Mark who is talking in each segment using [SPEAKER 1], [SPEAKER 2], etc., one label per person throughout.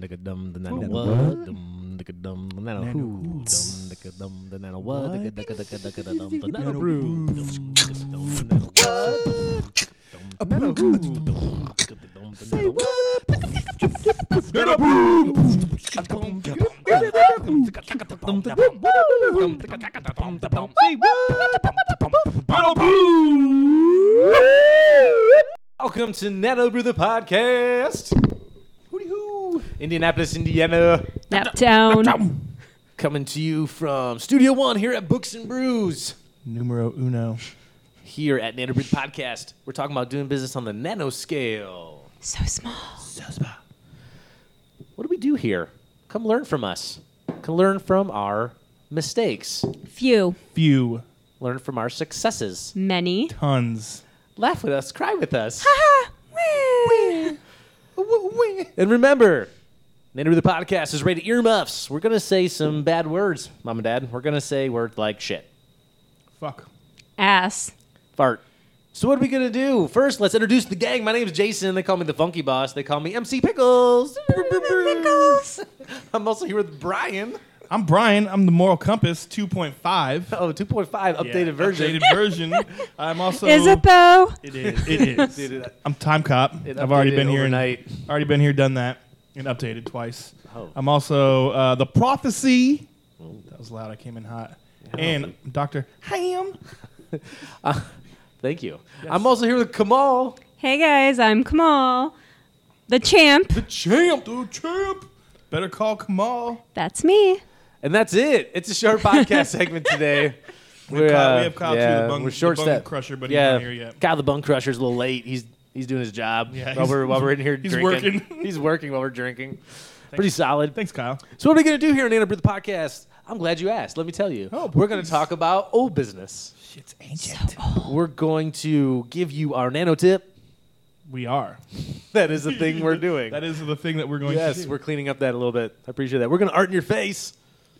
[SPEAKER 1] nigga dum the nana
[SPEAKER 2] Oh,
[SPEAKER 1] what
[SPEAKER 2] what?
[SPEAKER 1] dum nigga dum the nana
[SPEAKER 2] Nana
[SPEAKER 1] who dum
[SPEAKER 2] who?
[SPEAKER 1] nigga dum the nana what
[SPEAKER 2] What?
[SPEAKER 1] nigga nigga nigga nigga da dum the nana
[SPEAKER 2] Nana
[SPEAKER 1] brew
[SPEAKER 2] brew.
[SPEAKER 1] dum nigga dum the nana what dum
[SPEAKER 2] A
[SPEAKER 1] nana
[SPEAKER 2] brew.
[SPEAKER 1] who dum nigga the dum the nana what
[SPEAKER 3] Welcome to Nano Brew the podcast. Hooty-hoo. Indianapolis, Indiana.
[SPEAKER 4] Naptown.
[SPEAKER 3] Coming to you from Studio One here at Books and Brews.
[SPEAKER 2] Numero uno.
[SPEAKER 3] Here at Nano Brew the podcast, we're talking about doing business on the nano scale.
[SPEAKER 4] So small.
[SPEAKER 3] What do we do here? Come learn from us. Come learn from our mistakes.
[SPEAKER 4] Few.
[SPEAKER 2] Few.
[SPEAKER 3] Learn from our successes.
[SPEAKER 4] Many.
[SPEAKER 2] Tons.
[SPEAKER 3] Laugh with us. Cry with us.
[SPEAKER 4] Wee.
[SPEAKER 3] And remember, Nano Brew the podcast is rated earmuffs. We're gonna say some bad words, mom and dad. We're gonna say words like shit.
[SPEAKER 2] Fuck.
[SPEAKER 4] Ass.
[SPEAKER 3] fart. So what are we gonna do? First, let's introduce the gang. My name is Jason. They call me the Funky Boss. They call me MC Pickles. Pickles. I'm also here with Brian.
[SPEAKER 2] I'm Brian. I'm the Moral Compass 2.5.
[SPEAKER 3] Oh, 2.5 updated
[SPEAKER 2] Yeah,
[SPEAKER 3] version.
[SPEAKER 2] Updated version. I'm
[SPEAKER 3] Oh.
[SPEAKER 2] also.
[SPEAKER 4] Is it though?
[SPEAKER 2] It is. It is.
[SPEAKER 3] Dude, it-
[SPEAKER 2] I'm time cop.
[SPEAKER 3] it
[SPEAKER 2] I've already
[SPEAKER 3] updated
[SPEAKER 2] been here and
[SPEAKER 3] overnight.
[SPEAKER 2] already been here, done that, and updated twice.
[SPEAKER 3] Oh.
[SPEAKER 2] I'm also uh, the prophecy. That was loud. I came in hot. And Doctor Ham.
[SPEAKER 3] Thank you. I'm also here with Kamal.
[SPEAKER 4] Hey guys, I'm Kamal. The champ.
[SPEAKER 2] The champ. The champ. Better call Kamal.
[SPEAKER 4] That's me.
[SPEAKER 3] And that's it. It's a short podcast segment today. We're,
[SPEAKER 2] Kyle- we have Kyle, too,
[SPEAKER 3] yeah,
[SPEAKER 2] the bung-
[SPEAKER 3] we're short
[SPEAKER 2] the bung
[SPEAKER 3] step.
[SPEAKER 2] crusher, but he's
[SPEAKER 3] yeah,
[SPEAKER 2] not here yet.
[SPEAKER 3] Kyle the bung crusher's a little late. He's he's doing his job
[SPEAKER 2] Yeah,
[SPEAKER 3] while
[SPEAKER 2] he's-
[SPEAKER 3] we're while we're in here
[SPEAKER 2] he's
[SPEAKER 3] drinking.
[SPEAKER 2] working.
[SPEAKER 3] he's working while we're drinking. Pretty solid.
[SPEAKER 2] Thanks, Kyle.
[SPEAKER 3] So what are we gonna do here on Anna Brew the podcast? I'm glad you asked. Let me tell you,
[SPEAKER 2] Oh,
[SPEAKER 3] we're gonna
[SPEAKER 2] please.
[SPEAKER 3] talk about old business.
[SPEAKER 2] Shit's ancient.
[SPEAKER 3] We're going to give you our nano tip.
[SPEAKER 2] we are.
[SPEAKER 3] That is the thing we're doing.
[SPEAKER 2] That is the thing that we're going to
[SPEAKER 3] yes,
[SPEAKER 2] do.
[SPEAKER 3] we're cleaning up that a little bit. I appreciate that. We're gonna art in your face.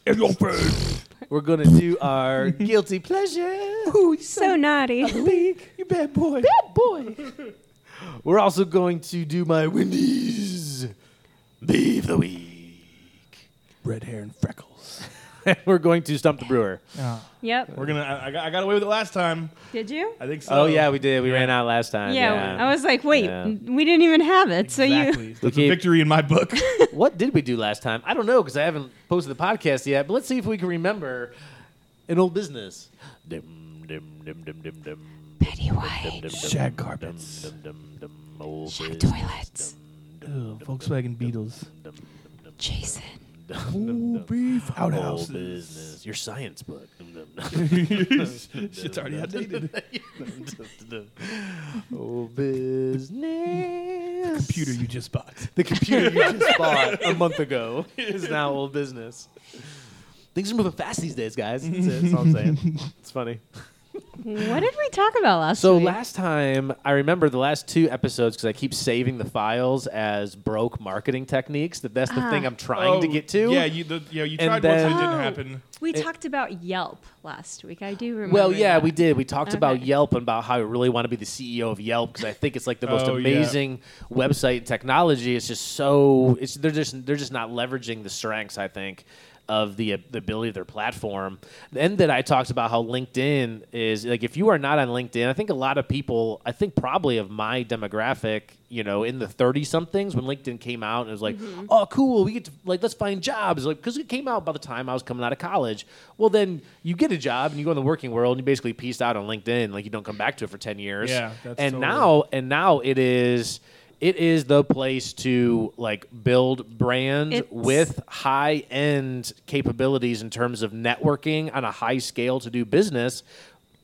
[SPEAKER 2] in your face.
[SPEAKER 3] We're gonna do our guilty pleasure.
[SPEAKER 4] So naughty.
[SPEAKER 2] You bad boy.
[SPEAKER 3] boy. We're also going to do my Wendy's beef of the week.
[SPEAKER 2] Red hair and freckles.
[SPEAKER 3] We're going to stump the brewer.
[SPEAKER 4] Yep.
[SPEAKER 2] We're gonna. I, I got- I got away with it last time.
[SPEAKER 4] Did you?
[SPEAKER 2] I think so.
[SPEAKER 3] Oh yeah, we did. We ran out last time.
[SPEAKER 4] Yeah.
[SPEAKER 3] Yeah.
[SPEAKER 4] I was like, wait,
[SPEAKER 3] Yeah.
[SPEAKER 4] we didn't even have it. So
[SPEAKER 2] exactly.
[SPEAKER 4] you.
[SPEAKER 2] That's
[SPEAKER 3] keep-
[SPEAKER 2] a victory in my book.
[SPEAKER 3] What did we do last time? I don't know because I haven't posted the podcast yet. But let's see if we can remember an old business. Dim dim dim dim dim dim.
[SPEAKER 4] Betty
[SPEAKER 3] dim,
[SPEAKER 4] White.
[SPEAKER 3] dim, dim,
[SPEAKER 2] Shag carpets.
[SPEAKER 3] Dim dim dim. Old
[SPEAKER 4] Shag
[SPEAKER 3] business.
[SPEAKER 4] toilets.
[SPEAKER 2] Volkswagen Beetles.
[SPEAKER 4] Jason.
[SPEAKER 2] Ooh, beef
[SPEAKER 3] Old
[SPEAKER 2] outhouses.
[SPEAKER 3] business. Your science book. Dim, dim, dim.
[SPEAKER 2] Shit's already outdated.
[SPEAKER 3] oh, business.
[SPEAKER 2] Computer you just bought.
[SPEAKER 3] The computer you just bought a month ago is now old business. Things are moving fast these days, guys. That's, it. That's all I'm saying. It's funny.
[SPEAKER 4] What did we talk about last
[SPEAKER 3] So
[SPEAKER 4] week?
[SPEAKER 3] last time, I remember the last two episodes because I keep saving the files as broke marketing techniques. That that's the thing
[SPEAKER 4] Ah.
[SPEAKER 3] I'm trying to
[SPEAKER 2] Oh,
[SPEAKER 3] get to.
[SPEAKER 2] Yeah, you. The, yeah, you
[SPEAKER 3] And
[SPEAKER 2] tried
[SPEAKER 3] then-
[SPEAKER 2] once and it
[SPEAKER 4] Oh,
[SPEAKER 2] didn't happen.
[SPEAKER 4] We talked about Yelp last week. I do remember.
[SPEAKER 3] Well, yeah,
[SPEAKER 4] that.
[SPEAKER 3] we did. We talked about
[SPEAKER 4] Okay.
[SPEAKER 3] Yelp and about how I really want to be the CEO of Yelp because I think it's like the most
[SPEAKER 2] Oh, yeah.
[SPEAKER 3] amazing website and technology. It's just so it's they're just they're just not leveraging the strengths I think of the the ability of their platform. And then I talked about how LinkedIn is like if you are not on LinkedIn, I think a lot of people, I think probably of my demographic, you know, in the 30 somethings when LinkedIn came out and it was like,
[SPEAKER 2] Mm-hmm.
[SPEAKER 3] "Oh, cool, we get to like let's find jobs." Like cuz it came out by the time I was coming out of college. Well, then you get a job and you go in the working world and you basically peace out on LinkedIn, like you don't come back to it for 10 years.
[SPEAKER 2] Yeah, that's
[SPEAKER 3] and
[SPEAKER 2] totally-
[SPEAKER 3] now now- Oh, and now it is it is the place to like build brand
[SPEAKER 4] It's-
[SPEAKER 3] with high end capabilities in terms of networking on a high scale to do business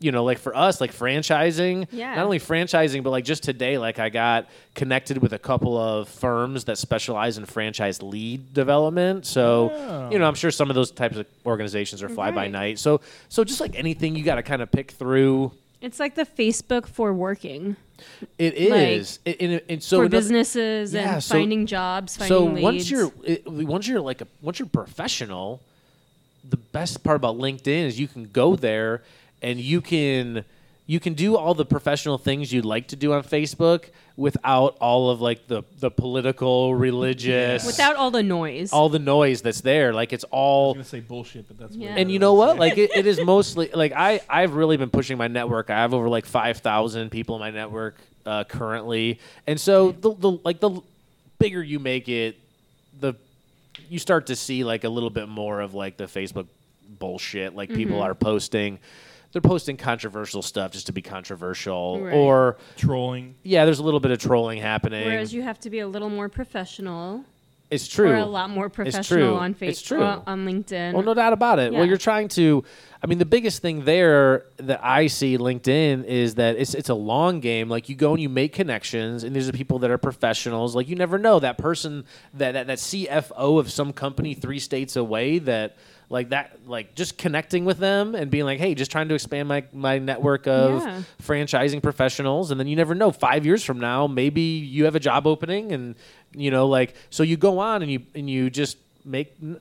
[SPEAKER 3] you know like for us like franchising
[SPEAKER 4] Yeah.
[SPEAKER 3] not only franchising but like just today like i got connected with a couple of firms that specialize in franchise lead development so you know i'm sure some of those types of organizations are fly by
[SPEAKER 4] Right.
[SPEAKER 3] night so so just like anything you got to kind of pick through
[SPEAKER 4] It's like the Facebook for working.
[SPEAKER 3] it
[SPEAKER 4] Like,
[SPEAKER 3] is It- and, and so
[SPEAKER 4] for
[SPEAKER 3] another-
[SPEAKER 4] businesses
[SPEAKER 3] Yeah,
[SPEAKER 4] and
[SPEAKER 3] so-
[SPEAKER 4] finding jobs, finding
[SPEAKER 3] so
[SPEAKER 4] leads.
[SPEAKER 3] once you're it, once you're like a once you're professional the best part about linkedin is you can go there and you can you can do all the professional things you'd like to do on Facebook without all of like the the political, religious,
[SPEAKER 4] Without all the noise.
[SPEAKER 3] all the noise that's there. Like it's
[SPEAKER 2] I'm
[SPEAKER 3] all
[SPEAKER 2] gonna say bullshit, but that's
[SPEAKER 4] Yeah.
[SPEAKER 2] what
[SPEAKER 3] and you know what? Like it, it is mostly like I I've really been pushing my network. I have over like five thousand people in my network uh, currently, and so the, the like the bigger you make it, the you start to see like a little bit more of like the Facebook bullshit. Like people
[SPEAKER 4] Mm-hmm.
[SPEAKER 3] are posting, they're posting controversial stuff just to be controversial,
[SPEAKER 4] Right.
[SPEAKER 3] or
[SPEAKER 2] trolling.
[SPEAKER 3] yeah, there's a little bit of trolling happening.
[SPEAKER 4] Whereas you have to be a little more professional.
[SPEAKER 3] it's true.
[SPEAKER 4] Or a lot more professional
[SPEAKER 3] true.
[SPEAKER 4] on Facebook.
[SPEAKER 3] It's true.
[SPEAKER 4] on LinkedIn.
[SPEAKER 3] Well, no doubt about it. Well,
[SPEAKER 4] Yeah.
[SPEAKER 3] you're trying to. I mean, the biggest thing there that I see LinkedIn is that it's it's a long game. Like you go and you make connections, and these are people that are professionals. Like you never know that person that that, that CFO of some company three states away that. Like that, like just connecting with them and being like, "Hey, just trying to expand my my network of
[SPEAKER 4] Yeah.
[SPEAKER 3] franchising professionals and then you never know five years from now maybe you have a job opening and you know like so you go on and you and you just make n-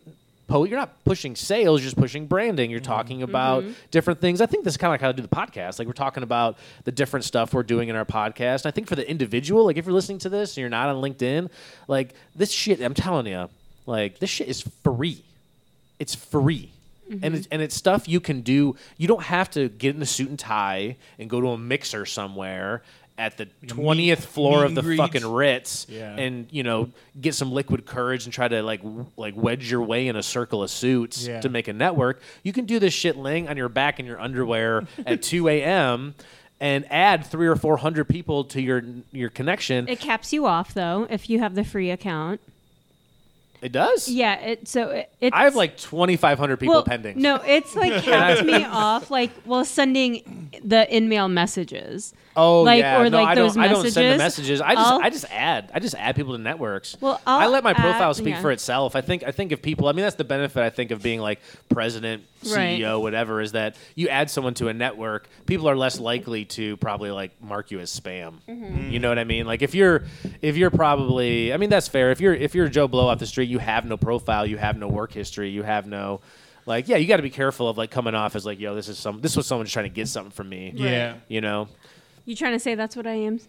[SPEAKER 3] po- you're not pushing sales you're just pushing branding you're talking about different things i think this is kind of like how to do the podcast like we're talking about the different stuff we're doing in our podcast i think for the individual like if you're listening to this and you're not on linkedin like this shit i'm telling you like this shit is free it's free.
[SPEAKER 4] Mm-hmm.
[SPEAKER 3] And it's, and it's stuff you can do. You don't have to get in a suit and tie and go to a mixer somewhere at the
[SPEAKER 2] a meet-
[SPEAKER 3] twentieth floor
[SPEAKER 2] meet
[SPEAKER 3] of the
[SPEAKER 2] and greet.
[SPEAKER 3] fucking Ritz
[SPEAKER 2] Yeah.
[SPEAKER 3] and you know get some liquid courage and try to like w- like wedge your way in a circle of suits
[SPEAKER 2] Yeah.
[SPEAKER 3] to make a network. You can do this shit laying on your back in your underwear at two a.m. and add three or four hundred people to your your connection. It,
[SPEAKER 4] It caps you off though if you have the free account.
[SPEAKER 3] does.
[SPEAKER 4] Yeah, it so it, it's
[SPEAKER 3] I have like twenty five hundred people
[SPEAKER 4] well,
[SPEAKER 3] pending.
[SPEAKER 4] No, it's like capped me off like while sending the in mail messages.
[SPEAKER 3] Oh
[SPEAKER 4] like,
[SPEAKER 3] yeah,
[SPEAKER 4] or
[SPEAKER 3] no,
[SPEAKER 4] like
[SPEAKER 3] I
[SPEAKER 4] those
[SPEAKER 3] don't. I don't send the
[SPEAKER 4] messages.
[SPEAKER 3] messages. I just,
[SPEAKER 4] I'll-
[SPEAKER 3] I just add. I just add people to networks.
[SPEAKER 4] Well, I'll
[SPEAKER 3] I let my profile
[SPEAKER 4] add-
[SPEAKER 3] speak
[SPEAKER 4] yeah.
[SPEAKER 3] for itself. I think, I think if people, I mean, that's the benefit. I think of being like president,
[SPEAKER 4] Right.
[SPEAKER 3] CEO, whatever, is that you add someone to a network, people are less likely to probably like mark you as spam.
[SPEAKER 4] Mm-hmm.
[SPEAKER 3] You know what I mean? Like if you're, if you're probably, I mean, that's fair. If you're, if you're Joe Blow off the street, you have no profile, you have no work history, you have no. Like yeah, you got to be careful of like coming off as like yo, this is some this was someone just trying to get something from me.
[SPEAKER 2] Yeah.
[SPEAKER 3] you know,
[SPEAKER 4] You trying to say that's what I am?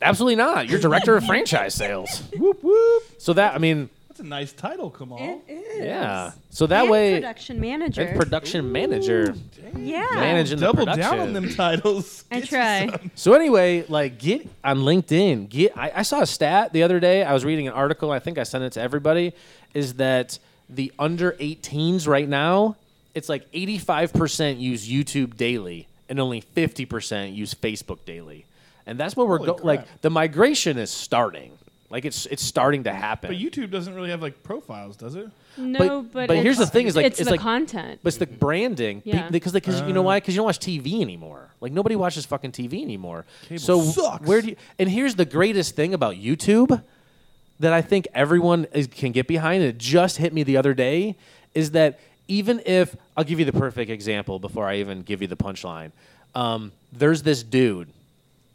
[SPEAKER 3] Absolutely not. You're director of franchise sales.
[SPEAKER 2] Whoop whoop.
[SPEAKER 3] So that I mean,
[SPEAKER 2] That's a nice title, Kamal. on.
[SPEAKER 4] is.
[SPEAKER 3] yeah. So that
[SPEAKER 4] And
[SPEAKER 3] way,
[SPEAKER 4] production manager.
[SPEAKER 3] and production manager
[SPEAKER 4] yeah.
[SPEAKER 3] managing the
[SPEAKER 2] Double
[SPEAKER 3] production.
[SPEAKER 2] down on them titles.
[SPEAKER 4] I
[SPEAKER 2] Get you
[SPEAKER 4] try.
[SPEAKER 2] some.
[SPEAKER 3] So anyway, like get on LinkedIn. Get I, I saw a stat the other day. I was reading an article. I think I sent it to everybody. Is that the under 18s right now? It's like 85% use YouTube daily, and only 50% use Facebook daily. And that's what we're
[SPEAKER 2] Holy
[SPEAKER 3] go-
[SPEAKER 2] crap.
[SPEAKER 3] like. The migration is starting. Like it's it's starting to happen.
[SPEAKER 2] But YouTube doesn't really have like profiles, does it?
[SPEAKER 4] No,
[SPEAKER 3] But-
[SPEAKER 4] but,
[SPEAKER 3] but here's
[SPEAKER 4] it's-
[SPEAKER 3] the thing is, like,
[SPEAKER 4] it's
[SPEAKER 3] it's
[SPEAKER 4] the
[SPEAKER 3] like-
[SPEAKER 4] content.
[SPEAKER 3] But it's the branding Be-
[SPEAKER 4] Yeah.
[SPEAKER 3] because because you know
[SPEAKER 2] Uh.
[SPEAKER 3] why? Because you don't watch TV anymore. Like nobody watches fucking TV anymore.
[SPEAKER 2] Cable
[SPEAKER 3] so
[SPEAKER 2] sucks.
[SPEAKER 3] where do you? And here's the greatest thing about YouTube that I think everyone is, can get behind. It just hit me the other day is that even if I'll give you the perfect example before I even give you the punchline. Um, there's this dude.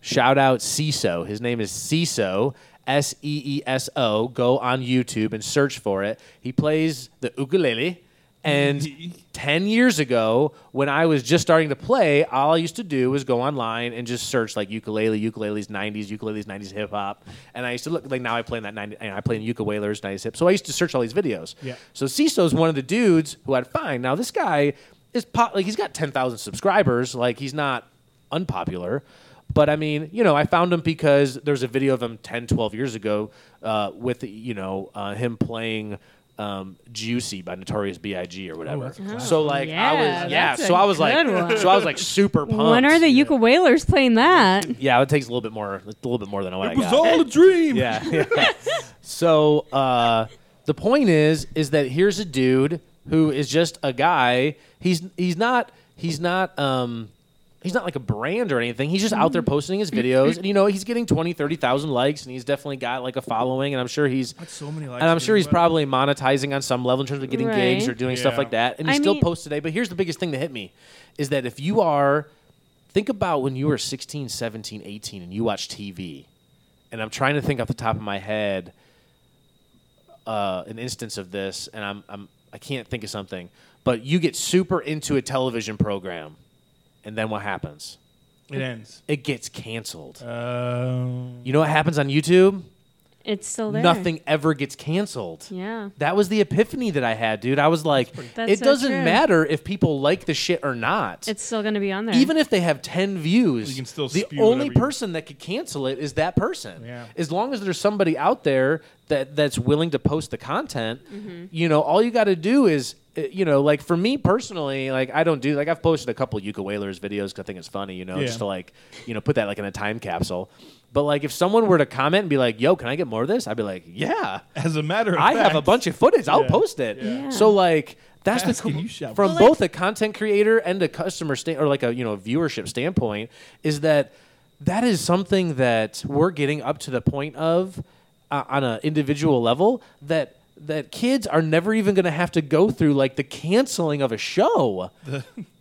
[SPEAKER 3] Shout out CISO. His name is CISO. S E E S O. Go on YouTube and search for it. He plays the ukulele. And 10 years ago, when I was just starting to play, all I used to do was go online and just search like ukulele, ukuleles 90s, ukuleles 90s hip hop. And I used to look like now I play in that 90, and I play in ukuleles 90s hip. So I used to search all these videos.
[SPEAKER 2] Yeah.
[SPEAKER 3] So CISO's one of the dudes who I'd find. Now this guy is pop, like he's got 10,000 subscribers, like he's not unpopular. But I mean, you know, I found him because there's a video of him 10, 12 years ago uh, with, you know, uh, him playing um, Juicy by Notorious B.I.G. or whatever.
[SPEAKER 2] that's a
[SPEAKER 3] so like I
[SPEAKER 4] Oh, Yeah,
[SPEAKER 3] was yeah,
[SPEAKER 4] that's
[SPEAKER 3] so
[SPEAKER 4] a
[SPEAKER 3] I was like
[SPEAKER 4] good one.
[SPEAKER 3] so I was like super pumped.
[SPEAKER 4] when are the ukuleles playing that?
[SPEAKER 3] Yeah, it takes a little bit more a little bit more than what I
[SPEAKER 2] It
[SPEAKER 3] got.
[SPEAKER 2] was all a dream.
[SPEAKER 3] Yeah. yeah. so uh, the point is, is that here's a dude who is just a guy. He's he's not he's not um he's not like a brand or anything. He's just out there posting his videos, and you know he's getting 20, 30,000 likes, and he's definitely got like a following, and I'm sure he's
[SPEAKER 2] That's so many likes.
[SPEAKER 3] and I'm sure
[SPEAKER 2] dude.
[SPEAKER 3] he's probably monetizing on some level in terms of getting
[SPEAKER 4] Right.
[SPEAKER 3] gigs or doing stuff
[SPEAKER 2] Yeah.
[SPEAKER 3] like that. And he
[SPEAKER 4] I
[SPEAKER 3] still
[SPEAKER 4] mean-
[SPEAKER 3] posts today. But here's the biggest thing that hit me is that if you are, think about when you were 16, 17, 18 and you watch TV. And I'm trying to think off the top of my head uh, an instance of this, and I'm, I'm I can't think of something, but you get super into a television program, and then what happens?
[SPEAKER 2] It ends.
[SPEAKER 3] It gets canceled.
[SPEAKER 2] Uh, Um,
[SPEAKER 3] You know what happens on YouTube?
[SPEAKER 4] It's still there.
[SPEAKER 3] Nothing ever gets canceled.
[SPEAKER 4] Yeah.
[SPEAKER 3] That was the epiphany that I had, dude. I was like,
[SPEAKER 4] That's
[SPEAKER 3] it
[SPEAKER 4] so
[SPEAKER 3] doesn't
[SPEAKER 4] true.
[SPEAKER 3] matter if people like the shit or not.
[SPEAKER 4] It's still gonna be on there.
[SPEAKER 3] even if they have 10 views
[SPEAKER 2] You can still
[SPEAKER 3] the
[SPEAKER 2] spew
[SPEAKER 3] only
[SPEAKER 2] whatever you-
[SPEAKER 3] person that could cancel it is that person
[SPEAKER 2] Yeah.
[SPEAKER 3] as long as there's somebody out there that that's willing to post the content you know all you got to do is uh, you know like for me personally like i don't do like i've posted a couple yuka whalers videos 'cause i think it's funny you know
[SPEAKER 2] Yeah.
[SPEAKER 3] just to like you know put that like in a time capsule but like if someone were to comment and be like yo can i get more of this i'd be like yeah
[SPEAKER 2] as a matter of
[SPEAKER 3] I
[SPEAKER 2] fact,
[SPEAKER 3] have a bunch of footage. I'll
[SPEAKER 2] Yeah.
[SPEAKER 3] post it.
[SPEAKER 4] Yeah.
[SPEAKER 3] So like that's the
[SPEAKER 2] Asking
[SPEAKER 3] cool,
[SPEAKER 2] you shall-
[SPEAKER 3] from
[SPEAKER 4] Well,
[SPEAKER 3] both a content creator and a customer sta- or like a you know viewership standpoint is that that is something that we're getting up to the point of uh, on an individual level that that kids are never even going to have to go through like the canceling of a show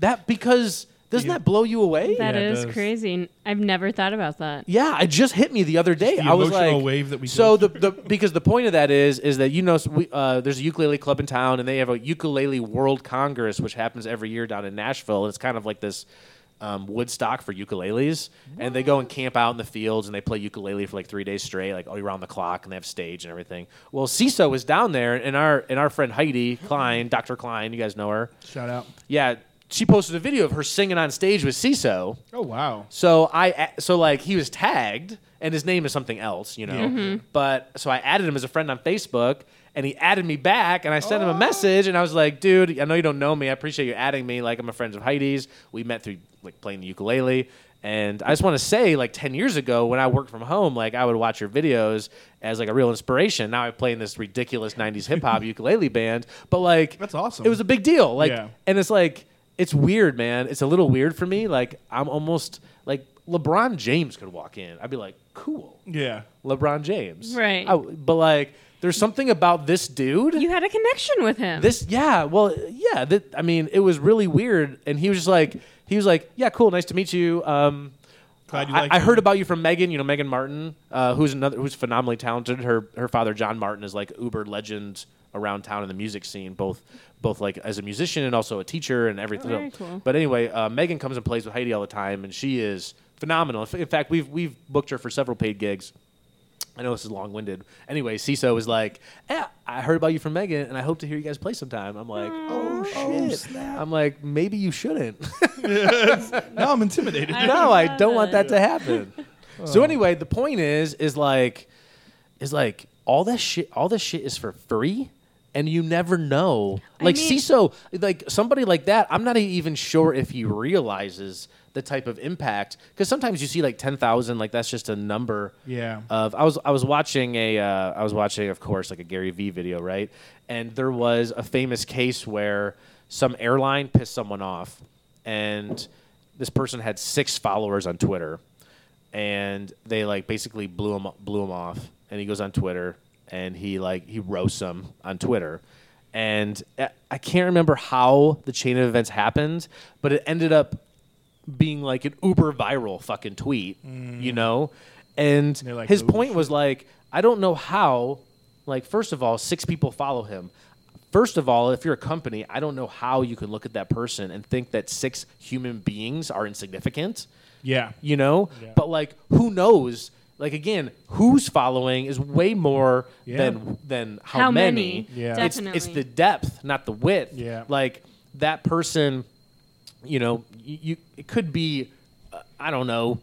[SPEAKER 3] that because doesn't that blow you away
[SPEAKER 4] That
[SPEAKER 2] Yeah, it
[SPEAKER 4] is
[SPEAKER 2] does.
[SPEAKER 4] crazy. I've never thought about that.
[SPEAKER 3] yeah, it just hit me the other day.
[SPEAKER 2] the
[SPEAKER 3] I was
[SPEAKER 2] emotional
[SPEAKER 3] like,
[SPEAKER 2] wave that we
[SPEAKER 3] so
[SPEAKER 2] go
[SPEAKER 3] the, the because the point of that is is that you know so we, uh, there's a ukulele club in town and they have a ukulele world congress which happens every year down in Nashville. And it's kind of like this um, Woodstock for ukuleles, and they go and camp out in the fields and they play ukulele for like three days straight, like all around the clock, and they have stage and everything. Well, CISO was down there, and our and our friend Heidi Klein, Dr. Klein, you guys know her.
[SPEAKER 2] Shout out.
[SPEAKER 3] Yeah, she posted a video of her singing on stage with CISO.
[SPEAKER 2] Oh wow.
[SPEAKER 3] So I so like he was tagged and his name is something else, you know.
[SPEAKER 2] Yeah. Mm-hmm.
[SPEAKER 3] But so I added him as a friend on Facebook and he added me back and I sent
[SPEAKER 2] Oh.
[SPEAKER 3] him a message and I was like, dude, I know you don't know me. I appreciate you adding me. Like I'm a friend of Heidi's. We met through like playing the ukulele. And I just want to say, like ten years ago, when I worked from home, like I would watch your videos as like a real inspiration. Now I play in this ridiculous '90s hip hop ukulele band, but like
[SPEAKER 2] That's awesome.
[SPEAKER 3] It was a big deal. Like,
[SPEAKER 2] Yeah.
[SPEAKER 3] and it's like it's weird, man. It's a little weird for me. Like I'm almost like LeBron James could walk in. I'd be like, cool,
[SPEAKER 2] Yeah.
[SPEAKER 3] LeBron James,
[SPEAKER 4] Right.
[SPEAKER 3] I w- but like, there's something about this dude.
[SPEAKER 4] You had a connection with him.
[SPEAKER 3] this, yeah, well, yeah. That I mean, it was really weird. And he was just like, he was like, yeah, cool, nice to meet you. Um,
[SPEAKER 2] Glad you
[SPEAKER 3] I,
[SPEAKER 2] liked
[SPEAKER 3] I
[SPEAKER 2] it.
[SPEAKER 3] heard about you from Megan. You know, Megan Martin, uh, who's another who's phenomenally talented. Her her father John Martin is like uber legend around town in the music scene, both both like as a musician and also a teacher and everything.
[SPEAKER 4] Very cool.
[SPEAKER 3] But anyway, uh, Megan comes and plays with Heidi all the time, and she is phenomenal. In fact, we've we've booked her for several paid gigs. I know this is long winded. Anyway, CISO was like, yeah, I heard about you from Megan, and I hope to hear you guys play sometime. I'm like, oh, shit. I'm like, maybe you shouldn't.
[SPEAKER 2] Now I'm intimidated.
[SPEAKER 4] I
[SPEAKER 3] no, I
[SPEAKER 4] love
[SPEAKER 3] don't want
[SPEAKER 4] it.
[SPEAKER 3] that to happen. So anyway, the point is, is like, is like all that shit. All this shit is for free, and you never know.
[SPEAKER 4] I
[SPEAKER 3] Like
[SPEAKER 4] mean-
[SPEAKER 3] CISO, like somebody like that. I'm not even sure if he realizes the type of impact because sometimes you see like ten thousand, like that's just a number
[SPEAKER 2] Yeah.
[SPEAKER 3] of I was I was watching a uh, I was watching of course like a Gary Vee video right and there was a famous case where some airline pissed someone off and this person had six followers on Twitter and they like basically blew him blew him off and he goes on Twitter and he like he roasts them on Twitter and I- I can't remember how the chain of events happened but it ended up being like an uber viral fucking tweet, you know? And
[SPEAKER 2] They're like,
[SPEAKER 3] his
[SPEAKER 2] "Oh,
[SPEAKER 3] point was like, I don't know how, like, first of all, six people follow him. First of all, if you're a company, I don't know how you can look at that person and think that six human beings are insignificant
[SPEAKER 2] yeah.
[SPEAKER 3] you know
[SPEAKER 2] Yeah.
[SPEAKER 3] but like who knows like again who's following is way more
[SPEAKER 2] Yeah.
[SPEAKER 3] than than how,
[SPEAKER 4] How
[SPEAKER 3] many,
[SPEAKER 4] many.
[SPEAKER 2] Yeah.
[SPEAKER 3] It's, it's
[SPEAKER 4] Definitely.
[SPEAKER 3] the depth not the width
[SPEAKER 2] Yeah.
[SPEAKER 3] like that person you know you, you it could be uh, i don't know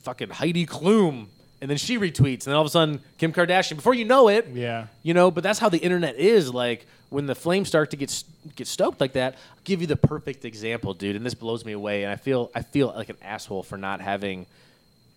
[SPEAKER 3] fucking heidi klum and then she retweets and then all of a sudden kim kardashian before you know it
[SPEAKER 2] Yeah.
[SPEAKER 3] you know but that's how the internet is like when the flames start to get s- get stoked like that I'll give you the perfect example dude and this blows me away and i feel i feel like an asshole for not having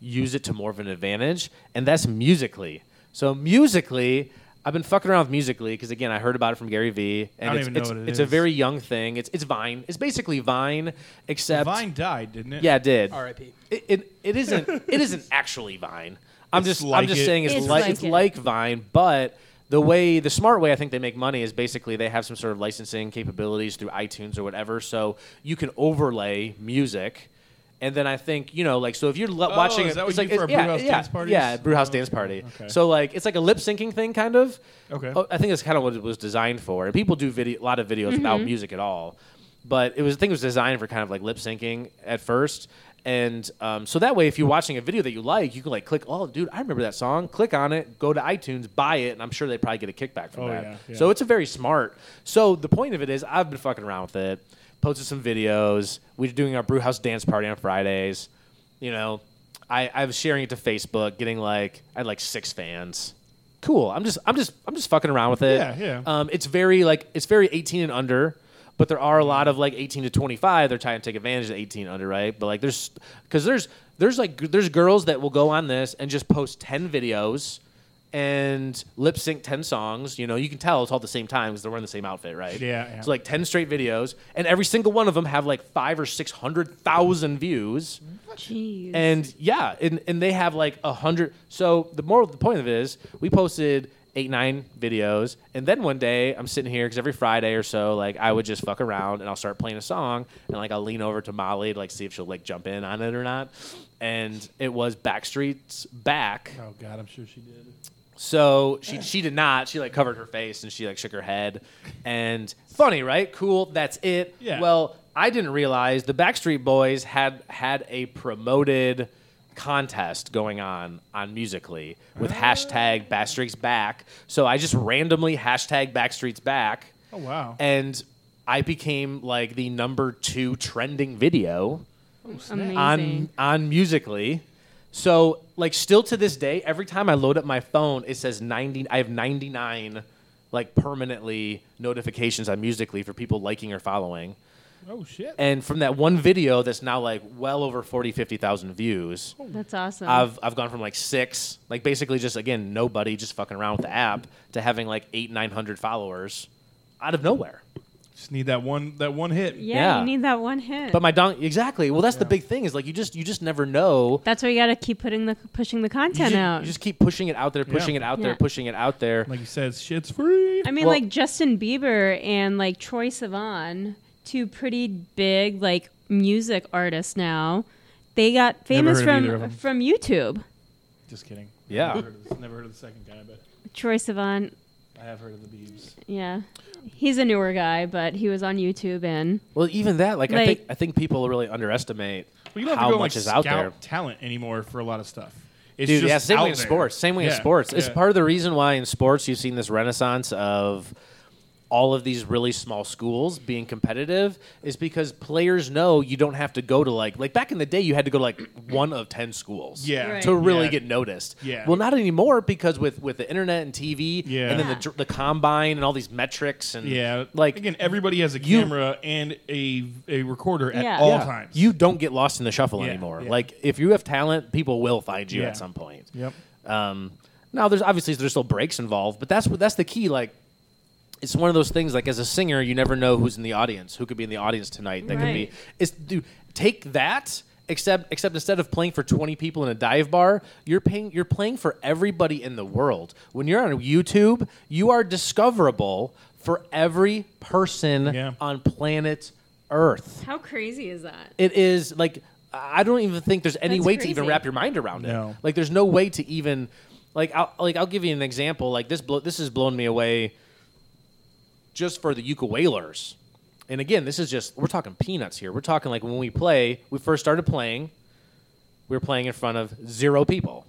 [SPEAKER 3] used it to more of an advantage and that's musically so musically i've been fucking around with musically because again i heard about it from gary vee and
[SPEAKER 2] I don't
[SPEAKER 3] it's,
[SPEAKER 2] even know
[SPEAKER 3] it's,
[SPEAKER 2] what it
[SPEAKER 3] it's a
[SPEAKER 2] is.
[SPEAKER 3] very young thing it's it's vine it's basically vine except
[SPEAKER 2] Vine died, didn't it?
[SPEAKER 3] yeah it did
[SPEAKER 5] R.I.P.
[SPEAKER 3] it, it, it isn't it isn't actually Vine. I'm
[SPEAKER 2] It's
[SPEAKER 3] just I'm
[SPEAKER 2] like
[SPEAKER 3] just
[SPEAKER 2] it.
[SPEAKER 3] saying it's,
[SPEAKER 4] It's
[SPEAKER 3] like,
[SPEAKER 4] like
[SPEAKER 3] it's
[SPEAKER 4] it.
[SPEAKER 3] like Vine, but the way the smart way I think they make money is basically they have some sort of licensing capabilities through iTunes or whatever, so you can overlay music. And then I think you know, like, so if you're lo-
[SPEAKER 2] Oh,
[SPEAKER 3] watching,
[SPEAKER 2] is
[SPEAKER 3] it-
[SPEAKER 2] that what
[SPEAKER 3] it's
[SPEAKER 2] you
[SPEAKER 3] like
[SPEAKER 2] do for
[SPEAKER 3] it's-
[SPEAKER 2] our
[SPEAKER 3] yeah,
[SPEAKER 2] brewhouse
[SPEAKER 3] yeah,
[SPEAKER 2] dance parties?
[SPEAKER 3] yeah, brewhouse
[SPEAKER 2] Oh,
[SPEAKER 3] dance party.
[SPEAKER 2] okay.
[SPEAKER 3] So like, it's like a lip syncing thing, kind of.
[SPEAKER 2] Okay.
[SPEAKER 3] Oh, I think that's kind of what it was designed for. And people do video, a lot of videos without music at all. But it was, I think it was designed for kind of like lip syncing at first. And um, so that way, if you're watching a video that you like, you can like click. Oh, dude, I remember that song. Click on it. Go to iTunes, buy it, and I'm sure they probably get a kickback from
[SPEAKER 2] Oh,
[SPEAKER 3] that.
[SPEAKER 2] yeah, yeah.
[SPEAKER 3] So it's a very smart. So the point of it is, I've been fucking around with it. Posted some videos. We're doing our brew house dance party on Fridays. You know, I, I was sharing it to Facebook, getting like I had like six fans. Cool. I'm just I'm just I'm just fucking around with it.
[SPEAKER 2] Yeah, yeah.
[SPEAKER 3] Um, it's very like it's very 18 and under, but there are a lot of like 18 to 25. They're trying to take advantage of the 18 under, right? But like there's because there's there's like g- there's girls that will go on this and just post 10 videos and lip sync 10 songs. You know, you can tell it's all at the same time because they're wearing the same outfit, right?
[SPEAKER 2] Yeah, yeah.
[SPEAKER 3] So like 10 straight videos, and every single one of them have like five or six hundred thousand views.
[SPEAKER 2] Mm-hmm.
[SPEAKER 4] Jeez.
[SPEAKER 3] And yeah, and, and they have like a hundred. So the moral, the point of it is, we posted eight, nine videos, and then one day I'm sitting here because every Friday or so, like I would just fuck around and I'll start playing a song, and like I'll lean over to Molly to like see if she'll like jump in on it or not. And it was Backstreet's back.
[SPEAKER 2] Oh God, I'm sure she did.
[SPEAKER 3] So she she did not. She like covered her face and she like shook her head. And funny, right? Cool. That's it.
[SPEAKER 2] Yeah.
[SPEAKER 3] Well, I didn't realize the Backstreet Boys had had a promoted contest going on on Musically
[SPEAKER 2] Ah.
[SPEAKER 3] with hashtag Backstreet's back. So I just randomly hashtag Backstreet's back.
[SPEAKER 2] Oh wow.
[SPEAKER 3] And I became like the number two trending video
[SPEAKER 2] Oh,
[SPEAKER 4] Amazing.
[SPEAKER 3] on on musically so like still to this day every time i load up my phone it says 90 i have 99 like permanently notifications on musically for people liking or following
[SPEAKER 2] oh shit.
[SPEAKER 3] and from that one video that's now like well over 40 50000 views
[SPEAKER 4] That's awesome.
[SPEAKER 3] I've, I've gone from like six, like basically just again nobody just fucking around with the app, to having like eight nine hundred followers out of nowhere.
[SPEAKER 2] Just need that one that one hit.
[SPEAKER 4] yeah,
[SPEAKER 3] yeah.
[SPEAKER 4] you need that one hit.
[SPEAKER 3] But my don exactly. Well, that's the big thing is like you just you just never know
[SPEAKER 4] That's why you got to keep putting the pushing the
[SPEAKER 3] you
[SPEAKER 4] content
[SPEAKER 3] just,
[SPEAKER 4] out.
[SPEAKER 3] you just keep pushing it out there, pushing it out there,
[SPEAKER 4] Yeah.
[SPEAKER 3] pushing it out there.
[SPEAKER 2] Like you said, shit's free.
[SPEAKER 4] I mean,
[SPEAKER 3] Well-
[SPEAKER 4] like Justin Bieber and like Troy Sivan, two pretty big like music artists now. They got famous
[SPEAKER 2] heard of either of 'em.
[SPEAKER 4] from from YouTube.
[SPEAKER 2] Just kidding.
[SPEAKER 3] Yeah.
[SPEAKER 2] Never heard, of this- never heard of the second guy, but
[SPEAKER 4] Troy Sivan,
[SPEAKER 2] I have heard of the Beebs.
[SPEAKER 4] yeah, he's a newer guy, but he was on YouTube and
[SPEAKER 3] well, even that, like, I
[SPEAKER 4] Like-
[SPEAKER 3] think I think people really underestimate
[SPEAKER 2] But you don't have
[SPEAKER 3] how
[SPEAKER 2] to go
[SPEAKER 3] much
[SPEAKER 2] like
[SPEAKER 3] is out
[SPEAKER 2] scout
[SPEAKER 3] there.
[SPEAKER 2] talent anymore for a lot of stuff. It's
[SPEAKER 3] Dude,
[SPEAKER 2] just
[SPEAKER 3] yeah, same
[SPEAKER 2] out
[SPEAKER 3] way in
[SPEAKER 2] there.
[SPEAKER 3] sports. Same way in
[SPEAKER 2] Yeah,
[SPEAKER 3] sports. It's
[SPEAKER 2] yeah.
[SPEAKER 3] part of the reason why in sports you've seen this renaissance of all of these really small schools being competitive is because players know you don't have to go to like like back in the day you had to go to like one of 10 schools
[SPEAKER 2] Yeah.
[SPEAKER 4] Right.
[SPEAKER 3] to really
[SPEAKER 2] Yeah.
[SPEAKER 3] get noticed
[SPEAKER 2] Yeah.
[SPEAKER 3] well not anymore because with with the internet and tv
[SPEAKER 2] Yeah.
[SPEAKER 3] and then the,
[SPEAKER 4] Yeah.
[SPEAKER 3] dr- the combine and all these metrics and
[SPEAKER 2] Yeah,
[SPEAKER 3] like
[SPEAKER 2] again, everybody has a
[SPEAKER 3] you-
[SPEAKER 2] camera and a a recorder at
[SPEAKER 4] Yeah.
[SPEAKER 2] all
[SPEAKER 3] Yeah.
[SPEAKER 2] times.
[SPEAKER 3] You don't get lost in the shuffle
[SPEAKER 2] Yeah,
[SPEAKER 3] anymore.
[SPEAKER 2] yeah.
[SPEAKER 3] Like if you have talent, people will find you
[SPEAKER 2] Yeah.
[SPEAKER 3] at some point.
[SPEAKER 2] Yep.
[SPEAKER 3] Um, now there's obviously there's still breaks involved, but that's what that's the key. Like it's one of those things. Like as a singer, you never know who's in the audience, who could be in the audience tonight. That could be.
[SPEAKER 4] Right.
[SPEAKER 3] It's dude, take that. Except, except instead of playing for 20 people in a dive bar, you're paying, you're playing for everybody in the world. When you're on YouTube, you are discoverable for every person
[SPEAKER 2] Yeah.
[SPEAKER 3] on planet Earth.
[SPEAKER 4] how crazy is that?
[SPEAKER 3] It is like I don't even think there's any
[SPEAKER 4] That's
[SPEAKER 3] way to
[SPEAKER 4] crazy.
[SPEAKER 3] even wrap your mind around
[SPEAKER 2] No.
[SPEAKER 3] it. Like there's no way to even like I'll like I'll give you an example. Like this blow this has blown me away just for the ukuleles. And again, this is just we're talking peanuts here. We're talking like when we play, we first started playing, we were playing in front of zero people.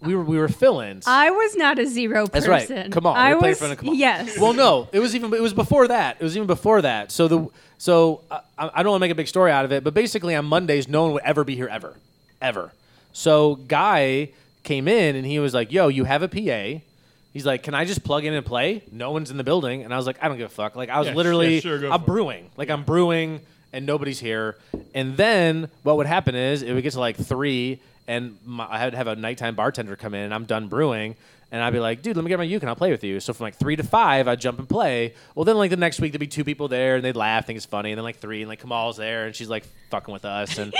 [SPEAKER 3] We were we were fill-ins.
[SPEAKER 4] I was not a zero
[SPEAKER 3] That's
[SPEAKER 4] person.
[SPEAKER 3] right. Come on,
[SPEAKER 4] I
[SPEAKER 3] we played in
[SPEAKER 4] was
[SPEAKER 3] front of Kamal.
[SPEAKER 4] yes.
[SPEAKER 3] Well, no, it was even it was before that. It was even before that. So the so I, I don't want to make a big story out of it, but basically on Mondays, no one would ever be here ever, ever. So guy came in and he was like, "Yo, you have a PA." He's like, "Can I just plug in and play? No one's in the building." And I was like, "I don't give a fuck." Like I was
[SPEAKER 2] Yeah,
[SPEAKER 3] literally
[SPEAKER 2] yeah, sure, go
[SPEAKER 3] I'm
[SPEAKER 2] for it.
[SPEAKER 3] brewing. Like I'm brewing and nobody's here. And then what would happen is it would get to like three and my, I would have a nighttime bartender come in and I'm done brewing. And I'd be like, dude, let me get my uke and I'll play with you. So from like three to five, I'd jump and play. Well, then like the next week, there'd be two people there and they'd laugh, think it's funny. And then like three, and like Kamal's there and she's like fucking with us.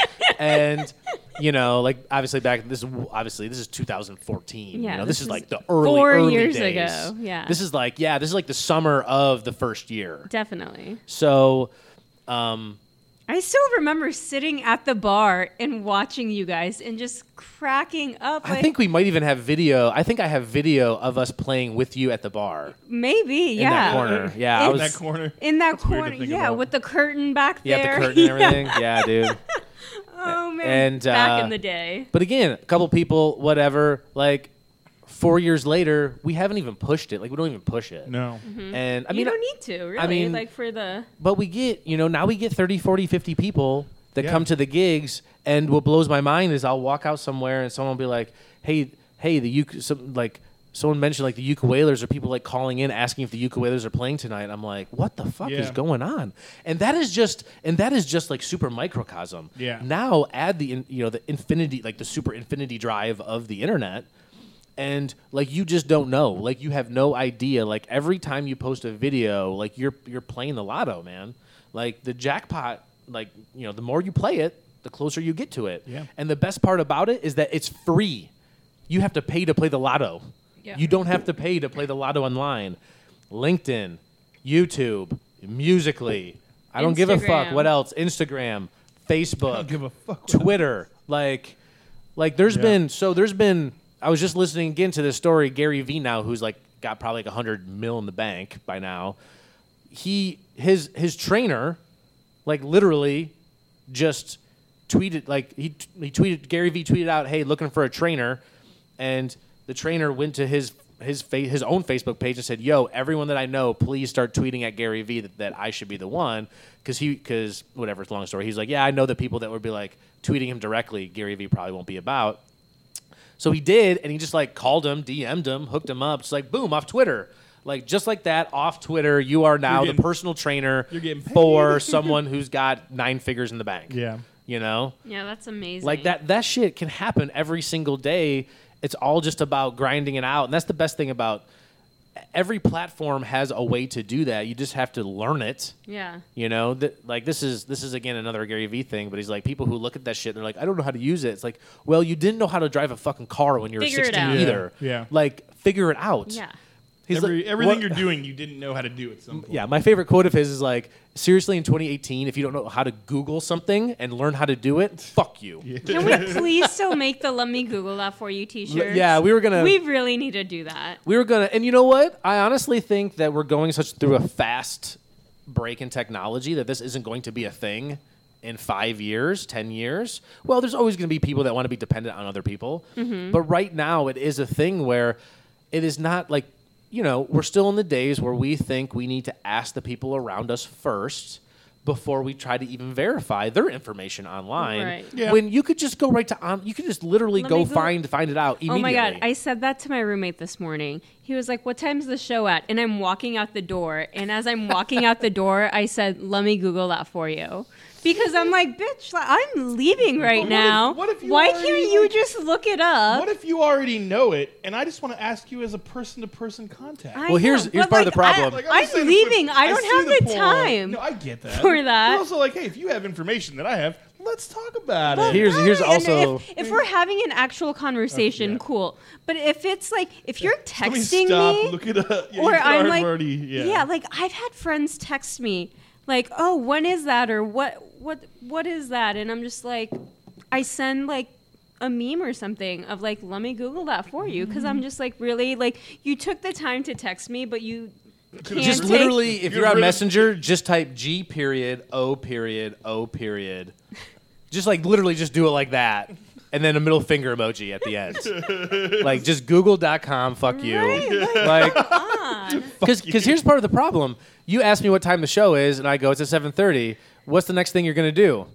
[SPEAKER 3] And, and you know, like obviously back, this is obviously, this is 2014.
[SPEAKER 4] Yeah,
[SPEAKER 3] you know, this,
[SPEAKER 4] this
[SPEAKER 3] is
[SPEAKER 4] is
[SPEAKER 3] like the early,
[SPEAKER 4] four
[SPEAKER 3] early
[SPEAKER 4] years
[SPEAKER 3] days.
[SPEAKER 4] ago, yeah.
[SPEAKER 3] This is like, yeah, this is like the summer of the first year.
[SPEAKER 4] definitely.
[SPEAKER 3] So, um,
[SPEAKER 4] I still remember sitting at the bar and watching you guys and just cracking up. Like,
[SPEAKER 3] I think we might even have video. I think I have video of us playing with you at the bar
[SPEAKER 4] maybe,
[SPEAKER 3] in that
[SPEAKER 4] yeah.
[SPEAKER 3] corner. Yeah, I
[SPEAKER 4] In
[SPEAKER 3] was.
[SPEAKER 2] that corner.
[SPEAKER 4] In that
[SPEAKER 2] That's weird to
[SPEAKER 4] corner,
[SPEAKER 2] think
[SPEAKER 4] yeah,
[SPEAKER 2] about.
[SPEAKER 4] with the curtain back
[SPEAKER 3] yeah,
[SPEAKER 4] there.
[SPEAKER 3] the curtain and everything. Yeah, dude.
[SPEAKER 4] Oh man
[SPEAKER 3] And,
[SPEAKER 4] back
[SPEAKER 3] uh,
[SPEAKER 4] in the day.
[SPEAKER 3] But again, a couple people, whatever. Like four years later, we haven't even pushed it. Like we don't even push it.
[SPEAKER 2] No.
[SPEAKER 3] And I mean,
[SPEAKER 4] you don't need to, really.
[SPEAKER 3] mean-
[SPEAKER 4] like for the
[SPEAKER 3] but we get you know now we get 30 40 50 people that
[SPEAKER 2] Yeah.
[SPEAKER 3] come to the gigs and what blows my mind is i'll walk out somewhere and someone will be like hey hey the uk some like someone mentioned like the ukuleles or people like calling in asking if the ukuleles are playing tonight i'm like what the fuck is
[SPEAKER 2] Yeah.
[SPEAKER 3] going on and that is just and that is just like super microcosm
[SPEAKER 2] Yeah.
[SPEAKER 3] now add the in- you know the infinity like the super infinity drive of the internet and like you just don't know like you have no idea like every time you post a video like you're you're playing the lotto man like the jackpot like you know the more you play it the closer you get to it
[SPEAKER 2] Yeah.
[SPEAKER 3] and the best part about it is that it's free you have to pay to play the lotto
[SPEAKER 4] Yeah.
[SPEAKER 3] you don't have to pay to play the lotto online linkedin youtube musically i don't give a fuck
[SPEAKER 4] Instagram.
[SPEAKER 3] what else instagram facebook
[SPEAKER 2] give a fuck what
[SPEAKER 3] Twitter. Like, like there's
[SPEAKER 2] Yeah.
[SPEAKER 3] been so there's been. I was just listening again to this story. Gary V now, who's like got probably like hundred mil in the bank by now. He his his trainer, like literally, just tweeted like he t- he tweeted Gary V tweeted out, hey, looking for a trainer, and the trainer went to his. His fa- his own Facebook page and said, "Yo, everyone that I know, please start tweeting at Gary V that, that I should be the one." Because he because whatever, it's a long story. He's like, "Yeah, I know the people that would be like tweeting him directly. Gary V probably won't be about." So he did, and he just like called him, DM'd him, hooked him up. It's like boom off Twitter. Like just like that, off Twitter, you are now
[SPEAKER 2] You're
[SPEAKER 3] the
[SPEAKER 2] getting-
[SPEAKER 3] personal trainer
[SPEAKER 2] you're getting paid.
[SPEAKER 3] for someone who's got nine figures in the bank.
[SPEAKER 2] Yeah.
[SPEAKER 3] You know?
[SPEAKER 4] yeah, that's amazing.
[SPEAKER 3] Like that that shit can happen every single day. It's all just about grinding it out. And that's the best thing about every platform has a way to do that. You just have to learn it.
[SPEAKER 4] Yeah.
[SPEAKER 3] You know, th- like this is this is again another Gary Vee thing, but he's like people who look at that shit, they're like, I don't know how to use it. It's like, well, you didn't know how to drive a fucking car when you were
[SPEAKER 4] Figure it
[SPEAKER 3] sixteen
[SPEAKER 4] out.
[SPEAKER 2] Yeah,
[SPEAKER 3] either.
[SPEAKER 2] yeah.
[SPEAKER 3] like figure it out.
[SPEAKER 4] Yeah.
[SPEAKER 3] he's
[SPEAKER 2] Every,
[SPEAKER 3] like,
[SPEAKER 2] everything
[SPEAKER 3] what-
[SPEAKER 2] you're doing, you didn't know how to do at some point.
[SPEAKER 3] Yeah, my favorite quote of his is like, seriously, in 2018, if you don't know how to Google something and learn how to do it, fuck you.
[SPEAKER 4] Can we please still make the "Let Me Google That for You" T-shirt?
[SPEAKER 3] yeah, we were gonna-
[SPEAKER 4] We really need to do that.
[SPEAKER 3] We were gonna, and you know what? I honestly think that we're going such through a fast break in technology that this isn't going to be a thing in five years, ten years. Well, there's always going to be people that want to be dependent on other people,
[SPEAKER 4] Mm-hmm.
[SPEAKER 3] but right now it is a thing where it is not like you know we're still in the days where we think we need to ask the people around us first before we try to even verify their information online
[SPEAKER 4] Right.
[SPEAKER 2] Yeah.
[SPEAKER 3] when you could just go right to on you could just literally
[SPEAKER 4] Let
[SPEAKER 3] go
[SPEAKER 4] me Google-
[SPEAKER 3] find find it out
[SPEAKER 4] Oh
[SPEAKER 3] immediately
[SPEAKER 4] my god, I said that to my roommate this morning. He was like, "What time's the show at?" And I'm walking out the door, and as I'm walking out the door, I said, "Let me Google that for you." Because I'm like, bitch, like, I'm leaving
[SPEAKER 2] But what
[SPEAKER 4] right
[SPEAKER 2] if-
[SPEAKER 4] now.
[SPEAKER 2] what if you
[SPEAKER 4] Why
[SPEAKER 2] already,
[SPEAKER 4] can't you
[SPEAKER 2] like-
[SPEAKER 4] just look it up?
[SPEAKER 2] What if you already know it, and I just want to ask you as a person-to-person contact?
[SPEAKER 4] I
[SPEAKER 3] Well, here's-
[SPEAKER 4] know,
[SPEAKER 3] here's
[SPEAKER 4] but,
[SPEAKER 3] part of
[SPEAKER 4] like,
[SPEAKER 3] the problem.
[SPEAKER 4] I,
[SPEAKER 2] Like,
[SPEAKER 4] I'm,
[SPEAKER 2] just saying, if
[SPEAKER 4] leaving.
[SPEAKER 2] we-
[SPEAKER 4] I don't
[SPEAKER 2] see
[SPEAKER 4] have the,
[SPEAKER 2] porn-
[SPEAKER 4] time.
[SPEAKER 2] No, I get that.
[SPEAKER 4] for that.
[SPEAKER 2] But also, like, hey, if you have information that I have, let's talk about it.
[SPEAKER 3] Here's- here's
[SPEAKER 4] Right, and
[SPEAKER 3] also-
[SPEAKER 4] if, if we're having an actual conversation,
[SPEAKER 2] yeah.
[SPEAKER 4] cool. But if it's like if you're
[SPEAKER 2] Let me
[SPEAKER 4] texting
[SPEAKER 2] stop.
[SPEAKER 4] me,
[SPEAKER 2] Look it up. Yeah,
[SPEAKER 4] or
[SPEAKER 2] you
[SPEAKER 4] I'm
[SPEAKER 2] are
[SPEAKER 4] like,
[SPEAKER 2] already- yeah.
[SPEAKER 4] like I've had friends text me like, oh, when is that, or what, what, what is that, and I'm just like, I send like a meme or something of like, let me Google that for you, because
[SPEAKER 2] Mm-hmm.
[SPEAKER 4] I'm just like, really, like you took the time to text me, but you can't
[SPEAKER 3] just
[SPEAKER 4] take-
[SPEAKER 3] literally,
[SPEAKER 2] Get
[SPEAKER 3] if you're on
[SPEAKER 2] rid of-
[SPEAKER 3] Messenger, just type G period O period O period. Just like literally, just do it like that, and then a middle finger emoji at the end. like just Google.com. Fuck you.
[SPEAKER 4] Right,
[SPEAKER 3] Like because because here's part of the problem. You ask me what time the show is, and I go, it's at seven thirty. What's the next thing you're gonna do?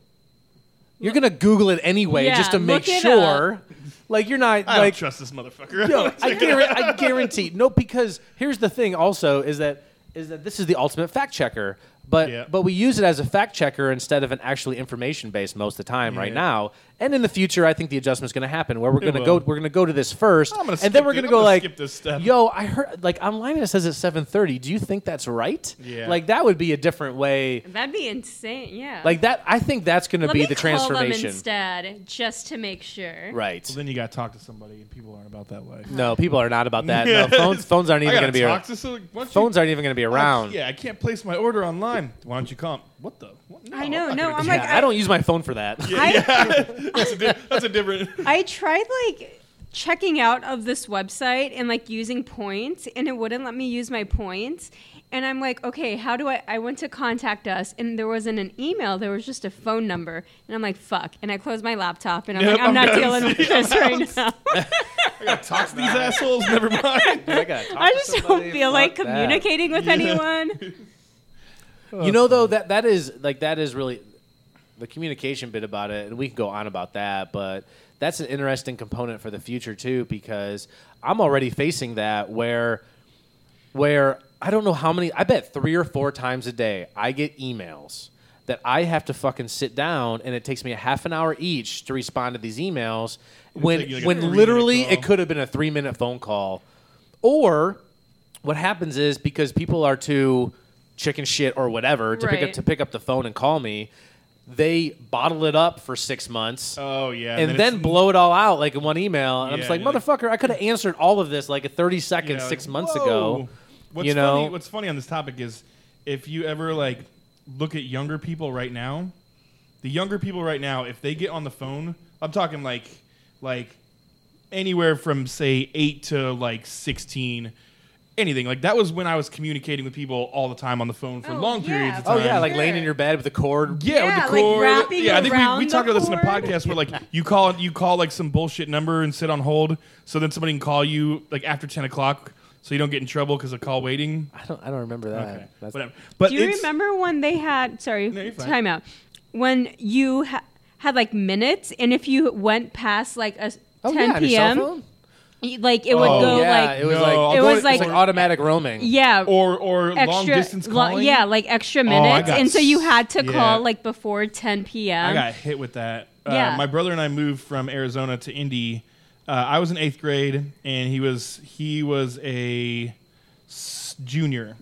[SPEAKER 3] You're gonna Google it anyway,
[SPEAKER 4] Yeah,
[SPEAKER 3] just to make
[SPEAKER 4] look it
[SPEAKER 3] sure. Like you're not
[SPEAKER 2] I
[SPEAKER 3] like
[SPEAKER 2] don't trust this motherfucker.
[SPEAKER 3] no, I, guarantee, I guarantee. No, because here's the thing. Also, is that is that this is the ultimate fact checker, but
[SPEAKER 2] Yeah.
[SPEAKER 3] but we use it as a fact checker instead of an actually information based most of the time right
[SPEAKER 2] Yeah.
[SPEAKER 3] now. And in the future, I think the adjustment's going to happen where we're going to go
[SPEAKER 2] will.
[SPEAKER 3] we're going to go to this 1st
[SPEAKER 2] I'm gonna
[SPEAKER 3] and
[SPEAKER 2] skip
[SPEAKER 3] then we're
[SPEAKER 2] it.
[SPEAKER 3] going to
[SPEAKER 2] I'm
[SPEAKER 3] go
[SPEAKER 2] gonna
[SPEAKER 3] like,
[SPEAKER 2] skip this step.
[SPEAKER 3] yo, I heard like online it says it's seven thirty. Do you think that's right?
[SPEAKER 2] Yeah.
[SPEAKER 3] Like that would be a different way.
[SPEAKER 4] that'd be insane. Yeah,
[SPEAKER 3] Like that, I think that's going to
[SPEAKER 4] let
[SPEAKER 3] be
[SPEAKER 4] me
[SPEAKER 3] the
[SPEAKER 4] call them
[SPEAKER 3] transformation.
[SPEAKER 4] instead, just to make sure.
[SPEAKER 3] Right.
[SPEAKER 2] Well, then you got to talk to somebody, and people aren't about that life.
[SPEAKER 3] No, people are not about that. No, phones, phones aren't
[SPEAKER 2] I
[SPEAKER 3] even
[SPEAKER 2] gotta
[SPEAKER 3] going to be.
[SPEAKER 2] talk
[SPEAKER 3] ar-
[SPEAKER 2] to some, why don't you-
[SPEAKER 3] Phones aren't even going to be
[SPEAKER 2] I-
[SPEAKER 3] around.
[SPEAKER 2] Yeah, I can't place my order online. Why don't you come? What the? What? No,
[SPEAKER 4] I know,
[SPEAKER 2] I'm not
[SPEAKER 4] no,
[SPEAKER 2] gonna
[SPEAKER 4] I'm
[SPEAKER 2] do
[SPEAKER 4] like,
[SPEAKER 3] Yeah, I, don't use my phone for that.
[SPEAKER 4] I,
[SPEAKER 2] that. that's, a di- that's a different.
[SPEAKER 4] I tried like checking out of this website and like using points and it wouldn't let me use my points and i'm like okay how do i i went to contact us and there wasn't an email there was just a phone number and i'm like fuck and i closed my laptop and i'm
[SPEAKER 2] Yep,
[SPEAKER 4] like i'm,
[SPEAKER 2] I'm
[SPEAKER 4] not
[SPEAKER 2] done.
[SPEAKER 4] dealing with this right now
[SPEAKER 2] Talk to these assholes. Never mind.
[SPEAKER 3] I, gotta talk
[SPEAKER 4] i
[SPEAKER 3] to
[SPEAKER 4] just
[SPEAKER 3] somebody.
[SPEAKER 4] don't feel
[SPEAKER 3] Fuck
[SPEAKER 4] like
[SPEAKER 3] that.
[SPEAKER 4] communicating with anyone
[SPEAKER 3] You know, though that that is like that is really the communication bit about it, and we can go on about that, but that's an interesting component for the future too, because I'm already facing that where where I don't know how many I bet three or four times a day I get emails that I have to fucking sit down and it takes me a half an hour each to respond to these emails when
[SPEAKER 2] take you like a
[SPEAKER 3] when
[SPEAKER 2] three-minute
[SPEAKER 3] literally
[SPEAKER 2] call.
[SPEAKER 3] it could have been a three minute phone call. Or what happens is because people are too chicken shit or whatever to pick up
[SPEAKER 4] Right.
[SPEAKER 3] to pick up the phone and call me, they bottle it up for six months
[SPEAKER 2] Oh yeah.
[SPEAKER 3] and then,
[SPEAKER 2] it's-
[SPEAKER 3] blow it all out like in one email. And I'm just
[SPEAKER 2] Yeah,
[SPEAKER 3] like,
[SPEAKER 2] you're like-
[SPEAKER 3] motherfucker, I could have answered all of this like in 30
[SPEAKER 2] yeah,
[SPEAKER 3] seconds
[SPEAKER 2] like,
[SPEAKER 3] six months
[SPEAKER 2] whoa.
[SPEAKER 3] ago.
[SPEAKER 2] What's
[SPEAKER 3] you know,
[SPEAKER 2] funny, what's funny on this topic is if you ever like look at younger people right now, the younger people right now, if they get on the phone, I'm talking like like anywhere from say eight to like sixteen. Anything like that was when I was communicating with people all the time on the phone for
[SPEAKER 4] Oh,
[SPEAKER 2] long
[SPEAKER 4] yeah.
[SPEAKER 2] periods of
[SPEAKER 3] oh
[SPEAKER 2] time.
[SPEAKER 3] yeah, like
[SPEAKER 4] Sure.
[SPEAKER 3] laying in your bed with a cord.
[SPEAKER 2] Yeah,
[SPEAKER 4] Yeah,
[SPEAKER 2] with the
[SPEAKER 4] like
[SPEAKER 2] cord.
[SPEAKER 4] wrapping
[SPEAKER 2] yeah, I think we,
[SPEAKER 4] around
[SPEAKER 2] we
[SPEAKER 4] the
[SPEAKER 2] talked about this in a
[SPEAKER 4] cord.
[SPEAKER 2] podcast where like you call you call like some bullshit number and sit on hold, so then somebody can call you like after ten o'clock, so you don't get in trouble because of call waiting.
[SPEAKER 3] I don't, I don't remember that.
[SPEAKER 2] Okay,
[SPEAKER 3] That's-
[SPEAKER 2] whatever. But
[SPEAKER 4] Do you
[SPEAKER 2] it's-
[SPEAKER 4] remember when they had? Sorry,
[SPEAKER 2] No, you're fine.
[SPEAKER 4] time out. When you ha- had like minutes, and if you went past like a s-
[SPEAKER 3] Oh,
[SPEAKER 4] 10
[SPEAKER 3] yeah, on your cell
[SPEAKER 4] p.m.,
[SPEAKER 3] phone?
[SPEAKER 4] you- like it would
[SPEAKER 2] Oh,
[SPEAKER 4] go
[SPEAKER 3] yeah,
[SPEAKER 4] like
[SPEAKER 3] it was
[SPEAKER 2] No,
[SPEAKER 3] like
[SPEAKER 2] I'll
[SPEAKER 4] It
[SPEAKER 3] it
[SPEAKER 4] go-
[SPEAKER 3] was
[SPEAKER 4] was
[SPEAKER 3] like,
[SPEAKER 4] like-
[SPEAKER 3] automatic roaming.
[SPEAKER 4] yeah,
[SPEAKER 2] or or
[SPEAKER 4] extra
[SPEAKER 2] long distance
[SPEAKER 4] lo-
[SPEAKER 2] calling. Oh,
[SPEAKER 4] yeah, like extra
[SPEAKER 2] I
[SPEAKER 4] minutes,
[SPEAKER 2] got
[SPEAKER 4] and so you had to
[SPEAKER 2] s-
[SPEAKER 4] call
[SPEAKER 2] yeah.
[SPEAKER 4] like before ten p.m.
[SPEAKER 2] I got hit with that. Uh,
[SPEAKER 4] Yeah.
[SPEAKER 2] my brother and I moved from Arizona to Indy. Uh, I was in eighth grade, and he was he was a s- junior,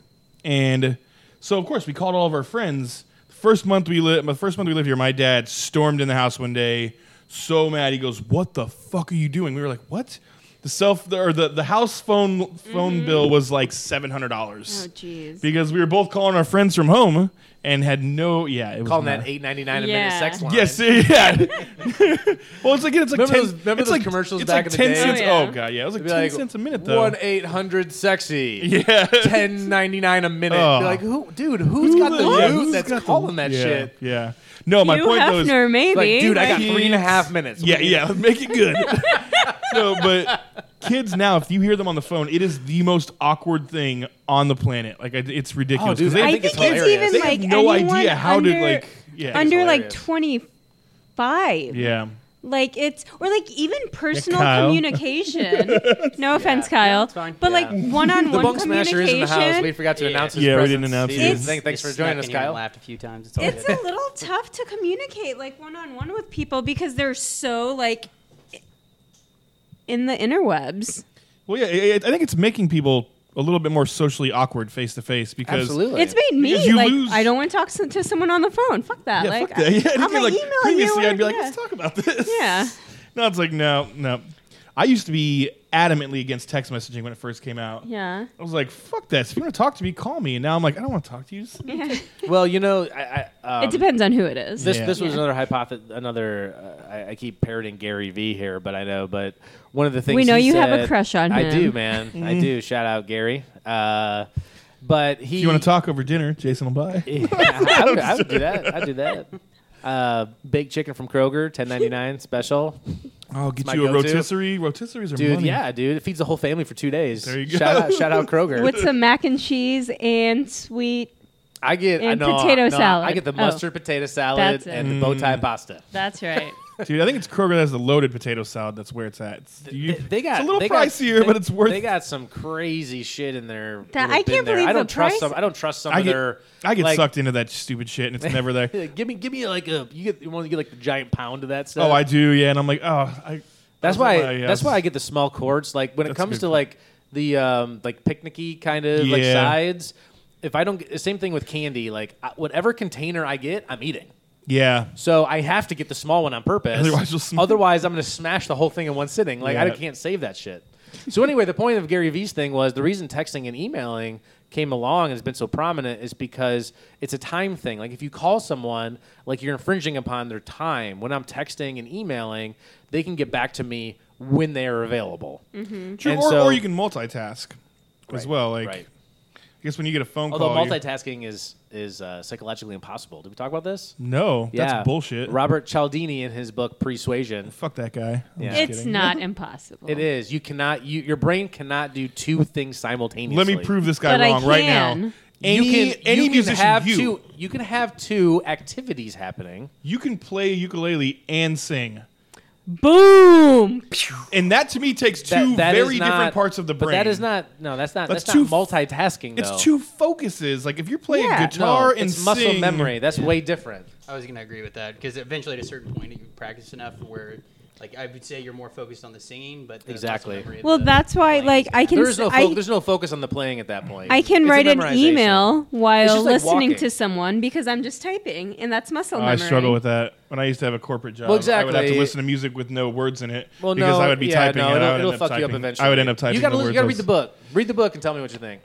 [SPEAKER 2] and so of course we called all of our friends. The first month we lived, the first month we lived here, my dad stormed in the house one day, so mad. He goes, "What the fuck are you doing?" We were like, "What?" The self the, or the, the house phone phone bill was like seven hundred dollars
[SPEAKER 4] Mm-hmm. Oh jeez.
[SPEAKER 2] because we were both calling our friends from home and had no yeah it was
[SPEAKER 3] Calling
[SPEAKER 2] not-
[SPEAKER 3] that eight ninety nine a
[SPEAKER 4] Yeah.
[SPEAKER 3] minute sex line.
[SPEAKER 2] Yes, yeah. well, it's like it's like
[SPEAKER 3] Remember
[SPEAKER 2] ten,
[SPEAKER 3] those- remember
[SPEAKER 2] it's
[SPEAKER 3] those
[SPEAKER 2] like,
[SPEAKER 3] commercials
[SPEAKER 2] it's like
[SPEAKER 3] back in the
[SPEAKER 2] ten
[SPEAKER 3] day?
[SPEAKER 2] Cents,
[SPEAKER 4] Oh,
[SPEAKER 2] oh,
[SPEAKER 4] yeah.
[SPEAKER 2] god, yeah, it was like
[SPEAKER 3] It'd be
[SPEAKER 2] ten
[SPEAKER 3] like,
[SPEAKER 2] cents a minute though.
[SPEAKER 3] One eight hundred sexy.
[SPEAKER 2] yeah,
[SPEAKER 3] Ten ninety nine a minute.
[SPEAKER 2] Oh.
[SPEAKER 3] Be like, who, dude? who's
[SPEAKER 2] Who
[SPEAKER 3] got the
[SPEAKER 2] yeah,
[SPEAKER 3] dude
[SPEAKER 2] who's
[SPEAKER 3] that's
[SPEAKER 2] got the-
[SPEAKER 3] calling that
[SPEAKER 2] yeah,
[SPEAKER 3] shit?
[SPEAKER 2] Yeah, no, my
[SPEAKER 4] you
[SPEAKER 2] point though is,
[SPEAKER 4] Hefner, maybe.
[SPEAKER 3] Like, dude, I got
[SPEAKER 4] like-
[SPEAKER 3] three and a half minutes.
[SPEAKER 2] yeah, yeah, make it good. no, but kids now, if you hear them on the phone, it is the most awkward thing on the planet. Like I- it's ridiculous.
[SPEAKER 3] Oh,
[SPEAKER 2] 'cause
[SPEAKER 3] dude,
[SPEAKER 2] they
[SPEAKER 3] I
[SPEAKER 4] I
[SPEAKER 3] think
[SPEAKER 4] think
[SPEAKER 3] it's
[SPEAKER 4] it's,
[SPEAKER 3] hilarious.
[SPEAKER 4] even
[SPEAKER 2] They have
[SPEAKER 4] like
[SPEAKER 2] no
[SPEAKER 4] anyone
[SPEAKER 2] idea how
[SPEAKER 4] under,
[SPEAKER 2] to like yeah
[SPEAKER 4] under like
[SPEAKER 3] hilarious.
[SPEAKER 4] twenty five.
[SPEAKER 2] yeah.
[SPEAKER 4] Like it's or like even personal
[SPEAKER 2] Kyle.
[SPEAKER 4] communication. no offense,
[SPEAKER 3] Yeah,
[SPEAKER 4] Kyle.
[SPEAKER 3] it's fine.
[SPEAKER 4] But
[SPEAKER 3] Yeah.
[SPEAKER 4] like one on
[SPEAKER 3] The
[SPEAKER 4] one
[SPEAKER 3] bunk smasher is in the house. We
[SPEAKER 4] communication.
[SPEAKER 3] forgot to
[SPEAKER 5] Yeah.
[SPEAKER 3] announce his
[SPEAKER 2] Yeah, we
[SPEAKER 3] presence.
[SPEAKER 2] didn't announce
[SPEAKER 3] He's-
[SPEAKER 2] it. It's-
[SPEAKER 3] thank- Thanks for
[SPEAKER 5] Just
[SPEAKER 3] joining
[SPEAKER 5] snuck
[SPEAKER 3] us,
[SPEAKER 5] in here and
[SPEAKER 3] Kyle.
[SPEAKER 5] Laughed a few times. It's all
[SPEAKER 4] It's
[SPEAKER 5] good.
[SPEAKER 4] a little tough to communicate like one on one with people because they're so like in the interwebs.
[SPEAKER 2] Well, yeah, I- I I think it's making people a little bit more socially awkward face to face because
[SPEAKER 3] Absolutely.
[SPEAKER 4] It's made
[SPEAKER 2] Because
[SPEAKER 4] me
[SPEAKER 2] you
[SPEAKER 4] like
[SPEAKER 2] lose-
[SPEAKER 4] I don't want to talk so- to someone on the phone. Fuck that.
[SPEAKER 2] Yeah,
[SPEAKER 4] like
[SPEAKER 2] fuck that. Yeah,
[SPEAKER 4] I,
[SPEAKER 2] I
[SPEAKER 4] am
[SPEAKER 2] think,
[SPEAKER 4] gonna
[SPEAKER 2] like,
[SPEAKER 4] email
[SPEAKER 2] previously
[SPEAKER 4] you.
[SPEAKER 2] I'd be
[SPEAKER 4] or-
[SPEAKER 2] like,
[SPEAKER 4] yeah.
[SPEAKER 2] let's talk about this.
[SPEAKER 4] Yeah.
[SPEAKER 2] Now it's like, no, no. I used to be adamantly against text messaging when it first came out.
[SPEAKER 4] Yeah.
[SPEAKER 2] I was like, fuck this. If you want to talk to me, call me. And now I'm like, I don't want to talk to you. Just-
[SPEAKER 4] Yeah.
[SPEAKER 3] Well, you know, I, I, um,
[SPEAKER 4] it depends on who it is.
[SPEAKER 3] This
[SPEAKER 2] Yeah.
[SPEAKER 3] this was
[SPEAKER 4] Yeah.
[SPEAKER 3] another hypothesis. Another uh, I, I keep parroting Gary V here, but I know. But one of the things
[SPEAKER 4] We know
[SPEAKER 3] he
[SPEAKER 4] you have a
[SPEAKER 3] said-
[SPEAKER 4] crush on
[SPEAKER 3] I
[SPEAKER 4] him.
[SPEAKER 3] do, man.
[SPEAKER 2] Mm-hmm.
[SPEAKER 3] I do. Shout out Gary. Uh, but he.
[SPEAKER 2] If you want to talk over dinner, Jason will buy.
[SPEAKER 3] Yeah, I, would, I would do that. I'd do that. Uh, baked chicken from Kroger, ten ninety nine special.
[SPEAKER 2] I'll get
[SPEAKER 3] my
[SPEAKER 2] you a
[SPEAKER 3] go-to.
[SPEAKER 2] rotisserie. Rotisseries are
[SPEAKER 3] Dude,
[SPEAKER 2] money.
[SPEAKER 3] yeah, dude, it feeds the whole family for two days.
[SPEAKER 2] There you go.
[SPEAKER 3] Shout out, shout out Kroger.
[SPEAKER 4] with some mac and cheese and sweet.
[SPEAKER 3] I get
[SPEAKER 4] and
[SPEAKER 3] I know,
[SPEAKER 4] potato
[SPEAKER 3] no, I
[SPEAKER 4] salad.
[SPEAKER 3] get the
[SPEAKER 4] Oh.
[SPEAKER 3] mustard potato salad
[SPEAKER 4] That's it.
[SPEAKER 3] and the bow
[SPEAKER 2] Mm.
[SPEAKER 3] tie pasta.
[SPEAKER 4] That's right.
[SPEAKER 2] Dude, I think it's Kroger that has the loaded potato salad. That's where it's at. It's, you-
[SPEAKER 3] They, they
[SPEAKER 2] it's
[SPEAKER 3] got
[SPEAKER 2] a little
[SPEAKER 3] they got-
[SPEAKER 2] pricier,
[SPEAKER 3] they-
[SPEAKER 2] but it's worth
[SPEAKER 3] They got some crazy shit in there.
[SPEAKER 4] That- I can't believe
[SPEAKER 3] I don't
[SPEAKER 4] the
[SPEAKER 3] trust
[SPEAKER 4] price-
[SPEAKER 3] some. I don't trust some
[SPEAKER 2] I
[SPEAKER 3] of
[SPEAKER 2] get-
[SPEAKER 3] their.
[SPEAKER 2] I get
[SPEAKER 3] like,
[SPEAKER 2] sucked into that stupid shit, and it's never there.
[SPEAKER 3] Yeah, give me, give me like a you get you want to get like the giant pound of that stuff.
[SPEAKER 2] Oh, I do, yeah. And I'm like, oh, I.
[SPEAKER 3] uh, That's why.
[SPEAKER 2] yeah,
[SPEAKER 3] That's why I get the small cords. Like when it
[SPEAKER 2] uh, That's
[SPEAKER 3] comes
[SPEAKER 2] good.
[SPEAKER 3] to like the um like picnicky kind of like
[SPEAKER 2] Yeah.
[SPEAKER 3] sides. If I don't, get, same thing with candy. Like I, whatever container I get, I'm eating.
[SPEAKER 2] Yeah,
[SPEAKER 3] So I have to get the small one on purpose.
[SPEAKER 2] Otherwise you'll sm-
[SPEAKER 3] Otherwise, I'm going to smash the whole thing in one sitting. Like I
[SPEAKER 2] Yeah.
[SPEAKER 3] can't save that shit. So anyway, the point of Gary Vee's thing was the reason texting and emailing came along and has been so prominent is because it's a time thing. Like if you call someone, like you're infringing upon their time. When I'm texting and emailing, they can get back to me when they are available.
[SPEAKER 2] True,
[SPEAKER 3] Mm-hmm. And
[SPEAKER 2] or,
[SPEAKER 3] so-
[SPEAKER 2] or you can multitask as
[SPEAKER 3] Right,
[SPEAKER 2] well. Like,
[SPEAKER 3] right.
[SPEAKER 2] I guess when you get a phone
[SPEAKER 3] Although
[SPEAKER 2] call, you-
[SPEAKER 3] multitasking is is uh, psychologically impossible. Did we talk about this?
[SPEAKER 2] no, that's bullshit.
[SPEAKER 3] Robert Cialdini in his book Persuasion.
[SPEAKER 2] Fuck that guy. I'm
[SPEAKER 3] Yeah.
[SPEAKER 2] just
[SPEAKER 4] It's
[SPEAKER 2] kidding.
[SPEAKER 4] not impossible.
[SPEAKER 3] It is you cannot you your brain cannot do two things simultaneously.
[SPEAKER 2] Let me prove this guy
[SPEAKER 4] But I
[SPEAKER 2] wrong right now.
[SPEAKER 4] can.
[SPEAKER 2] Any,
[SPEAKER 3] you can
[SPEAKER 2] any
[SPEAKER 3] you
[SPEAKER 2] musician,
[SPEAKER 3] can have
[SPEAKER 2] you,
[SPEAKER 3] two you can have two activities happening.
[SPEAKER 2] you can play ukulele and sing.
[SPEAKER 4] Boom.
[SPEAKER 2] And that to me takes
[SPEAKER 3] That-
[SPEAKER 2] two
[SPEAKER 3] that is
[SPEAKER 2] very different
[SPEAKER 3] not-
[SPEAKER 2] parts of the brain.
[SPEAKER 3] But that is not no that's not
[SPEAKER 2] That's
[SPEAKER 3] that's,
[SPEAKER 2] two f-
[SPEAKER 3] not multitasking.
[SPEAKER 2] It's
[SPEAKER 3] though.
[SPEAKER 2] two focuses. Like if you're playing
[SPEAKER 4] Yeah.
[SPEAKER 2] guitar
[SPEAKER 3] no,
[SPEAKER 2] and
[SPEAKER 3] it's muscle
[SPEAKER 2] sing-
[SPEAKER 3] memory. That's way different.
[SPEAKER 5] I was gonna agree with that because eventually, at a certain point, you practice enough where, like, I would say you're more focused on the singing, but the muscle
[SPEAKER 3] Exactly.
[SPEAKER 5] memory of
[SPEAKER 4] Well,
[SPEAKER 5] the
[SPEAKER 4] that's why
[SPEAKER 5] playing
[SPEAKER 4] like
[SPEAKER 5] is
[SPEAKER 4] I
[SPEAKER 5] not-
[SPEAKER 4] can
[SPEAKER 3] There's no
[SPEAKER 4] s-
[SPEAKER 3] fo-
[SPEAKER 4] I-
[SPEAKER 3] there's no focus on the playing at that point.
[SPEAKER 4] I can
[SPEAKER 3] It's a
[SPEAKER 4] write an
[SPEAKER 3] memorization.
[SPEAKER 4] email
[SPEAKER 3] It's
[SPEAKER 4] while
[SPEAKER 3] just like
[SPEAKER 4] listening
[SPEAKER 3] walking.
[SPEAKER 4] to someone because I'm just typing, and that's muscle
[SPEAKER 2] Oh, I
[SPEAKER 4] memory.
[SPEAKER 2] struggle with that. When I used to have a corporate job,
[SPEAKER 3] Well,
[SPEAKER 2] I would have to
[SPEAKER 3] exactly.
[SPEAKER 2] listen to music with no words in it
[SPEAKER 3] Well,
[SPEAKER 2] because
[SPEAKER 3] no,
[SPEAKER 2] I would be
[SPEAKER 3] yeah,
[SPEAKER 2] typing
[SPEAKER 3] no,
[SPEAKER 2] and
[SPEAKER 3] it'll,
[SPEAKER 2] I would
[SPEAKER 3] it'll
[SPEAKER 2] end up
[SPEAKER 3] fuck you
[SPEAKER 2] typing.
[SPEAKER 3] up eventually.
[SPEAKER 2] I would end up typing
[SPEAKER 3] You gotta,
[SPEAKER 2] the
[SPEAKER 3] listen-
[SPEAKER 2] words.
[SPEAKER 3] you gotta
[SPEAKER 2] I
[SPEAKER 3] read the
[SPEAKER 2] was-
[SPEAKER 3] book. Read the book and tell me what you think.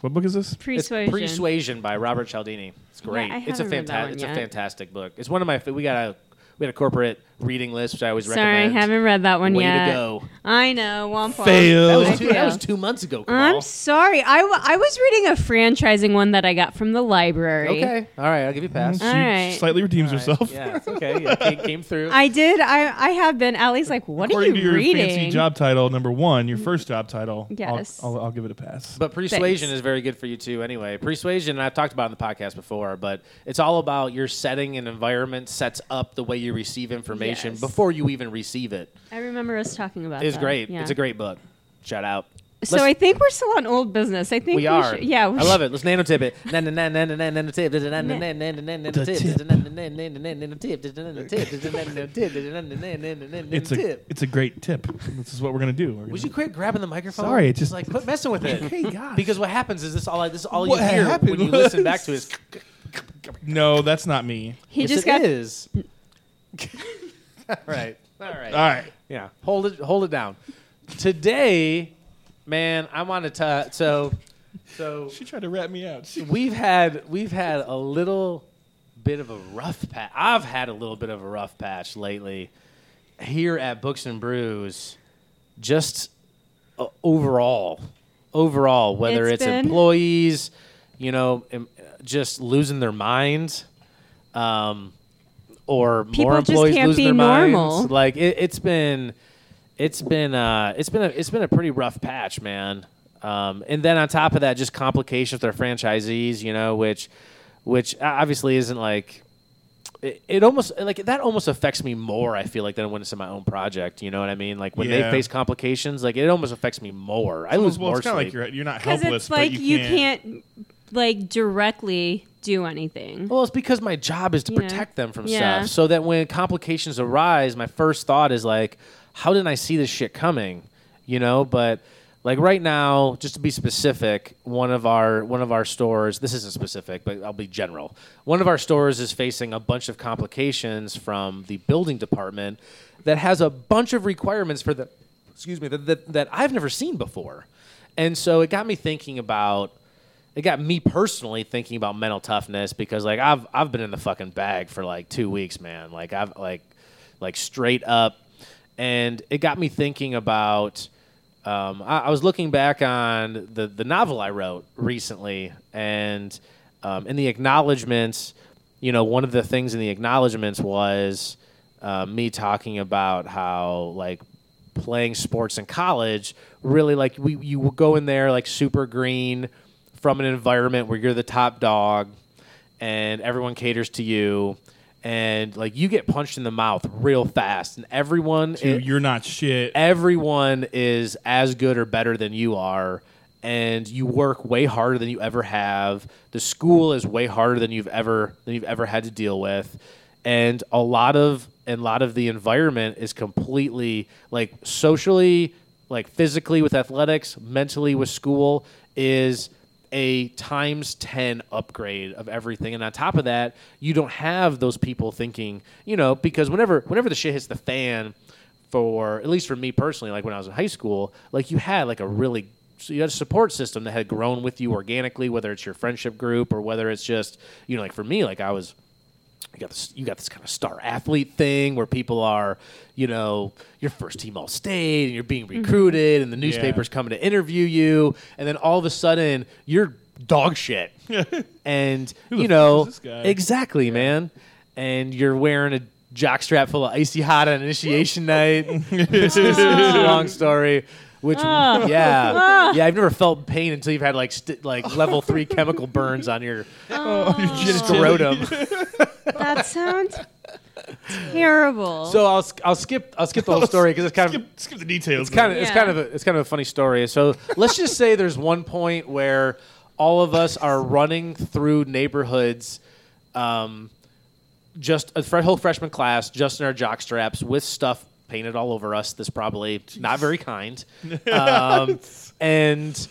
[SPEAKER 2] What book is this?
[SPEAKER 3] It's
[SPEAKER 4] Persuasion.
[SPEAKER 3] Persuasion by Robert Cialdini. It's great.
[SPEAKER 4] I
[SPEAKER 3] it's a
[SPEAKER 4] haven't read that one
[SPEAKER 3] fantastic. It's a
[SPEAKER 4] yet.
[SPEAKER 3] fantastic book. It's one of my. fa- We got a we had a corporate reading list, which I always
[SPEAKER 4] Sorry, I
[SPEAKER 3] recommend.
[SPEAKER 4] haven't read that one
[SPEAKER 3] Way to
[SPEAKER 4] yet.
[SPEAKER 3] go.
[SPEAKER 4] I know. Womp womp.
[SPEAKER 2] Fail.
[SPEAKER 3] That
[SPEAKER 2] That
[SPEAKER 4] I
[SPEAKER 3] was, two, that
[SPEAKER 4] feel.
[SPEAKER 3] was two months ago. Kamal.
[SPEAKER 4] I'm sorry. I, w- I was reading a franchising one that I got from the library.
[SPEAKER 3] okay. All right, I'll give you a pass.
[SPEAKER 2] She
[SPEAKER 4] All right.
[SPEAKER 2] slightly redeems
[SPEAKER 3] All right.
[SPEAKER 2] herself.
[SPEAKER 3] Yeah, it's okay. Yeah, came, came through.
[SPEAKER 4] I did. I I have been. Allie's like, what
[SPEAKER 2] According
[SPEAKER 4] are
[SPEAKER 2] to
[SPEAKER 4] you
[SPEAKER 2] your
[SPEAKER 4] reading?
[SPEAKER 2] fancy job title, number one, your first job title, I'll-
[SPEAKER 4] Yes.
[SPEAKER 2] I'll, I'll give it a pass.
[SPEAKER 3] But persuasion
[SPEAKER 4] Thanks.
[SPEAKER 3] is very good for you too. Anyway, persuasion I've talked about in the podcast before, but it's all about your setting and environment sets up the way you receive information
[SPEAKER 4] Yes.
[SPEAKER 3] before you even receive it.
[SPEAKER 4] I remember us talking about.
[SPEAKER 3] It's
[SPEAKER 4] that.
[SPEAKER 3] great.
[SPEAKER 4] Yeah.
[SPEAKER 3] It's a great book. Shout out.
[SPEAKER 4] So
[SPEAKER 3] Let's-
[SPEAKER 4] I think we're still on old business. I think
[SPEAKER 3] we are.
[SPEAKER 4] Should, yeah.
[SPEAKER 3] I love it. Let's nanotip it. Nanotip.
[SPEAKER 2] it's a it's a great tip. This is what we're gonna do. We're
[SPEAKER 3] Would you
[SPEAKER 2] gonna-
[SPEAKER 3] quit grabbing the microphone?
[SPEAKER 2] Sorry, it just-
[SPEAKER 3] like quit messing with it.
[SPEAKER 2] Hey, gosh.
[SPEAKER 3] Because what happens is this all this is all
[SPEAKER 2] What
[SPEAKER 3] you hear
[SPEAKER 2] happened
[SPEAKER 3] when you listen
[SPEAKER 2] was-
[SPEAKER 3] back to is
[SPEAKER 2] no, that's not me.
[SPEAKER 4] He
[SPEAKER 3] yes,
[SPEAKER 4] just
[SPEAKER 3] it
[SPEAKER 4] got.
[SPEAKER 3] is. all right. All right.
[SPEAKER 2] All right.
[SPEAKER 3] yeah. Hold it hold it down. Today, man, I'm on a t- so so
[SPEAKER 2] She tried to rat me out. She-
[SPEAKER 3] we've had we've had a little bit of a rough patch. I've had a little bit of a rough patch lately here at Books and Brews. Just uh, overall, overall, whether
[SPEAKER 4] It's
[SPEAKER 3] it's,
[SPEAKER 4] been-
[SPEAKER 3] employees, you know, em- just losing their minds, um, or
[SPEAKER 4] People
[SPEAKER 3] more
[SPEAKER 4] just
[SPEAKER 3] employees
[SPEAKER 4] can't
[SPEAKER 3] losing
[SPEAKER 4] be
[SPEAKER 3] their
[SPEAKER 4] normal.
[SPEAKER 3] minds. Like it, it's been, it's been, uh, it's been a, it's been a pretty rough patch, man. Um, and then on top of that, just complications with our franchisees, you know, which, which obviously isn't like it, it almost like that almost affects me more. I feel like than when it's in my own project. You know what I mean? Like when
[SPEAKER 2] Yeah.
[SPEAKER 3] they face complications, like it almost affects me more. I
[SPEAKER 2] well,
[SPEAKER 3] lose
[SPEAKER 2] it's
[SPEAKER 3] more
[SPEAKER 2] kind of
[SPEAKER 3] sleep.
[SPEAKER 2] like you're you're not
[SPEAKER 4] Because
[SPEAKER 2] helpless,
[SPEAKER 4] it's like
[SPEAKER 2] but
[SPEAKER 4] you,
[SPEAKER 2] you,
[SPEAKER 4] can't. like directly do anything.
[SPEAKER 3] well, it's because my job is to
[SPEAKER 4] You know?
[SPEAKER 3] protect them from
[SPEAKER 4] Yeah.
[SPEAKER 3] stuff, so that when complications arise, my first thought is like, how didn't I see this shit coming? You know, but. Like right now, just to be specific, one of our one of our stores. This isn't specific, but I'll be general. One of our stores is facing a bunch of complications from the building department that has a bunch of requirements for the excuse me that, that, that I've never seen before, and so it got me thinking about it got me personally thinking about mental toughness because like I've I've been in the fucking bag for like two weeks, man. Like I've like like straight up, and it got me thinking about. Um, I, I was looking back on the the novel I wrote recently, and um, in the acknowledgments, you know, one of the things in the acknowledgments was uh, me talking about how like playing sports in college really like we you would go in there like super green from an environment where you're the top dog and everyone caters to you and like you get punched in the mouth real fast and everyone
[SPEAKER 2] can't. Dude, you're not shit.
[SPEAKER 3] everyone is as good or better than you are and you work way harder than you ever have the school is way harder than you've ever than you've ever had to deal with and a lot of and a lot of the environment is completely like socially like physically with athletics mentally with school is a times 10 upgrade of everything and on top of that you don't have those people thinking you know because whenever whenever the shit hits the fan for at least for me personally, like when I was in high school, like you had like a really so you had a support system that had grown with you organically, whether it's your friendship group or whether it's just you know, like for me, like I was you got this you got this kind of star athlete thing where people are you know your first team all state and you're being recruited and the newspapers coming to interview you and then all of a sudden you're dog shit and
[SPEAKER 2] the
[SPEAKER 3] you
[SPEAKER 2] fuck
[SPEAKER 3] know
[SPEAKER 2] is this guy?
[SPEAKER 3] exactly man and you're wearing a jockstrap full of icy hot on initiation night it's, it's a long story which yeah yeah i've never felt pain until you've had like st- like level 3 chemical burns on your scrotum
[SPEAKER 4] That sounds terrible.
[SPEAKER 3] So I'll sk- I'll skip I'll skip the whole story because it's kind of
[SPEAKER 2] skip, skip the details.
[SPEAKER 3] it's kind of it's
[SPEAKER 4] Yeah.
[SPEAKER 3] kind of a, it's kind of a funny story. So let's just say there's one point where all of us are running through neighborhoods, um, just a fre- whole freshman class, just in our jock straps with stuff painted all over us. That's probably not very kind, um, and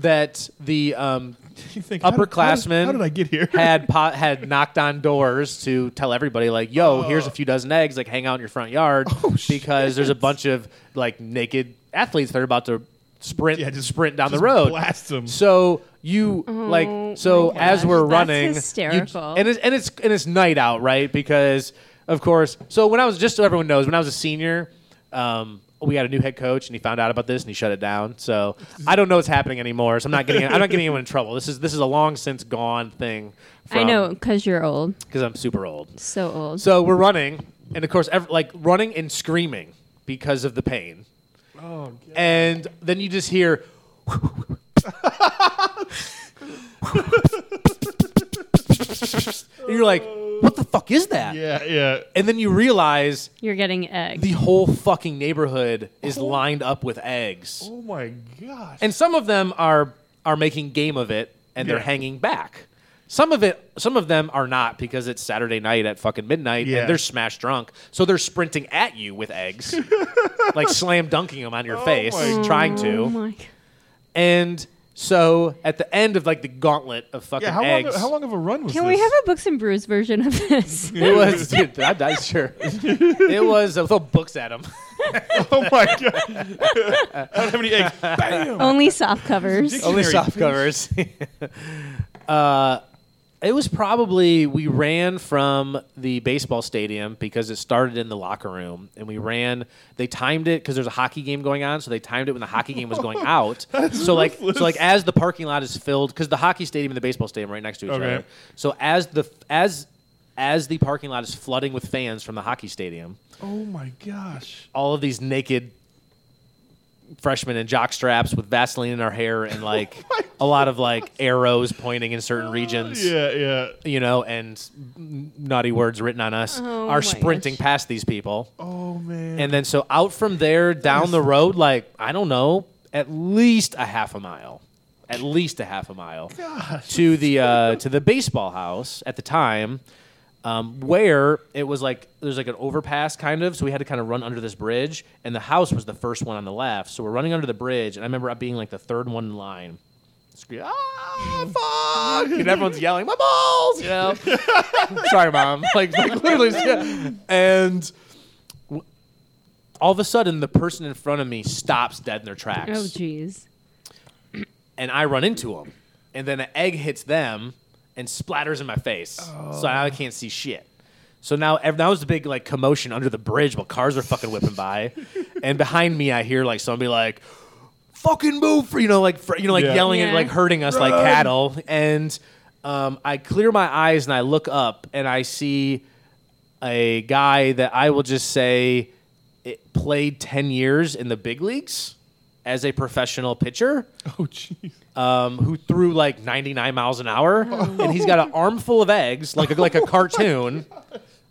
[SPEAKER 3] that the um,
[SPEAKER 2] You think,
[SPEAKER 3] upperclassmen
[SPEAKER 2] How did, how did I get here?
[SPEAKER 3] had po- had knocked on doors to tell everybody like,
[SPEAKER 2] Oh.
[SPEAKER 3] "Yo, here's a few dozen eggs. Like, hang out in your front yard because there's a bunch of like naked athletes that are about to sprint,
[SPEAKER 2] Yeah, just-
[SPEAKER 3] sprint down
[SPEAKER 2] just
[SPEAKER 3] the road.
[SPEAKER 2] blast 'em.
[SPEAKER 3] So you like so
[SPEAKER 4] Oh my
[SPEAKER 3] as
[SPEAKER 4] gosh,
[SPEAKER 3] we're
[SPEAKER 4] that's
[SPEAKER 3] running, you-
[SPEAKER 4] hysterical.
[SPEAKER 3] and it's and it's and it's night out, right? Because of course. So when I was just so everyone knows, when I was a senior. Um, we had a new head coach, and he found out about this, and he shut it down. So I don't know what's happening anymore. So I'm not getting I'm not getting anyone in trouble. This is this is a long since gone thing.
[SPEAKER 4] I know because you're old,
[SPEAKER 3] because I'm super old.
[SPEAKER 4] so old.
[SPEAKER 3] So we're running, and of course, ev- like running and screaming because of the pain. Oh, and then you just hear. And you're like, what the fuck is that?
[SPEAKER 2] yeah, yeah.
[SPEAKER 3] And then you realize
[SPEAKER 4] you're getting eggs.
[SPEAKER 3] the whole fucking neighborhood is lined up with eggs.
[SPEAKER 2] Oh my gosh.
[SPEAKER 3] And some of them are are making game of it and they're
[SPEAKER 2] Yeah.
[SPEAKER 3] hanging back. Some of it some of them are not because it's Saturday night at fucking midnight
[SPEAKER 2] Yeah.
[SPEAKER 3] and they're smashed drunk. So they're sprinting at you with eggs. like slam dunking them on your face,
[SPEAKER 2] my
[SPEAKER 3] trying
[SPEAKER 4] oh
[SPEAKER 3] to.
[SPEAKER 4] my god.
[SPEAKER 3] And so at the end of like the gauntlet of fucking
[SPEAKER 2] yeah, how long,
[SPEAKER 3] eggs.
[SPEAKER 2] how long of a run was
[SPEAKER 4] Can
[SPEAKER 2] this?
[SPEAKER 4] we have a Books and Brews version of this?
[SPEAKER 3] it was dude, I died sure. it was I throw books at them.
[SPEAKER 2] Oh my god! I don't have any eggs. Bam!
[SPEAKER 4] Only soft covers.
[SPEAKER 3] Oh,
[SPEAKER 2] Only soft
[SPEAKER 3] covers. uh, it was probably we ran from the baseball stadium because it started in the locker room, and we ran. They timed it because there's a hockey game going on, so they timed it when the hockey game was going out. so like,
[SPEAKER 2] ruthless.
[SPEAKER 3] so like as the parking lot is filled, because the hockey stadium and the baseball stadium are right next to each
[SPEAKER 2] Okay.
[SPEAKER 3] other. So as the as as the parking lot is flooding with fans from the hockey stadium,
[SPEAKER 2] Oh my gosh!
[SPEAKER 3] all of these naked freshmen in jock straps with Vaseline in our hair
[SPEAKER 4] Oh
[SPEAKER 3] and like a lot of like arrows pointing in certain regions,
[SPEAKER 2] Yeah, yeah.
[SPEAKER 3] you know, and n- naughty words written on us
[SPEAKER 4] Oh my
[SPEAKER 3] are sprinting
[SPEAKER 4] gosh.
[SPEAKER 3] past these people.
[SPEAKER 2] Oh man.
[SPEAKER 3] And then so out from there down the road, like, I don't know, at least a half a mile. At least a half a mile
[SPEAKER 2] gosh.
[SPEAKER 3] to the uh, to the baseball house at the time, um, where it was like there's like an overpass kind of, so we had to kind of run under this bridge, and the house was the first one on the left, so we're running under the bridge, and I remember being like the third one in line, scream ah fuck, and everyone's yelling my balls, you know, sorry mom, like, like literally, yeah. and. w- All of a sudden, the person in front of me stops dead in their tracks
[SPEAKER 4] Oh jeez.
[SPEAKER 3] and I run into them, and then an egg hits them and splatters in my face. So now I can't see shit. So now ev- now was the big like commotion under the bridge while cars are fucking whipping by, and behind me I hear like somebody like, "Fucking move!" For, you know like fr- you know like
[SPEAKER 2] Yeah.
[SPEAKER 3] yelling and
[SPEAKER 4] Yeah.
[SPEAKER 3] like hurting us like cattle. And um, I clear my eyes and I look up and I see a guy that I will just say it played ten years in the big leagues as a professional pitcher
[SPEAKER 2] Oh jeez.
[SPEAKER 3] um, who threw like 99 miles an hour, and he's got an armful of eggs, like a, like a cartoon,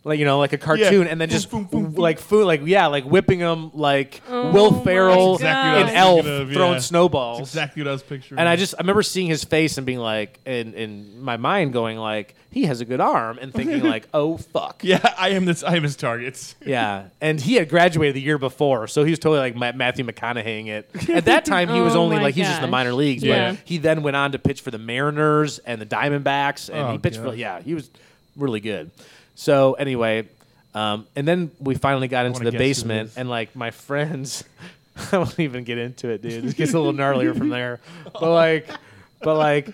[SPEAKER 3] like you know, like a cartoon, and then just
[SPEAKER 2] Boom, boom, boom, boom.
[SPEAKER 3] like food, like yeah, like whipping them like
[SPEAKER 2] Oh,
[SPEAKER 3] Will Ferrell
[SPEAKER 4] That's exactly what I
[SPEAKER 3] and
[SPEAKER 4] was
[SPEAKER 3] Elf
[SPEAKER 2] thinking of,
[SPEAKER 3] throwing
[SPEAKER 2] yeah.
[SPEAKER 3] snowballs.
[SPEAKER 2] That's exactly what I was picturing.
[SPEAKER 3] And I just I remember seeing his face and being like, in in my mind going like, he has a good arm, and thinking like, oh fuck,
[SPEAKER 2] yeah, I am this. I am his target.
[SPEAKER 3] yeah, and he had graduated the year before, so he was totally like Ma- Matthew McConaugheying it. At that time, he was
[SPEAKER 4] Oh
[SPEAKER 3] only
[SPEAKER 4] my
[SPEAKER 3] like he's just in the
[SPEAKER 4] gosh.
[SPEAKER 3] minor leagues.
[SPEAKER 4] Yeah.
[SPEAKER 3] But he then went on to pitch for the Mariners and the Diamondbacks, and
[SPEAKER 2] Oh,
[SPEAKER 3] he pitched for
[SPEAKER 2] God.
[SPEAKER 3] yeah, he was really good. So anyway, um, and then we finally got into
[SPEAKER 2] wanna
[SPEAKER 3] the
[SPEAKER 2] guess who it
[SPEAKER 3] basement,
[SPEAKER 2] is.
[SPEAKER 3] and like my friends, I won't even get into it, dude. It gets a little gnarlier from there. But like, but like,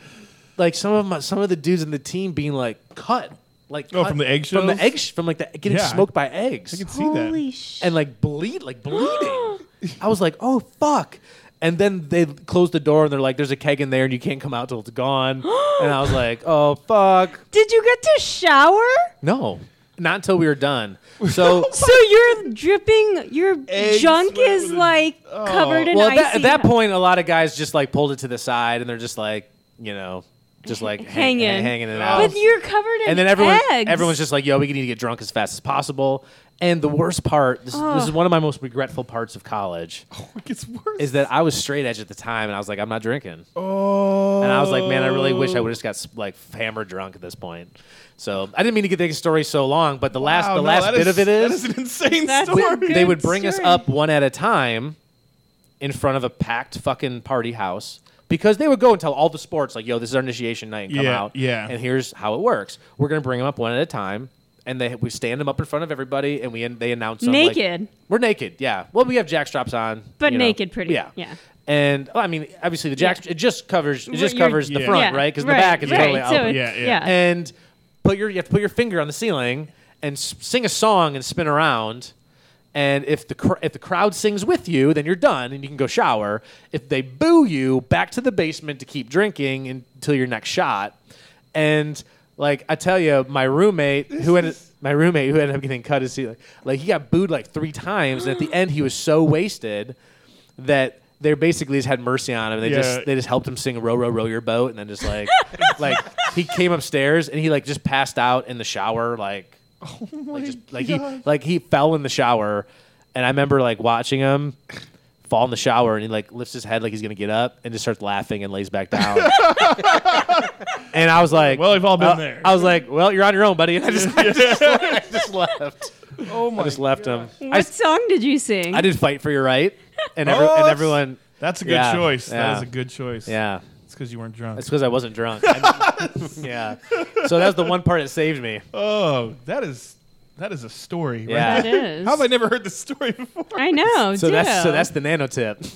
[SPEAKER 3] like some of my some of the dudes in the team being like, cut. like
[SPEAKER 2] Oh, from the eggshells?
[SPEAKER 3] from the egg from like the getting
[SPEAKER 2] Yeah.
[SPEAKER 3] smoked by eggs
[SPEAKER 2] I can see that.
[SPEAKER 4] Holy shit.
[SPEAKER 3] and like bleed like bleeding. I was like, oh fuck. And then they closed the door and they're like, there's a keg in there and you can't come out till it's gone. and I was like, oh fuck.
[SPEAKER 4] Did you get to shower?
[SPEAKER 3] No. Not until we were done. So
[SPEAKER 4] So you're dripping. Your
[SPEAKER 2] Eggs
[SPEAKER 4] junk
[SPEAKER 2] with-
[SPEAKER 4] is like covered in
[SPEAKER 3] Oh. well at
[SPEAKER 4] icy.
[SPEAKER 3] that, at that point a lot of guys just like pulled it to the side and they're just like, you know, just like hang-
[SPEAKER 4] Hanging.
[SPEAKER 3] hang- hanging it out.
[SPEAKER 4] but you're covered in
[SPEAKER 3] and then everyone
[SPEAKER 4] eggs.
[SPEAKER 3] everyone's just like, "Yo, we need to get drunk as fast as possible." And the worst part, this, this is
[SPEAKER 4] Ugh.
[SPEAKER 3] one of my most regretful parts of college,
[SPEAKER 2] Oh, It gets worse.
[SPEAKER 3] is that I was straight edge at the time, and I was like, "I'm not drinking,"
[SPEAKER 2] oh.
[SPEAKER 3] and I was like, "Man, I really wish I would have just got like hammered drunk at this point." So I didn't mean to get the story so long, but the last
[SPEAKER 2] Wow,
[SPEAKER 3] the
[SPEAKER 2] no,
[SPEAKER 3] last
[SPEAKER 2] that
[SPEAKER 3] bit of it
[SPEAKER 2] that
[SPEAKER 3] is
[SPEAKER 2] is an insane
[SPEAKER 4] That's
[SPEAKER 2] story.
[SPEAKER 4] a good
[SPEAKER 3] they would bring us
[SPEAKER 4] story.
[SPEAKER 3] up one at a time in front of a packed fucking party house because they would go and tell all the sports like, "Yo, this is our initiation night, and come
[SPEAKER 2] Yeah,
[SPEAKER 3] out,
[SPEAKER 2] yeah.
[SPEAKER 3] and here's how it works. We're gonna bring them up one at a time." And they, we stand them up in front of everybody, and we they announce them, like-
[SPEAKER 4] Naked.
[SPEAKER 3] we're naked, yeah. Well, we have jackstraps on,
[SPEAKER 4] But
[SPEAKER 3] you know.
[SPEAKER 4] naked pretty, yeah.
[SPEAKER 3] And well, I mean, obviously the jack it just covers it just
[SPEAKER 4] You're-
[SPEAKER 3] covers the
[SPEAKER 2] yeah.
[SPEAKER 3] front, right? Because the back is
[SPEAKER 4] right,
[SPEAKER 3] totally out.
[SPEAKER 4] so
[SPEAKER 3] open
[SPEAKER 4] it's-
[SPEAKER 2] Yeah, yeah.
[SPEAKER 4] yeah.
[SPEAKER 3] and put your you have to put your finger on the ceiling and s- sing a song and spin around. And if the cr- if the crowd sings with you, then you're done and you can go shower. If they boo you, back to the basement to keep drinking until your next shot. And like I tell you, my roommate who ended my roommate who ended up getting cut is he like like he got booed like three times, and at the end he was so wasted that they basically just had mercy on him. They
[SPEAKER 2] Yeah.
[SPEAKER 3] just they just helped him sing "Row Row Row Your Boat," and then just like like he came upstairs and he like just passed out in the shower, like
[SPEAKER 2] Oh
[SPEAKER 3] like, just, like he like he fell in the shower, and I remember like watching him fall in the shower and he like lifts his head like he's gonna get up and just starts laughing and lays back down. and I was like,
[SPEAKER 2] Well, we've all been
[SPEAKER 3] uh,
[SPEAKER 2] there.
[SPEAKER 3] I was like, well, you're on your own, buddy. And I just, I just, I just left.
[SPEAKER 2] oh my
[SPEAKER 3] I just left him.
[SPEAKER 4] What
[SPEAKER 3] I,
[SPEAKER 4] song did you sing?
[SPEAKER 3] I did fight for your right, and, every,
[SPEAKER 2] Oh,
[SPEAKER 3] and
[SPEAKER 2] that's-
[SPEAKER 3] everyone.
[SPEAKER 2] That's a good
[SPEAKER 3] Yeah,
[SPEAKER 2] choice. That
[SPEAKER 3] yeah.
[SPEAKER 2] is a good choice.
[SPEAKER 3] Yeah,
[SPEAKER 2] It's because you weren't drunk.
[SPEAKER 3] it's because I wasn't drunk. I- yeah, so that was the one part that saved me.
[SPEAKER 2] oh, that is that is a story. right
[SPEAKER 3] Yeah.
[SPEAKER 4] That is.
[SPEAKER 2] How have I never heard this story before?
[SPEAKER 4] I know.
[SPEAKER 3] So
[SPEAKER 4] dude.
[SPEAKER 3] that's so that's the nano tip.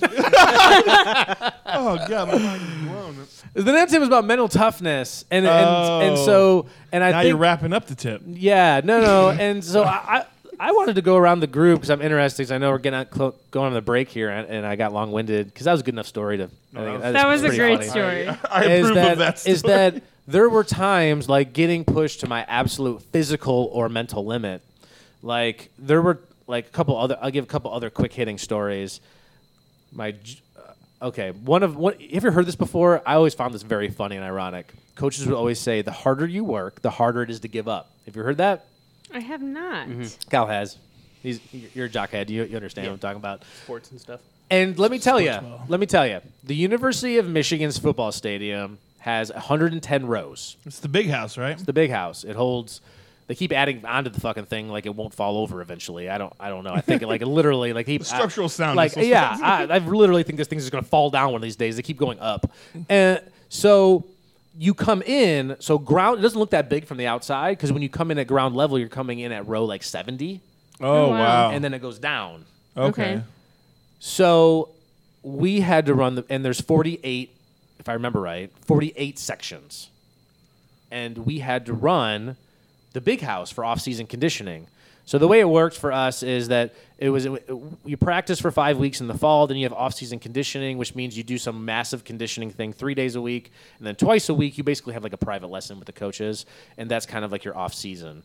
[SPEAKER 2] Oh god, my mind is blown.
[SPEAKER 3] the nano tip was about mental toughness, and and, and
[SPEAKER 2] Oh.
[SPEAKER 3] so and I
[SPEAKER 2] now
[SPEAKER 3] think
[SPEAKER 2] you're wrapping up the tip.
[SPEAKER 3] yeah no no and so I. I I wanted to go around the group because I'm interested. Because I know we're getting out clo- going on the break here, and, and I got long winded because that was a good enough story to. I think
[SPEAKER 2] Oh, that
[SPEAKER 4] that was a
[SPEAKER 3] pretty
[SPEAKER 4] great
[SPEAKER 3] funny.
[SPEAKER 4] story.
[SPEAKER 2] I
[SPEAKER 3] is
[SPEAKER 2] approve
[SPEAKER 3] that,
[SPEAKER 2] of that.
[SPEAKER 3] is
[SPEAKER 2] story.
[SPEAKER 3] that there were times like getting pushed to my absolute physical or mental limit. Like there were like a couple other. I'll give a couple other quick hitting stories. My j- uh, okay, one of what have you ever heard this before? I always found this very funny and ironic. Coaches would always say, "The harder you work, the harder it is to give up." Have you heard that?
[SPEAKER 4] I have not.
[SPEAKER 3] Mm-hmm. Cal has. He's, you're a jockhead. You, you understand what I'm talking about.
[SPEAKER 5] sports and stuff.
[SPEAKER 3] And let me tell you, let me tell you, the University of Michigan's football stadium has 110 rows.
[SPEAKER 2] it's the big house, right?
[SPEAKER 3] It's the big house. It holds. They keep adding onto the fucking thing like it won't fall over eventually. I don't. I don't know. I think like literally like he,
[SPEAKER 2] structural
[SPEAKER 3] I-
[SPEAKER 2] soundness
[SPEAKER 3] Like
[SPEAKER 2] will-
[SPEAKER 3] yeah, I, I literally think this thing's just gonna fall down one of these days. They keep going up, and so you come in. So ground. It doesn't look that big from the outside because when you come in at ground level, you're coming in at row like 70,
[SPEAKER 2] Oh,
[SPEAKER 4] Oh, wow.
[SPEAKER 2] wow.
[SPEAKER 4] wow.
[SPEAKER 3] and then it goes down.
[SPEAKER 2] okay.
[SPEAKER 4] Okay.
[SPEAKER 3] So we had to run the and there's 48, if I remember right, 48 sections, and we had to run the big house for off-season conditioning. So the way it worked for us is that it was you practice for five weeks in the fall, then you have off-season conditioning, which means you do some massive conditioning thing three days a week, and then twice a week you basically have like a private lesson with the coaches, and that's kind of like your off-season.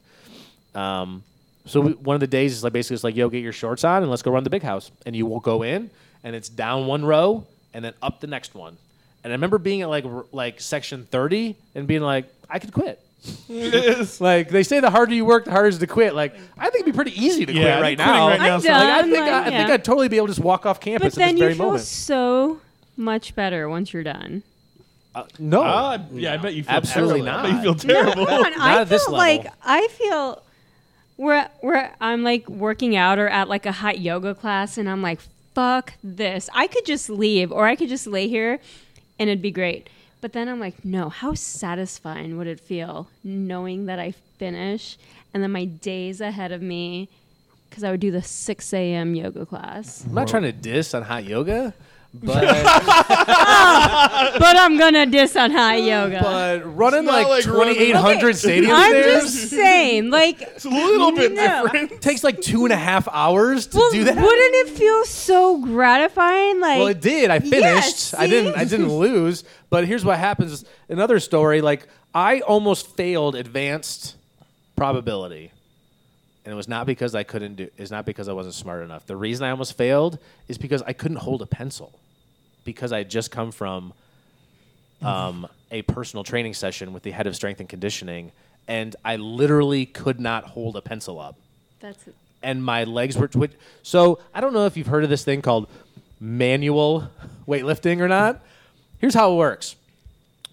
[SPEAKER 3] Um, so we, one of the days is like basically it's like, yo, get your shorts on and let's go run the big house. And you will go in, and it's down one row and then up the next one. And I remember being at like r- like section thirty and being like, I could quit.
[SPEAKER 2] It's-
[SPEAKER 3] Like they say, the harder you work, the harder it is to quit. Like I think it'd be pretty easy to
[SPEAKER 2] Yeah, I
[SPEAKER 3] quit right
[SPEAKER 2] think quitting
[SPEAKER 3] now.
[SPEAKER 2] right now
[SPEAKER 4] I'm
[SPEAKER 2] sounds like-
[SPEAKER 4] done.
[SPEAKER 3] Like, I think
[SPEAKER 4] like,
[SPEAKER 3] I, I think
[SPEAKER 4] yeah.
[SPEAKER 3] I'd totally be able to just walk off campus
[SPEAKER 4] But then
[SPEAKER 3] at this
[SPEAKER 4] you
[SPEAKER 3] very
[SPEAKER 4] feel
[SPEAKER 3] moment.
[SPEAKER 4] so much better once you're done.
[SPEAKER 3] Uh, no,
[SPEAKER 2] Ah, yeah, I bet you feel
[SPEAKER 3] Absolutely
[SPEAKER 2] terrible.
[SPEAKER 3] not.
[SPEAKER 2] I bet you feel terrible.
[SPEAKER 4] And I
[SPEAKER 3] Not
[SPEAKER 4] feel
[SPEAKER 3] at this level.
[SPEAKER 4] like I feel where where I'm like working out or at like a hot yoga class, and I'm like, fuck this. I could just leave, or I could just lay here, and it'd be great. But then I'm like, no. How satisfying would it feel knowing that I finish, and then my day's ahead of me, because I would do the 6 a.m. yoga class.
[SPEAKER 3] I'm not trying to diss on hot yoga. But
[SPEAKER 4] But I'm gonna diss on high yoga.
[SPEAKER 3] but running
[SPEAKER 2] not
[SPEAKER 3] like,
[SPEAKER 2] like running-
[SPEAKER 3] 2,800 stadium
[SPEAKER 4] I'm
[SPEAKER 3] stairs
[SPEAKER 4] just saying, like,
[SPEAKER 2] It's a little bit
[SPEAKER 4] No.
[SPEAKER 2] different.
[SPEAKER 3] takes like two and a half hours to
[SPEAKER 4] well,
[SPEAKER 3] do that.
[SPEAKER 4] wouldn't it feel so gratifying? Like,
[SPEAKER 3] Well, it did. I finished.
[SPEAKER 4] Yeah,
[SPEAKER 3] I didn't. I
[SPEAKER 4] see?
[SPEAKER 3] didn't lose. But here's what happens. is Another story. Like I almost failed advanced probability, and it was not because I couldn't do. It's not because I wasn't smart enough. The reason I almost failed is because I couldn't hold a pencil, because I had just come from um, a personal training session with the head of strength and conditioning, and I literally could not hold a pencil up
[SPEAKER 4] that's
[SPEAKER 3] and my legs were twitch. So I don't know if you've heard of this thing called manual weightlifting or not. Here's how it works.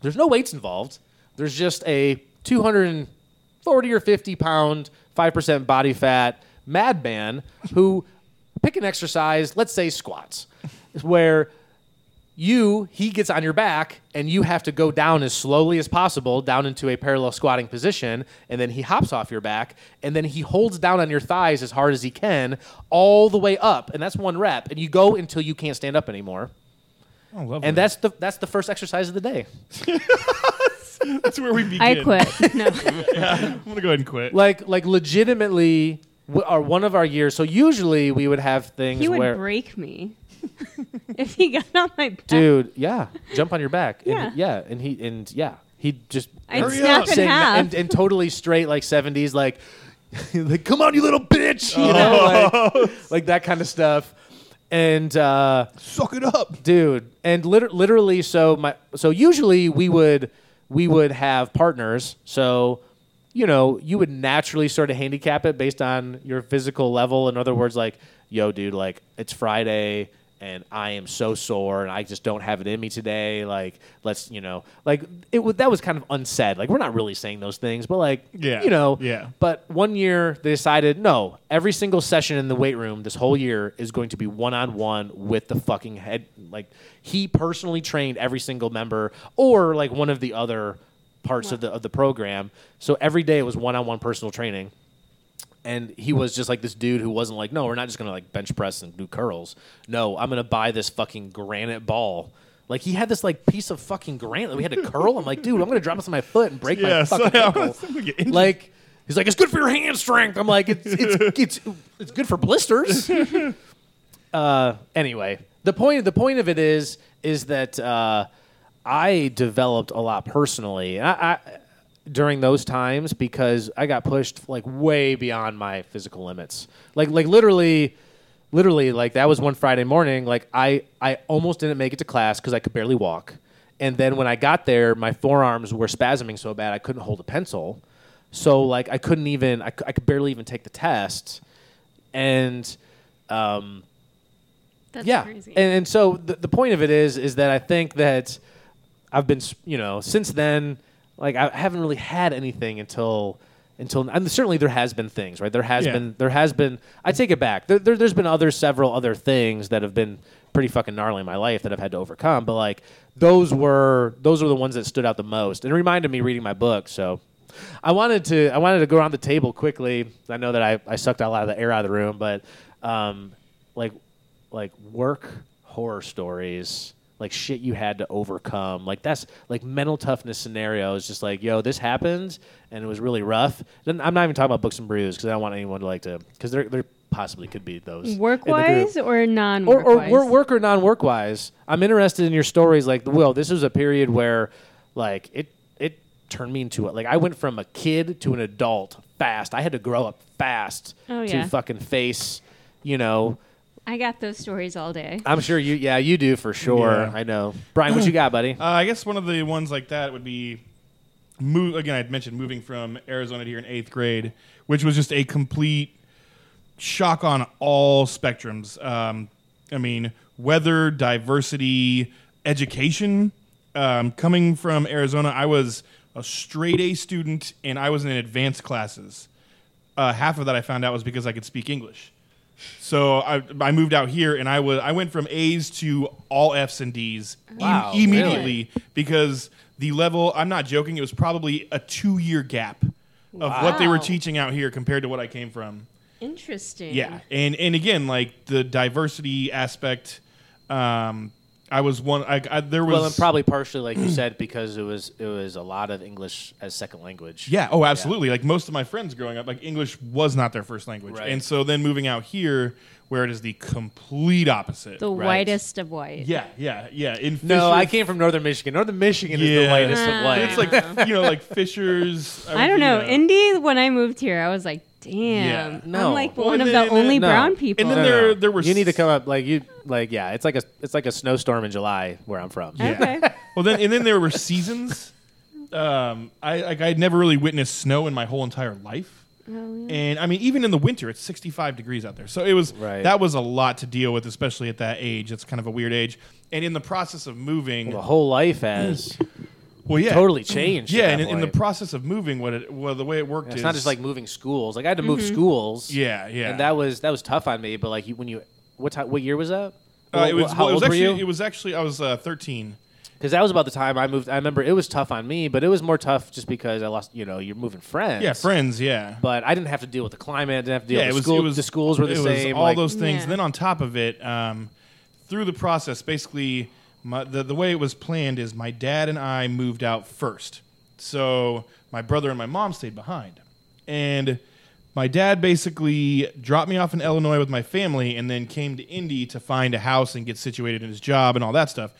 [SPEAKER 3] There's no weights involved. There's just a 240 or 50 pound, 5% body fat madman who pick an exercise, let's say squats, where you he gets on your back and you have to go down as slowly as possible down into a parallel squatting position and then he hops off your back and then he holds down on your thighs as hard as he can all the way up and that's one rep and you go until you can't stand up anymore
[SPEAKER 2] Oh, lovely.
[SPEAKER 3] and that's the that's the first exercise of the day
[SPEAKER 2] that's where we begin.
[SPEAKER 4] I quit. No,
[SPEAKER 2] I'm gonna go ahead and quit.
[SPEAKER 3] like like legitimately w- our one of our years so usually we would have things
[SPEAKER 4] he would
[SPEAKER 3] where
[SPEAKER 4] break me if he got on my back.
[SPEAKER 3] dude yeah jump on your back
[SPEAKER 4] Yeah.
[SPEAKER 3] and, he- yeah and he and yeah he just
[SPEAKER 4] I'd
[SPEAKER 2] Hurry
[SPEAKER 4] snap
[SPEAKER 2] up.
[SPEAKER 4] in
[SPEAKER 3] saying that-
[SPEAKER 4] half.
[SPEAKER 3] and, and totally straight like 70s like like come on you little bitch
[SPEAKER 4] Oh.
[SPEAKER 3] you know like, like that kind of stuff and uh
[SPEAKER 1] Suck it up.
[SPEAKER 3] dude and liter- literally so my so usually we would we would have partners so you know you would naturally sort of handicap it based on your physical level in other words like yo dude like it's friday and i am so sore and i just don't have it in me today like let's you know like it would that was kind of unsaid like we're not really saying those things but like
[SPEAKER 2] Yeah.
[SPEAKER 3] you know
[SPEAKER 2] Yeah.
[SPEAKER 3] but one year they decided no, every single session in the weight room this whole year is going to be one on one with the fucking head. Like he personally trained every single member or like one of the other parts of the of the program. So every day it was one on one personal training and he was just like this dude who wasn't like, no, we're not just gonna like bench press and do curls. No, I'm gonna buy this fucking granite ball. Like he had this like piece of fucking granite that we had to curl. I'm like, dude, I'm gonna drop this on my foot and break
[SPEAKER 2] Yeah,
[SPEAKER 3] my
[SPEAKER 2] so-
[SPEAKER 3] fucking ankle.
[SPEAKER 2] I'm gonna get injured.
[SPEAKER 3] like he's like, it's good for your hand strength. I'm like, it's it's it's, it's good for blisters. uh, anyway, the point the point of it is is that uh, I developed a lot personally. And I, I during those times because I got pushed like way beyond my physical limits. Like like literally literally like that was one Friday morning like I I almost didn't make it to class cuz I could barely walk. And then when I got there my forearms were spasming so bad I couldn't hold a pencil. So like I couldn't even I, cou- I could barely even take the test. And um
[SPEAKER 4] that's
[SPEAKER 3] yeah
[SPEAKER 4] crazy.
[SPEAKER 3] and, and so the, the point of it is is that i think that i've been s- you know since then like i haven't really had anything until until and certainly there has been things right there has
[SPEAKER 2] Yeah.
[SPEAKER 3] been there has been i take it back there, there, there's been other several other things that have been pretty fucking gnarly in my life that i've had to overcome but like those were those were the ones that stood out the most and it reminded me reading my book so i wanted to i wanted to go around the table quickly i know that i, I sucked a lot of the air out of the room but um like like work horror stories like shit you had to overcome like that's like mental toughness scenarios just like yo this happens and it was really rough then i'm not even talking about books and brews because i don't want anyone to like to because there, there possibly could be those in the group.
[SPEAKER 4] work wise or non
[SPEAKER 3] or,
[SPEAKER 4] work
[SPEAKER 3] or wor- work or non-work wise i'm interested in your stories like will this was a period where like it it turned me into it like i went from a kid to an adult fast i had to grow up fast
[SPEAKER 4] Oh,
[SPEAKER 3] to
[SPEAKER 4] yeah.
[SPEAKER 3] fucking face you know
[SPEAKER 4] I got those stories all day.
[SPEAKER 3] I'm sure you, yeah, you do for sure.
[SPEAKER 2] Yeah.
[SPEAKER 3] I know. Brian, what you got, buddy?
[SPEAKER 2] Uh, I guess one of the ones like that would be move again. I'd mentioned moving from Arizona to here in eighth grade, which was just a complete shock on all spectrums. Um, I mean, weather, diversity, education. Um, coming from Arizona, I was a straight A student, and I was in advanced classes. Uh, half of that I found out was because I could speak English. So I, I moved out here, and I was I went from A's to all F's and D's im-
[SPEAKER 3] Wow,
[SPEAKER 2] immediately
[SPEAKER 4] really?
[SPEAKER 2] because the level. I'm not joking. It was probably a two year gap of what they were
[SPEAKER 4] Wow.
[SPEAKER 2] teaching out here compared to what I came from.
[SPEAKER 4] Interesting.
[SPEAKER 2] Yeah, and and again, like the diversity aspect, um, I was one. I, I there was
[SPEAKER 3] Well, and probably partially, like you said, because it was it was a lot of English as second language.
[SPEAKER 2] Yeah. Oh, absolutely. Like most of my friends growing up, like English was not their first language,
[SPEAKER 3] Right.
[SPEAKER 2] and so then moving out here, where it is the complete opposite.
[SPEAKER 4] The
[SPEAKER 3] Right.
[SPEAKER 4] whitest of white.
[SPEAKER 2] yeah, yeah, yeah. In Fisher,
[SPEAKER 3] No, I came from Northern Michigan. Northern Michigan is
[SPEAKER 2] Yeah. Mm.
[SPEAKER 3] the lightest of light.
[SPEAKER 2] It's like you know, like Fisher's.
[SPEAKER 4] I don't know.
[SPEAKER 2] you
[SPEAKER 4] Indy, when I moved here, I was like, damn.
[SPEAKER 2] Yeah.
[SPEAKER 3] No.
[SPEAKER 4] I'm like
[SPEAKER 2] Well,
[SPEAKER 4] one
[SPEAKER 2] and
[SPEAKER 4] of
[SPEAKER 2] then-
[SPEAKER 4] the only
[SPEAKER 3] No.
[SPEAKER 4] brown people.
[SPEAKER 2] And then there- there were
[SPEAKER 3] You need to
[SPEAKER 2] s-
[SPEAKER 3] come up like you like yeah. It's like a it's like a snowstorm in July where I'm from.
[SPEAKER 2] Yeah.
[SPEAKER 4] Okay.
[SPEAKER 2] Well, then and then there were seasons. Um, I like I'd never really witnessed snow in my whole entire life. And I mean, even in the winter, it's 65 degrees out there. So it was
[SPEAKER 3] Right.
[SPEAKER 2] that was a lot to deal with, especially at that age. It's kind of a weird age. And in the process of moving,
[SPEAKER 3] The
[SPEAKER 2] well,
[SPEAKER 3] whole life has
[SPEAKER 2] yeah,
[SPEAKER 3] totally changed. at
[SPEAKER 2] Yeah,
[SPEAKER 3] that
[SPEAKER 2] and in, in the
[SPEAKER 3] point.
[SPEAKER 2] process of moving, what it well the way it worked
[SPEAKER 3] it's
[SPEAKER 2] is
[SPEAKER 3] not just like moving schools. Like I had to move schools.
[SPEAKER 2] yeah, yeah.
[SPEAKER 3] and that was that was tough on me. But like you, when you what time, what year was that?
[SPEAKER 2] uh, it was,
[SPEAKER 3] how
[SPEAKER 2] well, it was
[SPEAKER 3] old
[SPEAKER 2] actually
[SPEAKER 3] were you?
[SPEAKER 2] it was actually I was uh, 13.
[SPEAKER 3] Because that was about the time I moved. I remember it was tough on me, but it was more tough just because I lost. You know, you're moving friends.
[SPEAKER 2] Yeah, friends. Yeah,
[SPEAKER 3] But I didn't have to deal with the climate. I didn't have to deal
[SPEAKER 2] yeah,
[SPEAKER 3] with the school. the schools were the
[SPEAKER 2] it was
[SPEAKER 3] same.
[SPEAKER 2] all
[SPEAKER 3] like-
[SPEAKER 2] those things.
[SPEAKER 4] Yeah.
[SPEAKER 2] And then on top of it, um, through the process, basically, my, the the way it was planned is my dad and I moved out first, so my brother and my mom stayed behind, and my dad basically dropped me off in Illinois with my family, and then came to Indy to find a house and get situated in his job and all that stuff.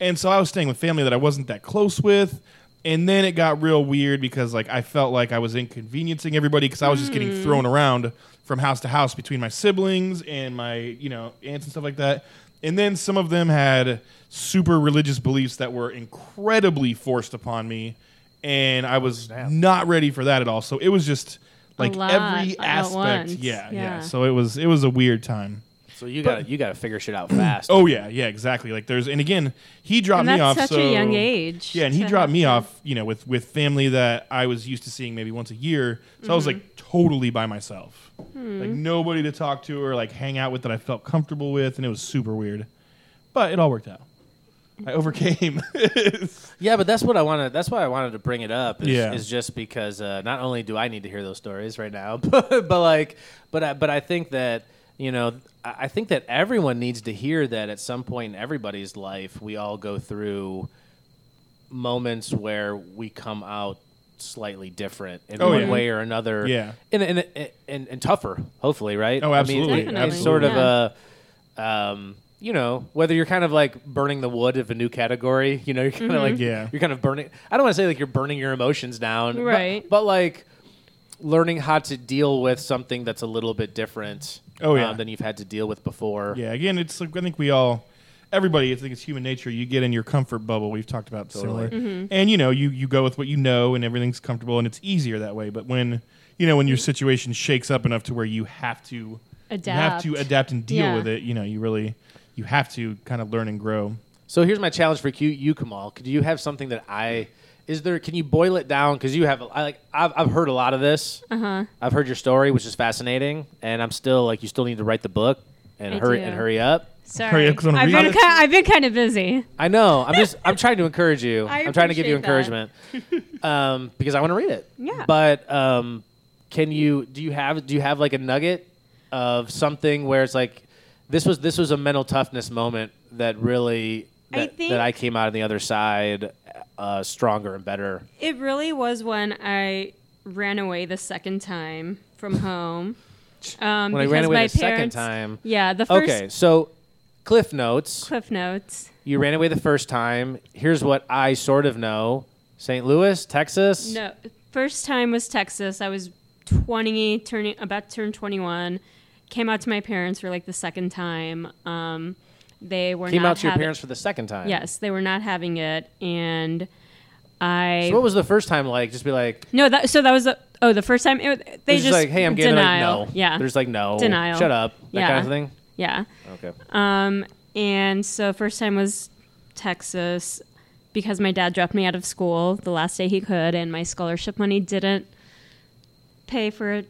[SPEAKER 2] And so I was staying with family that I wasn't that close with. And then it got real weird because like I felt like I was inconveniencing everybody because I was just getting
[SPEAKER 4] Mm.
[SPEAKER 2] thrown around from house to house between my siblings and my you know aunts and stuff like that. And then some of them had super religious beliefs that were incredibly forced upon me, and I was not ready for that at all. So it was just like
[SPEAKER 4] lot
[SPEAKER 2] every
[SPEAKER 4] at
[SPEAKER 2] aspect.
[SPEAKER 4] once.
[SPEAKER 2] Yeah, yeah,
[SPEAKER 4] Yeah.
[SPEAKER 2] So it was it was a weird time.
[SPEAKER 3] So you got to you got to figure shit out fast.
[SPEAKER 2] Oh yeah, yeah, exactly. Like there's and again, he dropped
[SPEAKER 4] And
[SPEAKER 2] me
[SPEAKER 4] that's
[SPEAKER 2] off
[SPEAKER 4] such a
[SPEAKER 2] so-
[SPEAKER 4] young age
[SPEAKER 2] Yeah, and he
[SPEAKER 4] to
[SPEAKER 2] dropped
[SPEAKER 4] have
[SPEAKER 2] me off, you know, with with family that I was used to seeing maybe once a year. So I was like totally by myself.
[SPEAKER 4] Hmm.
[SPEAKER 2] Like nobody to talk to or like hang out with that I felt comfortable with and it was super weird. But it all worked out. I overcame.
[SPEAKER 3] Yeah, but that's what I wanted. That's why I wanted to bring it up. Is,
[SPEAKER 2] Yeah.
[SPEAKER 3] is just because uh, not only do I need to hear those stories right now, but, but like, but I, but I think that you know, I I think that everyone needs to hear that at some point in everybody's life, we all go through moments where we come out slightly different in
[SPEAKER 2] Oh,
[SPEAKER 3] one
[SPEAKER 2] yeah.
[SPEAKER 3] way or another.
[SPEAKER 2] Yeah.
[SPEAKER 3] and and, and, and, and tougher, hopefully, right?
[SPEAKER 2] Oh,
[SPEAKER 3] I mean,
[SPEAKER 2] absolutely,
[SPEAKER 3] it's
[SPEAKER 4] Definitely,
[SPEAKER 3] sort of
[SPEAKER 4] yeah.
[SPEAKER 3] a um, you know, whether you're kind of like burning the wood of a new category, you know, you're kind of
[SPEAKER 4] Mm-hmm.
[SPEAKER 3] like,
[SPEAKER 2] Yeah.
[SPEAKER 3] you're kind of burning. I don't want to say like you're burning your emotions down, but-
[SPEAKER 4] Right.
[SPEAKER 3] But, like learning how to deal with something that's a little bit different. um,
[SPEAKER 2] Oh, yeah.
[SPEAKER 3] than you've had to deal with before.
[SPEAKER 2] yeah, again, it's like I think we all everybody I think it's human nature. You get in your comfort bubble. We've talked about similar.
[SPEAKER 4] Mm-hmm.
[SPEAKER 2] And you know, you you go with what you know and everything's comfortable and it's easier that way. But when you know, when your situation shakes up enough to where you have to you have to
[SPEAKER 4] Adapt.
[SPEAKER 2] adapt and deal
[SPEAKER 4] Yeah.
[SPEAKER 2] with it, you know, you really you have to kind of learn and grow.
[SPEAKER 3] So here's my challenge for you, you Kamal. Could you have something that I? Is there? Can you boil it down? Because you have, I like, I've, I've heard a lot of this. Uh-huh. I've heard your story, which is fascinating, and I'm still like, you still need to write the book and
[SPEAKER 4] I
[SPEAKER 3] hurry
[SPEAKER 4] do.
[SPEAKER 3] and hurry up.
[SPEAKER 4] Sorry.
[SPEAKER 2] up, 'cause I'm
[SPEAKER 4] I've
[SPEAKER 2] reading
[SPEAKER 4] been,
[SPEAKER 2] it.
[SPEAKER 4] ki- I've been kind of busy.
[SPEAKER 3] I know. I'm just. I'm trying to encourage you.
[SPEAKER 4] I
[SPEAKER 3] I'm trying to give you
[SPEAKER 4] appreciate
[SPEAKER 3] encouragement, um, because I want to read it.
[SPEAKER 4] Yeah.
[SPEAKER 3] But um, can you? Do you have? Do you have like a nugget of something where it's like, this was this was a mental toughness moment that really
[SPEAKER 4] I
[SPEAKER 3] that I,
[SPEAKER 4] think-
[SPEAKER 3] that I came out on the other side uh, stronger and better.
[SPEAKER 4] It really was when I ran away the second time from home. Um,
[SPEAKER 3] When I
[SPEAKER 4] because
[SPEAKER 3] ran away
[SPEAKER 4] my
[SPEAKER 3] the second
[SPEAKER 4] parents-
[SPEAKER 3] time.
[SPEAKER 4] Yeah, the first
[SPEAKER 3] okay. So, cliff notes.
[SPEAKER 4] Cliff Notes.
[SPEAKER 3] You ran away the first time. Here's what I sort of know: St. Louis, Texas.
[SPEAKER 4] No, first time was Texas. I was 20, turning about to turn 21. Came out to my parents for like the second time. Um, they were
[SPEAKER 3] Came
[SPEAKER 4] not
[SPEAKER 3] out to your
[SPEAKER 4] having-
[SPEAKER 3] parents for the second time.
[SPEAKER 4] Yes, they were not having it, and I
[SPEAKER 3] So what was the first time like? Just be like,
[SPEAKER 4] no. That so that was the oh the first time it, they
[SPEAKER 3] It's
[SPEAKER 4] just
[SPEAKER 3] like, hey, I'm gay. They're
[SPEAKER 4] denial.
[SPEAKER 3] Like, no.
[SPEAKER 4] Yeah,
[SPEAKER 3] There's like no
[SPEAKER 4] Denial.
[SPEAKER 3] Shut up. That
[SPEAKER 4] Yeah.
[SPEAKER 3] kind of thing.
[SPEAKER 4] yeah.
[SPEAKER 3] Okay.
[SPEAKER 4] Um, and so first time was Texas because my dad dropped me out of school the last day he could, and my scholarship money didn't pay for it.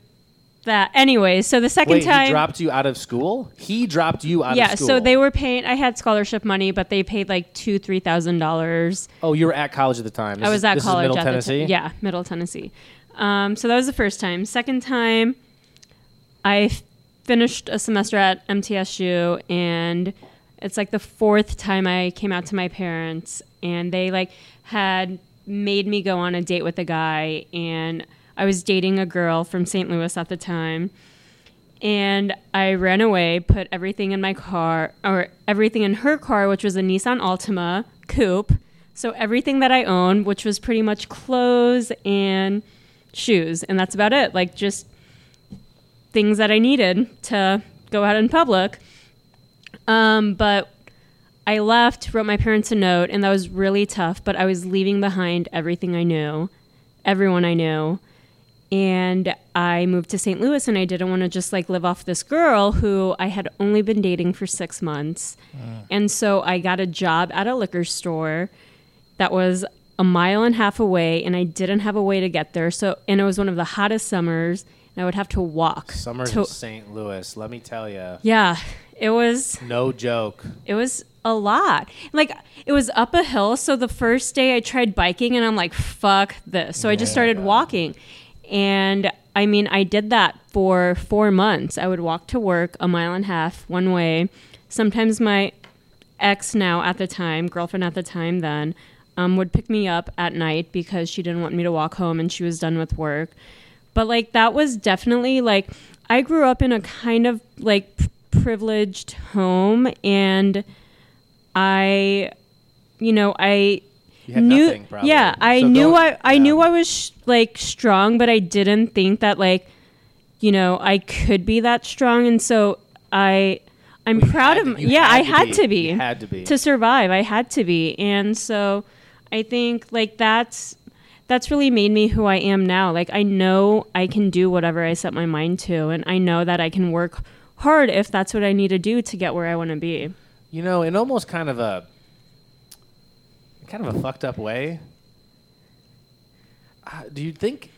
[SPEAKER 4] That anyway. So the second
[SPEAKER 3] Wait,
[SPEAKER 4] time,
[SPEAKER 3] he dropped you out of school. He dropped you out
[SPEAKER 4] yeah.
[SPEAKER 3] of school.
[SPEAKER 4] So they were paying. I had scholarship money, but they paid like two, three thousand dollars.
[SPEAKER 3] Oh, you were at college at the time. This
[SPEAKER 4] I
[SPEAKER 3] is-
[SPEAKER 4] was at
[SPEAKER 3] this is
[SPEAKER 4] college
[SPEAKER 3] Middle
[SPEAKER 4] at
[SPEAKER 3] Tennessee.
[SPEAKER 4] the time. Yeah, Middle Tennessee. Um, so that was the first time. Second time, I f- finished a semester at MTSU and It's like the fourth time I came out to my parents, and they like had made me go on a date with a guy, and I was dating a girl from St. Louis at the time. And I ran away, put everything in my car, or everything in her car, which was a Nissan Altima coupe. So everything that I owned, which was pretty much clothes and shoes, and that's about it. Like just things that I needed to go out in public. Um, but I left, wrote my parents a note, and that was really tough. But I was leaving behind everything I knew, everyone I knew. And I moved to St. Louis, and I didn't want to just like live off this girl who I had only been dating for six months. And so I got a job at a liquor store that was a mile and a half away, and I didn't have a way to get there. So, and it was one of the hottest summers, and I would have to walk.
[SPEAKER 3] Summers
[SPEAKER 4] to-
[SPEAKER 3] in St. Louis. Let me tell you,
[SPEAKER 4] yeah, it was
[SPEAKER 3] no joke.
[SPEAKER 4] it was a lot. Like it was up a hill, so the first day I tried biking and I'm like, fuck this. So I just started walking. And I mean, I did that for 4 months. I would walk to work a mile and a half one way. Sometimes my ex now at the time, girlfriend at the time then, um, would pick me up at night because she didn't want me to walk home and she was done with work. But like that was definitely like I grew up in a kind of like p- privileged home and I you know, I
[SPEAKER 3] You had
[SPEAKER 4] knew
[SPEAKER 3] nothing, probably.
[SPEAKER 4] yeah, I
[SPEAKER 3] So
[SPEAKER 4] knew
[SPEAKER 3] don't-
[SPEAKER 4] I I
[SPEAKER 3] yeah.
[SPEAKER 4] knew I was sh- like strong, but I didn't think that like you know, I could be that strong and so I I'm
[SPEAKER 3] Well, you
[SPEAKER 4] proud
[SPEAKER 3] had
[SPEAKER 4] of
[SPEAKER 3] to-
[SPEAKER 4] m-
[SPEAKER 3] you
[SPEAKER 4] yeah,
[SPEAKER 3] had
[SPEAKER 4] I
[SPEAKER 3] to
[SPEAKER 4] had
[SPEAKER 3] be.
[SPEAKER 4] to be.
[SPEAKER 3] You had to be.
[SPEAKER 4] To survive, I had to be. And so I think like that's that's really made me who I am now. Like I know I can do whatever I set my mind to and I know that I can work hard if that's what I need to do to get where I want to be.
[SPEAKER 3] You know, in almost kind of a kind of a fucked up way. uh, Do you think?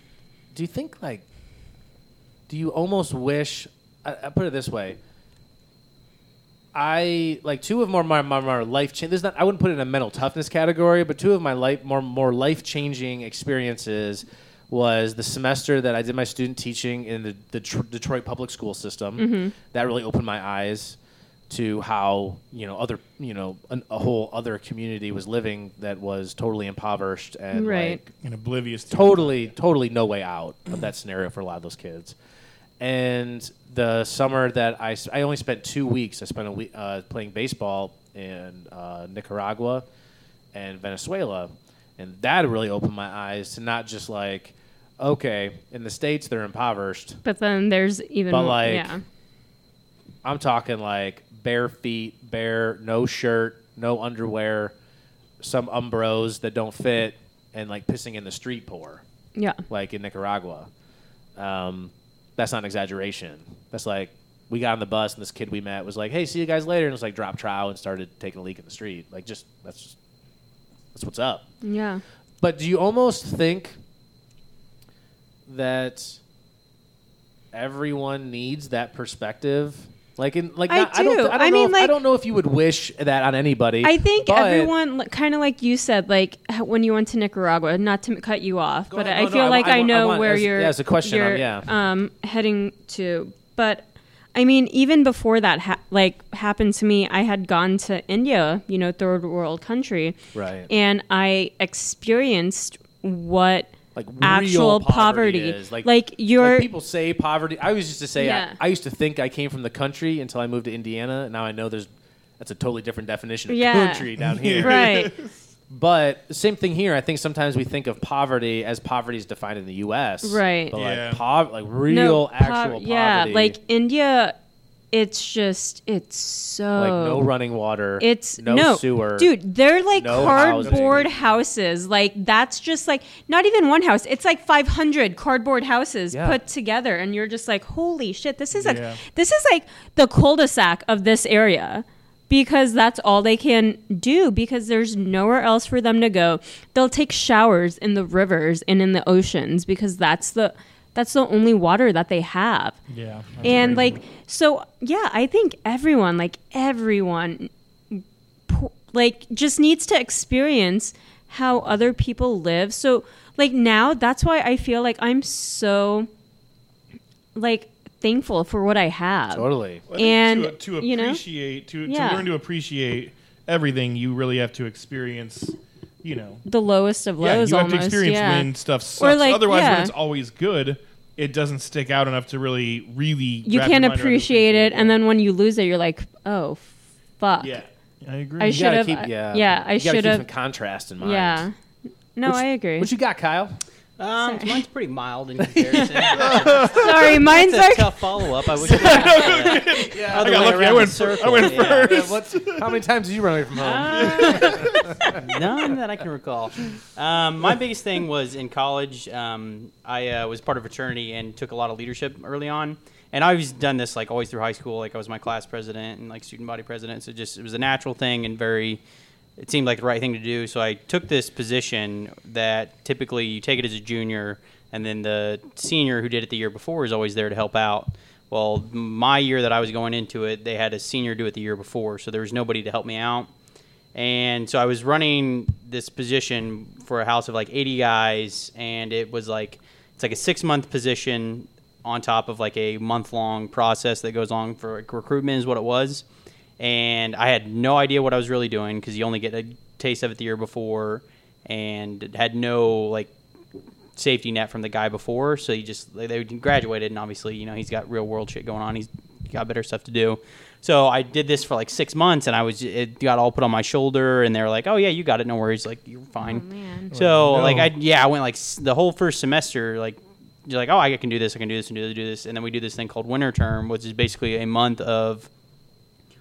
[SPEAKER 3] Do you think like? Do you almost wish? I, I put it this way. I like two of more my, my, my life change. This is not I wouldn't put it in a mental toughness category, but two of my life more more life changing experiences was the semester that I did my student teaching in the, the tr- Detroit public school system. That really opened my eyes to how you know other you know an, a whole other community was living that was totally impoverished and
[SPEAKER 4] Right.
[SPEAKER 3] like
[SPEAKER 2] and oblivious to
[SPEAKER 3] totally, totally no way out of that scenario for a lot of those kids. And the summer that I, s- I only spent two weeks. I spent a week uh, playing baseball in uh, Nicaragua and Venezuela, and that really opened my eyes to not just like, okay, in the states they're impoverished,
[SPEAKER 4] But then there's even
[SPEAKER 3] But,
[SPEAKER 4] more,
[SPEAKER 3] like,
[SPEAKER 4] yeah.
[SPEAKER 3] I'm talking like bare feet, bare, no shirt, no underwear, some umbros that don't fit, and like pissing in the street poor,
[SPEAKER 4] Yeah.
[SPEAKER 3] like in Nicaragua. Um, that's not an exaggeration. That's like we got on the bus and this kid we met was like, "Hey, see you guys later," and it was like drop trow and started taking a leak in the street. Like just that's just, that's what's up.
[SPEAKER 4] Yeah.
[SPEAKER 3] But do you almost think that everyone needs that perspective? Like in like
[SPEAKER 4] I
[SPEAKER 3] not- I don't
[SPEAKER 4] do.
[SPEAKER 3] th- I don't
[SPEAKER 4] I
[SPEAKER 3] know
[SPEAKER 4] mean,
[SPEAKER 3] if, I
[SPEAKER 4] like-
[SPEAKER 3] don't know if you would wish that on anybody.
[SPEAKER 4] I think
[SPEAKER 3] but-
[SPEAKER 4] everyone, kind of like you said, like h- when you went to Nicaragua. Not to m- cut you off,
[SPEAKER 3] Go
[SPEAKER 4] but
[SPEAKER 3] ahead.
[SPEAKER 4] I
[SPEAKER 3] No, no,
[SPEAKER 4] feel
[SPEAKER 3] I
[SPEAKER 4] like
[SPEAKER 3] wa- I
[SPEAKER 4] I,
[SPEAKER 3] wa- I
[SPEAKER 4] know
[SPEAKER 3] want-
[SPEAKER 4] where
[SPEAKER 3] as-
[SPEAKER 4] you're.
[SPEAKER 3] yeah, it's a question, um,
[SPEAKER 4] you're,
[SPEAKER 3] yeah.
[SPEAKER 4] um, heading to, but I mean, even before that, ha- like happened to me, I had gone to India, you know, third world country,
[SPEAKER 3] Right.
[SPEAKER 4] and I experienced what
[SPEAKER 3] like real
[SPEAKER 4] actual poverty.
[SPEAKER 3] is. Like
[SPEAKER 4] Like, you're-
[SPEAKER 3] people say poverty. I was used to say
[SPEAKER 4] Yeah.
[SPEAKER 3] I, I used to think I came from the country until I moved to Indiana. And now I know there's that's a totally different definition of
[SPEAKER 4] Yeah.
[SPEAKER 3] country down here.
[SPEAKER 4] right.
[SPEAKER 3] But same thing here. I think sometimes we think of poverty as poverty is defined in the U.S.
[SPEAKER 4] Right.
[SPEAKER 3] But
[SPEAKER 2] Yeah.
[SPEAKER 3] like pov- like real
[SPEAKER 4] No,
[SPEAKER 3] actual
[SPEAKER 4] pov-
[SPEAKER 3] poverty.
[SPEAKER 4] Yeah, like India, it's just it's so
[SPEAKER 3] Like, no running water.
[SPEAKER 4] oh. It's
[SPEAKER 3] no,
[SPEAKER 4] no,
[SPEAKER 3] sewer.
[SPEAKER 4] dude. They're like
[SPEAKER 3] no
[SPEAKER 4] cardboard
[SPEAKER 3] housing.
[SPEAKER 4] houses. Like that's just like not even one house. It's like 500 cardboard houses
[SPEAKER 3] Yeah.
[SPEAKER 4] put together, and you're just like, holy shit, this is like
[SPEAKER 2] Yeah.
[SPEAKER 4] this is like the cul-de-sac of this area because that's all they can do because there's nowhere else for them to go. They'll take showers in the rivers and in the oceans because that's the that's the only water that they have
[SPEAKER 2] Yeah,
[SPEAKER 4] and like so yeah i think everyone like everyone po- like just needs to experience how other people live so like now that's why i feel like i'm so like thankful for what I have.
[SPEAKER 3] Totally.
[SPEAKER 2] I think
[SPEAKER 4] And,
[SPEAKER 2] to, to
[SPEAKER 4] you know?
[SPEAKER 2] appreciate to,
[SPEAKER 4] Yeah.
[SPEAKER 2] to learn to appreciate everything, you really have to experience. You know,
[SPEAKER 4] The lowest of
[SPEAKER 2] yeah, you
[SPEAKER 4] lows,
[SPEAKER 2] have
[SPEAKER 4] almost.
[SPEAKER 2] to experience
[SPEAKER 4] yeah.
[SPEAKER 2] when stuff sucks.
[SPEAKER 4] like,
[SPEAKER 2] Otherwise,
[SPEAKER 4] yeah.
[SPEAKER 2] when it's always good, it doesn't stick out enough to really, really.
[SPEAKER 4] you
[SPEAKER 2] wrap your
[SPEAKER 4] can't
[SPEAKER 2] mind around
[SPEAKER 4] appreciate it, and then when you lose it, you're like, oh, fuck.
[SPEAKER 2] Yeah, I agree.
[SPEAKER 4] I
[SPEAKER 3] You gotta
[SPEAKER 4] should've-
[SPEAKER 3] keep- yeah.
[SPEAKER 4] yeah, I
[SPEAKER 3] You gotta keep
[SPEAKER 4] should've-
[SPEAKER 3] some contrast in mind.
[SPEAKER 4] Yeah. No,
[SPEAKER 3] Which-
[SPEAKER 4] I agree.
[SPEAKER 3] What you got, Kyle?
[SPEAKER 5] Um, mine's pretty mild in comparison. That's
[SPEAKER 4] Sorry, mine's
[SPEAKER 5] a
[SPEAKER 4] like
[SPEAKER 5] tough follow up. I wish. I got
[SPEAKER 2] I got lucky. I went. fir- I went first.
[SPEAKER 3] how many times did you run away from home?
[SPEAKER 5] None that I can recall. Um, my biggest thing was in college. Um, I uh, was part of a fraternity and took a lot of leadership early on. And I always done this like always through high school. Like I was my class president and like student body president. So just it was a natural thing and very. It seemed like the right thing to do. So I took this position that typically you take it as a junior, and then the senior who did it the year before is always there to help out. Well, my year that I was going into it, they had a senior do it the year before, so there was nobody to help me out. And so I was running this position for a house of like 80 guys, and it was like it's like a six month position on top of like a month long process that goes on for like recruitment is what it was. And I had no idea what I was really doing because you only get a taste of it the year before, and it had no like safety net from the guy before. So you just they- they graduated, and obviously you know he's got real world shit going on. He's got better stuff to do. So I did this for like six months, and I was it got all put on my shoulder, and they were like, "Oh yeah, you got it. No worries. Like you're fine."
[SPEAKER 4] man.
[SPEAKER 5] So
[SPEAKER 2] no.
[SPEAKER 5] like I yeah I went like s- the whole first semester like you're like oh I can do this I can do this and do this, do this and then we do this thing called winter term which is basically a month of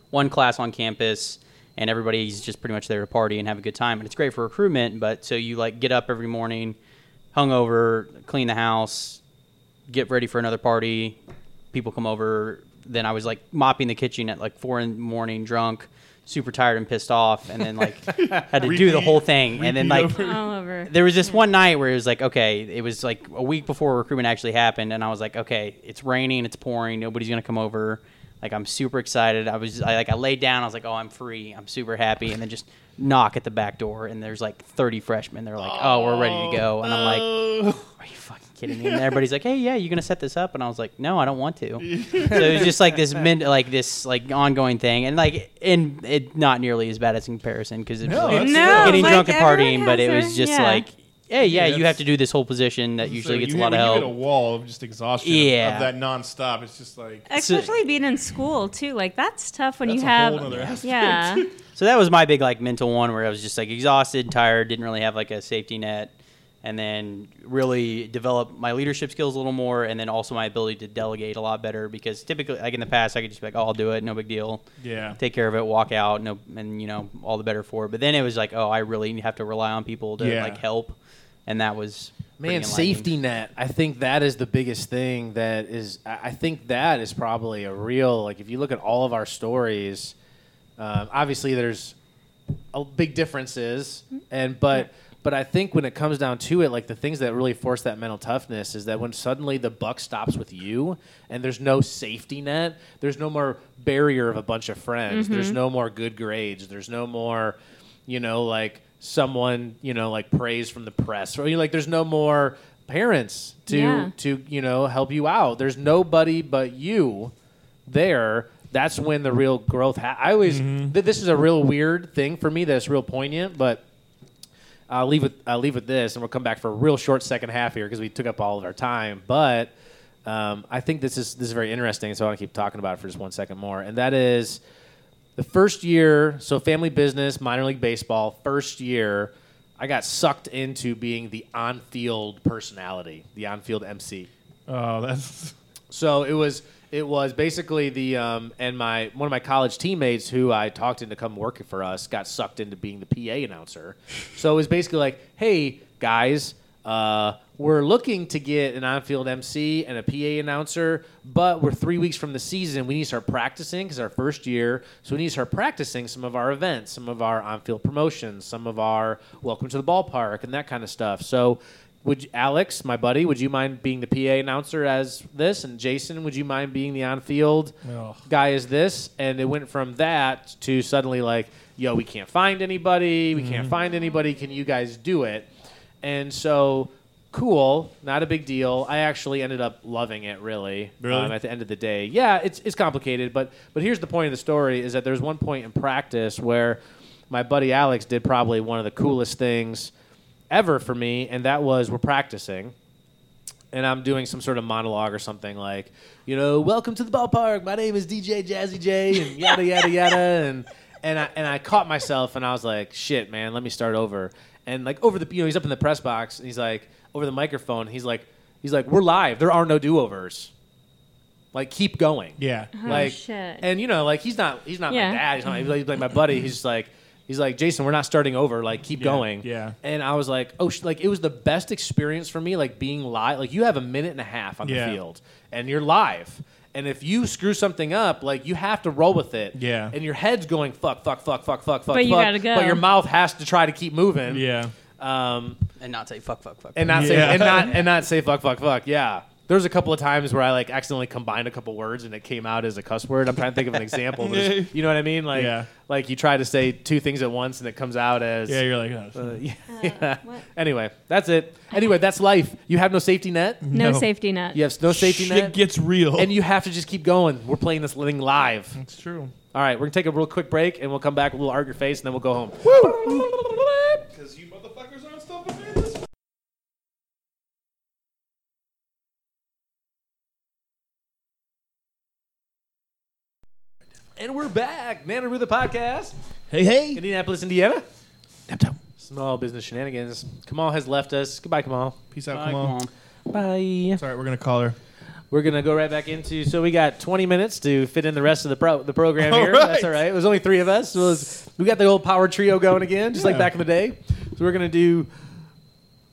[SPEAKER 5] one class on campus and everybody's just pretty much there to party and have a good time and it's great for recruitment but so you like get up every morning hungover clean the house get ready for another party people come over then i was like mopping the kitchen at like four in the morning drunk super tired and pissed off and then like had to do the
[SPEAKER 2] Repeat-
[SPEAKER 5] whole thing and then
[SPEAKER 2] repeat
[SPEAKER 5] like
[SPEAKER 2] over
[SPEAKER 4] all over.
[SPEAKER 5] there was this one night where it was like, okay, it was like a week before recruitment actually happened, and I was like, okay, it's raining, it's pouring, nobody's gonna come over. Like I'm super excited. I was I, like I laid down, I was like, oh, I'm free, I'm super happy, and then just knock at the back door, and there's like 30 freshmen. They're like, oh, we're ready to go, and I'm like,
[SPEAKER 2] Oh.
[SPEAKER 5] are you fucking kidding me? And everybody's like, hey, yeah, you gonna set this up? And I was like, no, I don't want to. so it was just like this min- like this like ongoing thing, and like and it not nearly as bad as in comparison because it's
[SPEAKER 2] No,
[SPEAKER 5] like,
[SPEAKER 2] that's-
[SPEAKER 4] No,
[SPEAKER 5] getting
[SPEAKER 4] Oh, like,
[SPEAKER 5] drunk and
[SPEAKER 4] everyone
[SPEAKER 5] partying, but
[SPEAKER 4] has
[SPEAKER 5] it was
[SPEAKER 4] their-
[SPEAKER 5] just
[SPEAKER 4] yeah.
[SPEAKER 5] like, hey, yeah,
[SPEAKER 2] Yeah,
[SPEAKER 5] you have to do this whole position that
[SPEAKER 2] So
[SPEAKER 5] usually gets
[SPEAKER 2] you
[SPEAKER 5] a
[SPEAKER 2] hit-
[SPEAKER 5] lot of
[SPEAKER 2] when you hit a
[SPEAKER 5] help.
[SPEAKER 2] wall of just exhaustion of-
[SPEAKER 5] Yeah.
[SPEAKER 2] of that nonstop. It's just like
[SPEAKER 4] Especially being in school too, like that's tough when
[SPEAKER 2] that's
[SPEAKER 4] you
[SPEAKER 2] a
[SPEAKER 4] have.
[SPEAKER 2] whole other aspect.
[SPEAKER 4] yeah,
[SPEAKER 5] So that was my big like mental one where I was just like exhausted, tired, didn't really have like a safety net, and then really develop my leadership skills a little more, and then also my ability to delegate a lot better because typically like in the past I could just be like, oh, I'll do it, no big deal.
[SPEAKER 2] Yeah.
[SPEAKER 5] take care of it, walk out, no, and you know all the better for it. But then it was like, oh, I really have to rely on people to
[SPEAKER 2] Yeah.
[SPEAKER 5] like help, and that was pretty
[SPEAKER 3] Man,
[SPEAKER 5] enlightening.
[SPEAKER 3] safety net. I think that is the biggest thing that is. I I think that is probably a real like. If you look at all of our stories, um, obviously there's a big differences, and but but I think when it comes down to it, like the things that really force that mental toughness is that when suddenly the buck stops with you, and there's no safety net, there's no more barrier of a bunch of friends, there's no more good grades, there's no more, you know, like someone you know like praise from the press or you know, like there's no more parents to
[SPEAKER 4] Yeah.
[SPEAKER 3] to you know help you out there's nobody but you there that's when the real growth ha- i always th- this is a real weird thing for me that's real poignant but I'll leave with I'll leave with this, and we'll come back for a real short second half here because we took up all of our time. But um, I think this is this is very interesting, so I want to keep talking about it for just one second more. And that is the first year. So family business, minor league baseball, first year. I got sucked into being the on-field personality, the on-field MC.
[SPEAKER 2] oh, that's
[SPEAKER 3] So it was it was basically the um, and my one of my college teammates who I talked into come working for us got sucked into being the PA announcer. So it was basically like, hey guys, uh, we're looking to get an on-field MC and a PA announcer, but we're three weeks from the season. We need to start practicing because our first year, so we need to start practicing some of our events, some of our on-field promotions, some of our welcome to the ballpark and that kind of stuff. So would you, Alex, my buddy, would you mind being the PA announcer as this? And Jason, would you mind being the on-field
[SPEAKER 2] Ugh.
[SPEAKER 3] guy as this? And it went from that to suddenly like, yo, we can't find anybody. We can't find anybody. Can you guys do it? And so cool, not a big deal. I actually ended up loving it, really.
[SPEAKER 1] Really?
[SPEAKER 3] Um, at the end of the day, yeah, it's it's complicated, but but here's the point of the story: is that there's one point in practice where my buddy Alex did probably one of the coolest things ever for me, and that was we're practicing and I'm doing some sort of monologue or something like, you know, welcome to the ballpark. My name is DJ Jazzy J, and yada yada yada, and and I and I caught myself, and I was like, shit, man, let me start over. And like over the, you know, he's up in the press box, and he's like over the microphone, he's like, he's like, we're live. There are no do overs. Like keep going
[SPEAKER 2] Yeah.
[SPEAKER 4] Oh,
[SPEAKER 3] like
[SPEAKER 4] shit.
[SPEAKER 3] and you know like he's not he's not
[SPEAKER 4] Yeah.
[SPEAKER 3] my dad he's not he's like, he's like my buddy he's just like he's like jason we're not starting over like keep going
[SPEAKER 2] yeah.
[SPEAKER 3] and i was like oh sh-, like it was the best experience for me like being live like you have a minute and a half on
[SPEAKER 2] Yeah.
[SPEAKER 3] the field and you're live and if you screw something up, like you have to roll with it.
[SPEAKER 2] Yeah.
[SPEAKER 3] And your head's going fuck, fuck, fuck, fuck, fuck, fuck.
[SPEAKER 4] But you
[SPEAKER 3] fuck,
[SPEAKER 4] gotta go.
[SPEAKER 3] But your mouth has to try to keep moving.
[SPEAKER 2] Yeah.
[SPEAKER 3] Um,
[SPEAKER 5] and not say fuck, fuck, fuck.
[SPEAKER 3] and not
[SPEAKER 2] Yeah.
[SPEAKER 3] say and not and not say fuck fuck fuck. Yeah. There was a couple of times where I like accidentally combined a couple words and it came out as a cuss word. I'm trying to think of an example. but it's- you know what I mean? Like
[SPEAKER 2] Yeah.
[SPEAKER 3] like you try to say two things at once and it comes out as
[SPEAKER 2] Yeah, you're like, oh,
[SPEAKER 3] uh, yeah.
[SPEAKER 5] eh,
[SPEAKER 4] what?
[SPEAKER 3] Anyway, that's it. Anyway, that's life. You have no safety net.
[SPEAKER 4] No,
[SPEAKER 2] No.
[SPEAKER 4] safety net.
[SPEAKER 3] You have no safety
[SPEAKER 2] shit
[SPEAKER 3] net.
[SPEAKER 2] gets real.
[SPEAKER 3] and you have to just keep going. We're playing this thing live.
[SPEAKER 2] it's true.
[SPEAKER 3] All right, we're gonna take a real quick break and we'll come back. We'll art your face and then we'll go home.
[SPEAKER 2] Because you motherfuckers aren't still prepared this
[SPEAKER 3] And we're back, Man and Rue the podcast,
[SPEAKER 1] Hey, hey.
[SPEAKER 3] Indianapolis, Indiana.
[SPEAKER 1] Laptop.
[SPEAKER 3] Small business shenanigans. Kamal has left us. Goodbye, Kamal.
[SPEAKER 2] Peace out,
[SPEAKER 5] Bye,
[SPEAKER 2] come on.
[SPEAKER 5] come on.
[SPEAKER 3] Bye.
[SPEAKER 2] It's all right, we're going to call her.
[SPEAKER 3] We're gonna go right back into. So we got 20 minutes to fit in the rest of the pro- the program
[SPEAKER 2] All
[SPEAKER 3] here.
[SPEAKER 2] right.
[SPEAKER 3] That's all right. It was only three of us. So it was- we got the old power trio going again, just like
[SPEAKER 2] Yeah.
[SPEAKER 3] back in the day. So we're gonna do.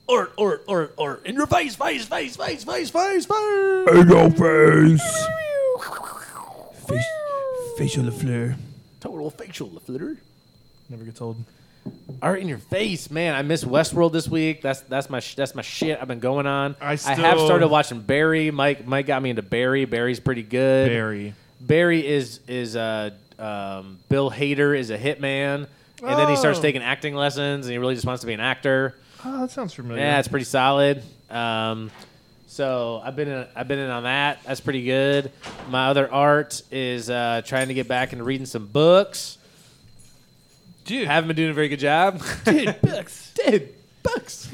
[SPEAKER 3] Or or or or in your face, face, face, face, face, face, face.
[SPEAKER 1] In your face. face. Facial fleur.
[SPEAKER 3] Total facial flitter.
[SPEAKER 2] Never gets old.
[SPEAKER 3] Art in your face, man. I missed Westworld this week. That's that's my sh- that's my shit. I've been going on.
[SPEAKER 2] I
[SPEAKER 3] have
[SPEAKER 2] still-
[SPEAKER 3] started watching Barry. Mike Mike got me into Barry. Barry's pretty good.
[SPEAKER 2] Barry.
[SPEAKER 3] Barry is is uh, um, Bill Hader is a hitman, and then he starts
[SPEAKER 2] Oh.
[SPEAKER 3] taking acting lessons, and he really just wants to be an actor.
[SPEAKER 2] Oh, that sounds familiar.
[SPEAKER 3] Yeah, it's pretty solid. Um, so I've been in, I've been in on that. That's pretty good. My other art is uh, trying to get back into reading some books.
[SPEAKER 2] Dude.
[SPEAKER 3] haven't been doing a very good job.
[SPEAKER 2] Dude, Bix.
[SPEAKER 3] Dude, books.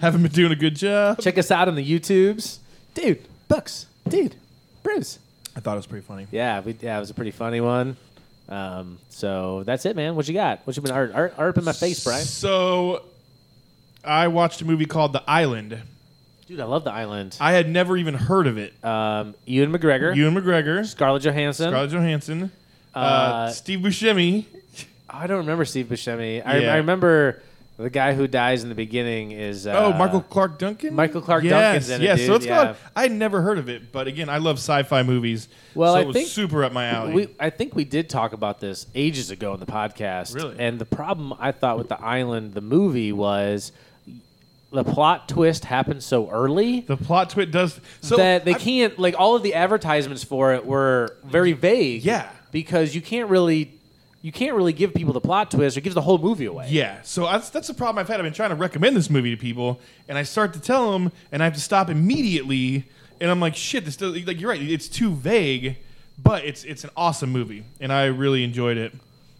[SPEAKER 2] Haven't been doing a good job.
[SPEAKER 3] Check us out on the YouTubes, dude. Books, dude. Bruce.
[SPEAKER 2] I thought it was pretty funny.
[SPEAKER 3] Yeah, we, yeah, it was a pretty funny one. Um, so that's it, man. What you got? What you been art, art, art up in my face, Brian?
[SPEAKER 2] So, I watched a movie called The Island.
[SPEAKER 3] Dude, I love the island.
[SPEAKER 2] I had never even heard of it.
[SPEAKER 3] Um, Ewan McGregor,
[SPEAKER 2] Ewan McGregor,
[SPEAKER 3] Scarlett Johansson.
[SPEAKER 2] Scarlett Johansson, uh,
[SPEAKER 3] Uh,
[SPEAKER 2] Steve Buscemi.
[SPEAKER 3] I don't remember Steve Buscemi. I,
[SPEAKER 2] Yeah.
[SPEAKER 3] I remember the guy who dies in the beginning is uh,
[SPEAKER 2] Oh, Michael Clark Duncan.
[SPEAKER 3] Michael Clark Duncan's in it,
[SPEAKER 2] yes.
[SPEAKER 3] dude,
[SPEAKER 2] So it's
[SPEAKER 3] yeah.
[SPEAKER 2] called. I had never heard of it, but again, I love sci-fi movies.
[SPEAKER 3] Well,
[SPEAKER 2] so
[SPEAKER 3] I
[SPEAKER 2] it was
[SPEAKER 3] think
[SPEAKER 2] super up my alley.
[SPEAKER 3] We, I think we did talk about this ages ago in the podcast.
[SPEAKER 2] Really?
[SPEAKER 3] And the problem I thought with the island, the movie was the plot twist happened so early.
[SPEAKER 2] the plot twist does so
[SPEAKER 3] that they
[SPEAKER 2] I-
[SPEAKER 3] can't like all of the advertisements for it were very vague.
[SPEAKER 2] Yeah.
[SPEAKER 3] because you can't really you can't really give people the plot twist. It gives the whole movie away.
[SPEAKER 2] Yeah, so that's, that's the problem I've had. I've been trying to recommend this movie to people, and I start to tell them, and I have to stop immediately, and I'm like, shit, this does, like you're right, it's too vague, but it's it's an awesome movie, and I really enjoyed it.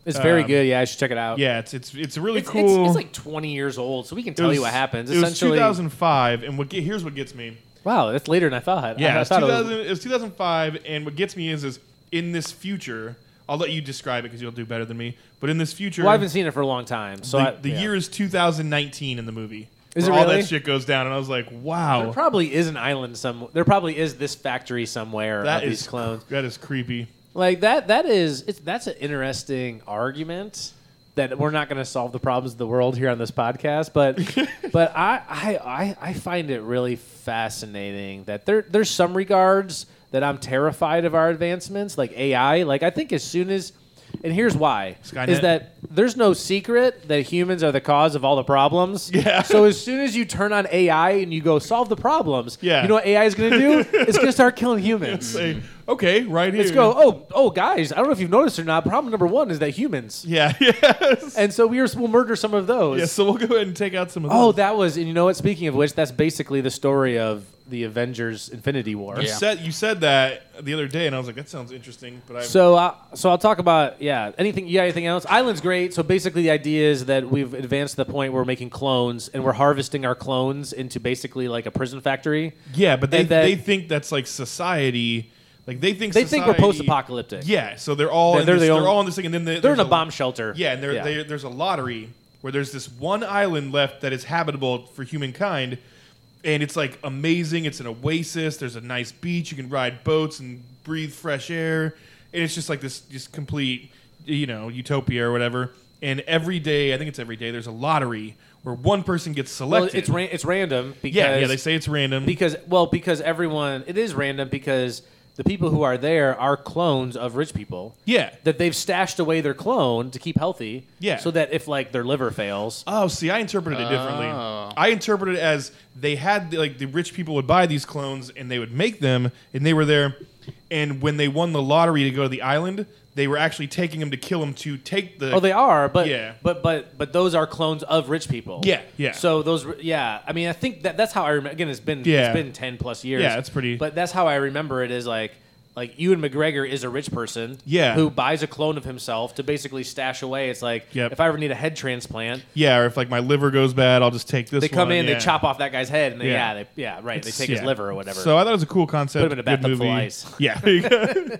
[SPEAKER 3] it's very
[SPEAKER 2] Um,
[SPEAKER 3] good. Yeah, I should check it out.
[SPEAKER 2] Yeah, it's it's it's really
[SPEAKER 3] it's,
[SPEAKER 2] cool.
[SPEAKER 3] It's, it's like 20 years old, so we can
[SPEAKER 2] It
[SPEAKER 3] tell
[SPEAKER 2] was-
[SPEAKER 3] you what happens.
[SPEAKER 2] It was
[SPEAKER 3] Essentially,
[SPEAKER 2] 2005, and what get, here's what gets me.
[SPEAKER 3] wow, that's later than I thought.
[SPEAKER 2] Yeah,
[SPEAKER 3] I, I
[SPEAKER 2] it's
[SPEAKER 3] thought it was-
[SPEAKER 2] 2000, it was 2005, and what gets me is is in this future. I'll let you describe it because you'll do better than me. But in this future,
[SPEAKER 3] well, I haven't seen it for a long time. So I-
[SPEAKER 2] the, the
[SPEAKER 3] yeah.
[SPEAKER 2] year is 2019 in the movie.
[SPEAKER 3] Is it
[SPEAKER 2] where all
[SPEAKER 3] really?
[SPEAKER 2] that shit goes down, and I was like,
[SPEAKER 3] There
[SPEAKER 2] wow,
[SPEAKER 3] probably is an island some. There probably is this factory somewhere
[SPEAKER 2] that
[SPEAKER 3] of
[SPEAKER 2] is
[SPEAKER 3] these clones.
[SPEAKER 2] That is creepy.
[SPEAKER 3] Like that. That is. It's, that's an interesting argument that we're not going to solve the problems of the world here on this podcast. But but I, I I I find it really fascinating that there there's some regards that I'm terrified of our advancements, like AI. Like I think as soon as and here's why is
[SPEAKER 2] Skynet.
[SPEAKER 3] that there's no secret that humans are the cause of all the problems.
[SPEAKER 2] Yeah.
[SPEAKER 3] So as soon as you turn on AI and you go solve the problems,
[SPEAKER 2] Yeah.
[SPEAKER 3] you know what AI is going to do? it's going to start killing humans.
[SPEAKER 2] Say, okay, right here.
[SPEAKER 3] Let's go. Oh, oh, guys! I don't know if you've noticed or not. Problem number one is that humans,
[SPEAKER 2] Yeah, yes.
[SPEAKER 3] and so we are, we'll murder some of those.
[SPEAKER 2] yeah, so we'll go ahead and take out some of
[SPEAKER 3] Oh,
[SPEAKER 2] those.
[SPEAKER 3] that was, and you know what? Speaking of which, that's basically the story of the Avengers: Infinity War.
[SPEAKER 2] You
[SPEAKER 5] Yeah.
[SPEAKER 2] said you said that the other day, and I was like, that sounds interesting. But I
[SPEAKER 3] So, uh, so I'll talk about yeah. Anything you got? Anything else? Island's great. So basically, the idea is that we've advanced to the point where we're making clones, and we're harvesting our clones into basically like a prison factory.
[SPEAKER 2] yeah, but they
[SPEAKER 3] And that-
[SPEAKER 2] they think that's like society. Like they think
[SPEAKER 3] They think we're
[SPEAKER 2] society-
[SPEAKER 3] post-apocalyptic.
[SPEAKER 2] Yeah, so they're all
[SPEAKER 3] They're-
[SPEAKER 2] in
[SPEAKER 3] they're
[SPEAKER 2] this,
[SPEAKER 3] the
[SPEAKER 2] they're
[SPEAKER 3] only-
[SPEAKER 2] all in this thing, and then they,
[SPEAKER 3] They're in a bomb shelter.
[SPEAKER 2] Yeah, and there, there- there's a lottery where there's this one island left that is habitable for humankind, and it's like amazing. It's an oasis. There's a nice beach. You can ride boats and breathe fresh air, and it's just like this just complete, you know, utopia or whatever. And every day, I think it's every day, there's a lottery where one person gets
[SPEAKER 3] Well,
[SPEAKER 2] selected.
[SPEAKER 3] it's ran- it's random because
[SPEAKER 2] yeah, yeah. They say it's random.
[SPEAKER 3] because well because everyone it is random because the people who are there are clones of rich people.
[SPEAKER 2] yeah.
[SPEAKER 3] That they've stashed away their clone to keep healthy.
[SPEAKER 2] Yeah.
[SPEAKER 3] So that if like their liver fails,
[SPEAKER 2] Oh, see, I interpreted it differently. I interpreted it as they had like the rich people would buy these clones and they would make them, and they were there. And when they won the lottery to go to the island, they were actually taking them to kill them to take the.
[SPEAKER 3] Oh, they are, but
[SPEAKER 2] Uh, Yeah.
[SPEAKER 3] but but but those are clones of rich people.
[SPEAKER 2] Yeah, yeah.
[SPEAKER 3] So those, yeah. I mean, I think that that's how I remember. Again, it's been
[SPEAKER 2] Yeah.
[SPEAKER 3] it's been ten plus years.
[SPEAKER 2] Yeah, it's pretty-
[SPEAKER 3] But that's how I remember it is like like Ewan McGregor is a rich person.
[SPEAKER 2] Yeah.
[SPEAKER 3] Who buys a clone of himself to basically stash away. It's like
[SPEAKER 2] Yep.
[SPEAKER 3] if I ever need a head transplant,
[SPEAKER 2] yeah, or if like my liver goes bad, I'll just take this.
[SPEAKER 3] they come
[SPEAKER 2] one,
[SPEAKER 3] in,
[SPEAKER 2] yeah.
[SPEAKER 3] they chop off that guy's head, and
[SPEAKER 2] Yeah.
[SPEAKER 3] they, yeah, they, yeah, right.
[SPEAKER 2] It's-
[SPEAKER 3] they take his
[SPEAKER 2] yeah.
[SPEAKER 3] liver or whatever.
[SPEAKER 2] So I thought it was a cool concept.
[SPEAKER 3] Put 'em in a
[SPEAKER 2] good
[SPEAKER 3] bathtub full
[SPEAKER 2] movie.
[SPEAKER 3] of ice.
[SPEAKER 2] Yeah, there you go.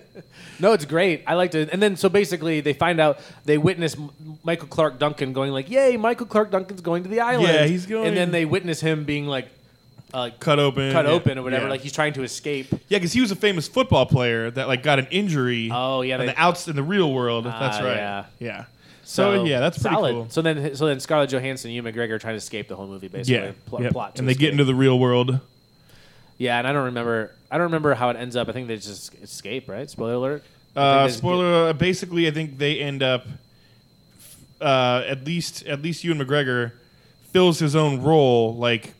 [SPEAKER 3] No, it's great. I liked it. And then so basically, they find out they witness M- Michael Clark Duncan going like, "Yay, Michael Clark Duncan's going to the island."
[SPEAKER 2] Yeah, he's going-
[SPEAKER 3] And then they witness him being like, uh, like
[SPEAKER 2] cut open.
[SPEAKER 3] cut
[SPEAKER 2] yeah.
[SPEAKER 3] open or whatever.
[SPEAKER 2] Yeah.
[SPEAKER 3] Like he's trying to escape.
[SPEAKER 2] yeah, because he was a famous football player that like got an injury.
[SPEAKER 3] Oh, yeah,
[SPEAKER 2] in
[SPEAKER 3] they-
[SPEAKER 2] the outs in the real world. that's
[SPEAKER 3] Ah,
[SPEAKER 2] right.
[SPEAKER 3] yeah.
[SPEAKER 2] yeah. So, yeah, that's pretty
[SPEAKER 3] solid.
[SPEAKER 2] cool.
[SPEAKER 3] So then, so then Scarlett Johansson, and Ewan McGregor are trying to escape the whole movie basically.
[SPEAKER 2] Yeah,
[SPEAKER 3] Pl-
[SPEAKER 2] yep.
[SPEAKER 3] plot. to
[SPEAKER 2] and they
[SPEAKER 3] escape.
[SPEAKER 2] get into the real world.
[SPEAKER 3] Yeah, and I don't remember. I don't remember how it ends up. I think they just escape. Right? Spoiler alert. I
[SPEAKER 2] Uh,
[SPEAKER 3] think they just get-
[SPEAKER 2] spoiler. uh basically, I think they end up. Uh, at least, at least Ewan McGregor fills his own role, like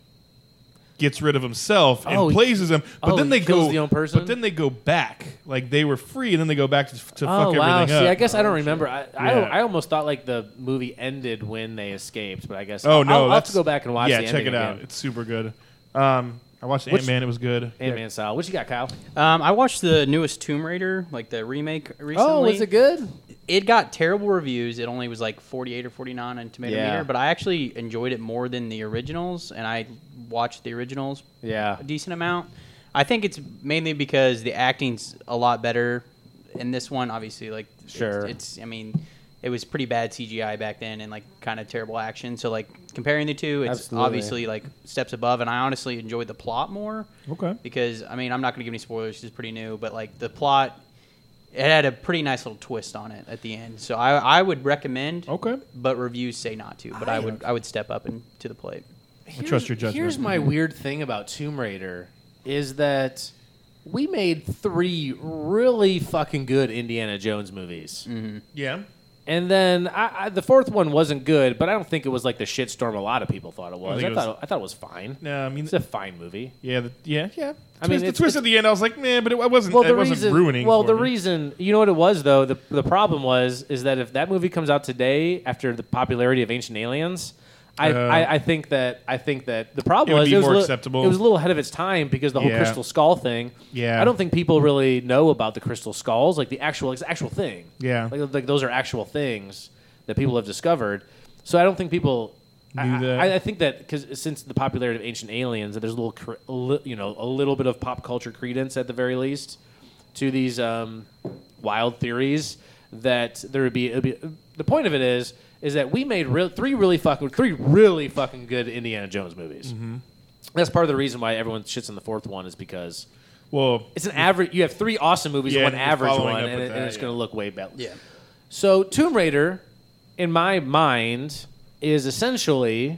[SPEAKER 2] gets rid of himself and
[SPEAKER 3] Oh, he-
[SPEAKER 2] plays as him. But
[SPEAKER 3] oh,
[SPEAKER 2] then
[SPEAKER 3] he
[SPEAKER 2] they
[SPEAKER 3] kills
[SPEAKER 2] go.
[SPEAKER 3] the own person?
[SPEAKER 2] But then they go back, like they were free, and then they go back to, to
[SPEAKER 3] Oh
[SPEAKER 2] fuck
[SPEAKER 3] wow!
[SPEAKER 2] everything
[SPEAKER 3] See,
[SPEAKER 2] up.
[SPEAKER 3] I guess I don't remember. I, I,
[SPEAKER 2] Yeah.
[SPEAKER 3] I almost thought like the movie ended when they escaped, but I guess
[SPEAKER 2] oh
[SPEAKER 3] I'll,
[SPEAKER 2] no,
[SPEAKER 3] I'll, I'll have
[SPEAKER 2] that's-
[SPEAKER 3] to go back and watch.
[SPEAKER 2] Yeah,
[SPEAKER 3] the
[SPEAKER 2] check it
[SPEAKER 3] ending
[SPEAKER 2] out.
[SPEAKER 3] again.
[SPEAKER 2] It's super good. Um, I watched
[SPEAKER 3] Which-
[SPEAKER 2] Ant Man. It was good.
[SPEAKER 3] Ant Man style. What you got, Kyle?
[SPEAKER 5] Um, I watched the newest Tomb Raider, like the remake recently.
[SPEAKER 3] Oh, good?
[SPEAKER 5] It got terrible reviews. It only was like 48 or 49 on Tomato
[SPEAKER 3] Yeah.
[SPEAKER 5] Meter, but I actually enjoyed it more than the originals, and I watched the originals
[SPEAKER 3] Yeah.
[SPEAKER 5] a decent amount. I think it's mainly because the acting's a lot better in this one. Obviously, like it's-
[SPEAKER 3] Sure.
[SPEAKER 5] it's, I mean, it was pretty bad CGI back then and like kind of terrible action. So like comparing the two, it's
[SPEAKER 3] Absolutely.
[SPEAKER 5] obviously like steps above. And I honestly enjoyed the plot more
[SPEAKER 2] Okay.
[SPEAKER 5] because I mean I'm not going to give any spoilers. 'cause It's pretty new, but like the plot, it had a pretty nice little twist on it at the end. So I I would recommend.
[SPEAKER 2] Okay.
[SPEAKER 5] But reviews say not to. But I, would I would step up and to the plate.
[SPEAKER 3] Here's-
[SPEAKER 2] trust your judgment.
[SPEAKER 3] Here's my weird thing about Tomb Raider is that we made three really fucking good Indiana Jones movies.
[SPEAKER 2] Yeah.
[SPEAKER 3] And then I, I, the fourth one wasn't good, but I don't think it was like the shitstorm a lot of people thought it was. I,
[SPEAKER 2] think it was-
[SPEAKER 3] thought I thought it was fine.
[SPEAKER 2] No, I mean,
[SPEAKER 3] It's a fine movie.
[SPEAKER 2] yeah, the, yeah, yeah.
[SPEAKER 3] I
[SPEAKER 2] I
[SPEAKER 3] mean,
[SPEAKER 2] mean, the
[SPEAKER 3] it's-
[SPEAKER 2] twist at the end, I was like, man, but it, wasn't. it wasn't ruining.
[SPEAKER 3] Well,
[SPEAKER 2] for
[SPEAKER 3] the
[SPEAKER 2] me.
[SPEAKER 3] reason you know what it was though. The the problem was is that if that movie comes out today after the popularity of Ancient Aliens. I,
[SPEAKER 2] Uh,
[SPEAKER 3] I, I think that I think that the problem
[SPEAKER 2] It would
[SPEAKER 3] was
[SPEAKER 2] be
[SPEAKER 3] it was,
[SPEAKER 2] more
[SPEAKER 3] a little,
[SPEAKER 2] acceptable.
[SPEAKER 3] it was a little ahead of its time because the whole
[SPEAKER 2] Yeah.
[SPEAKER 3] crystal skull thing.
[SPEAKER 2] Yeah.
[SPEAKER 3] I don't think people really know about the crystal skulls, like the actual it's actual thing.
[SPEAKER 2] Yeah.
[SPEAKER 3] like, like those are actual things that people have discovered. So I don't think people I-
[SPEAKER 2] Knew that.
[SPEAKER 3] I, I think that because since the popularity of Ancient Aliens, that there's a little, cre- a li- you know, a little bit of pop culture credence at the very least to these um, wild theories. That there would be, it'd be the point of it is is that we made real, three really fucking three really fucking good Indiana Jones movies.
[SPEAKER 2] Mm-hmm.
[SPEAKER 3] That's part of the reason why everyone shits on the fourth one is because
[SPEAKER 2] Well,
[SPEAKER 3] it's an average. You have three awesome movies,
[SPEAKER 2] Yeah,
[SPEAKER 3] one
[SPEAKER 2] and you're
[SPEAKER 3] average
[SPEAKER 2] following
[SPEAKER 3] one,
[SPEAKER 2] up
[SPEAKER 3] and,
[SPEAKER 2] with
[SPEAKER 3] it- and
[SPEAKER 2] that,
[SPEAKER 3] it's
[SPEAKER 2] yeah.
[SPEAKER 3] going to look way better. So Tomb Raider, in my mind, is essentially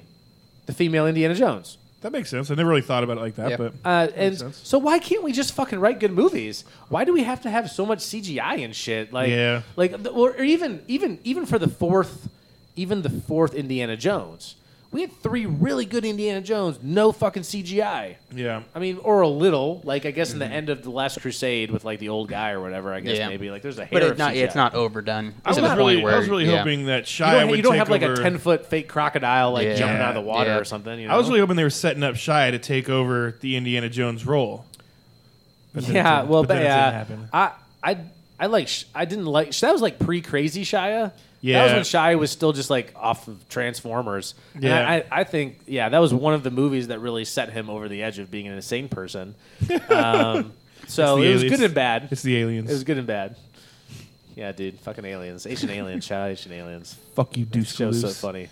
[SPEAKER 3] the female Indiana Jones.
[SPEAKER 2] That makes sense. I never really thought about it like that,
[SPEAKER 5] Yeah.
[SPEAKER 2] but
[SPEAKER 3] Uh, and
[SPEAKER 2] Makes sense.
[SPEAKER 3] so why can't we just fucking write good movies? Why do we have to have so much CGI and shit? Like,
[SPEAKER 2] Yeah.
[SPEAKER 3] like, th- or even even even for the fourth, even the fourth Indiana Jones, We had three really good Indiana Jones, no fucking CGI.
[SPEAKER 2] Yeah.
[SPEAKER 3] I mean, or a little. Like I guess in
[SPEAKER 2] Mm-hmm.
[SPEAKER 3] the end of the Last Crusade with like the old guy or whatever. I guess
[SPEAKER 5] Yeah.
[SPEAKER 3] maybe like there's a hair.
[SPEAKER 5] But
[SPEAKER 3] of
[SPEAKER 5] it's not.
[SPEAKER 3] CGI.
[SPEAKER 5] It's not overdone.
[SPEAKER 2] I was,
[SPEAKER 5] to the
[SPEAKER 2] really,
[SPEAKER 5] point where,
[SPEAKER 2] I was really
[SPEAKER 5] yeah.
[SPEAKER 2] hoping that
[SPEAKER 3] You
[SPEAKER 2] Shia
[SPEAKER 3] don't, ha-
[SPEAKER 2] would
[SPEAKER 3] you don't
[SPEAKER 2] take
[SPEAKER 3] have like
[SPEAKER 2] over.
[SPEAKER 3] a ten foot fake crocodile like
[SPEAKER 5] Yeah.
[SPEAKER 3] jumping out of the water
[SPEAKER 5] Yeah.
[SPEAKER 3] or something. You know?
[SPEAKER 2] I was really hoping they were setting up Shia to take over the Indiana Jones role. But then it
[SPEAKER 3] yeah,
[SPEAKER 2] didn't-
[SPEAKER 3] well,
[SPEAKER 2] but
[SPEAKER 3] but
[SPEAKER 2] then it didn't
[SPEAKER 3] yeah,
[SPEAKER 2] happen.
[SPEAKER 3] I I I like sh- I didn't like sh- that was like pre Crazy Shia. that was
[SPEAKER 2] Yeah.
[SPEAKER 3] when Shia was still just like off of Transformers. And
[SPEAKER 2] Yeah.
[SPEAKER 3] I, I, I think yeah, that was one of the movies that really set him over the edge of being an insane person. Um, so
[SPEAKER 2] It's the
[SPEAKER 3] it was
[SPEAKER 2] aliens.
[SPEAKER 3] good and bad.
[SPEAKER 2] It's the aliens.
[SPEAKER 3] It was good and bad. Yeah, dude, fucking aliens, Asian aliens, shout out Asian aliens.
[SPEAKER 2] Fuck you, Deuce.
[SPEAKER 3] This show's so
[SPEAKER 2] Galoose.
[SPEAKER 3] funny.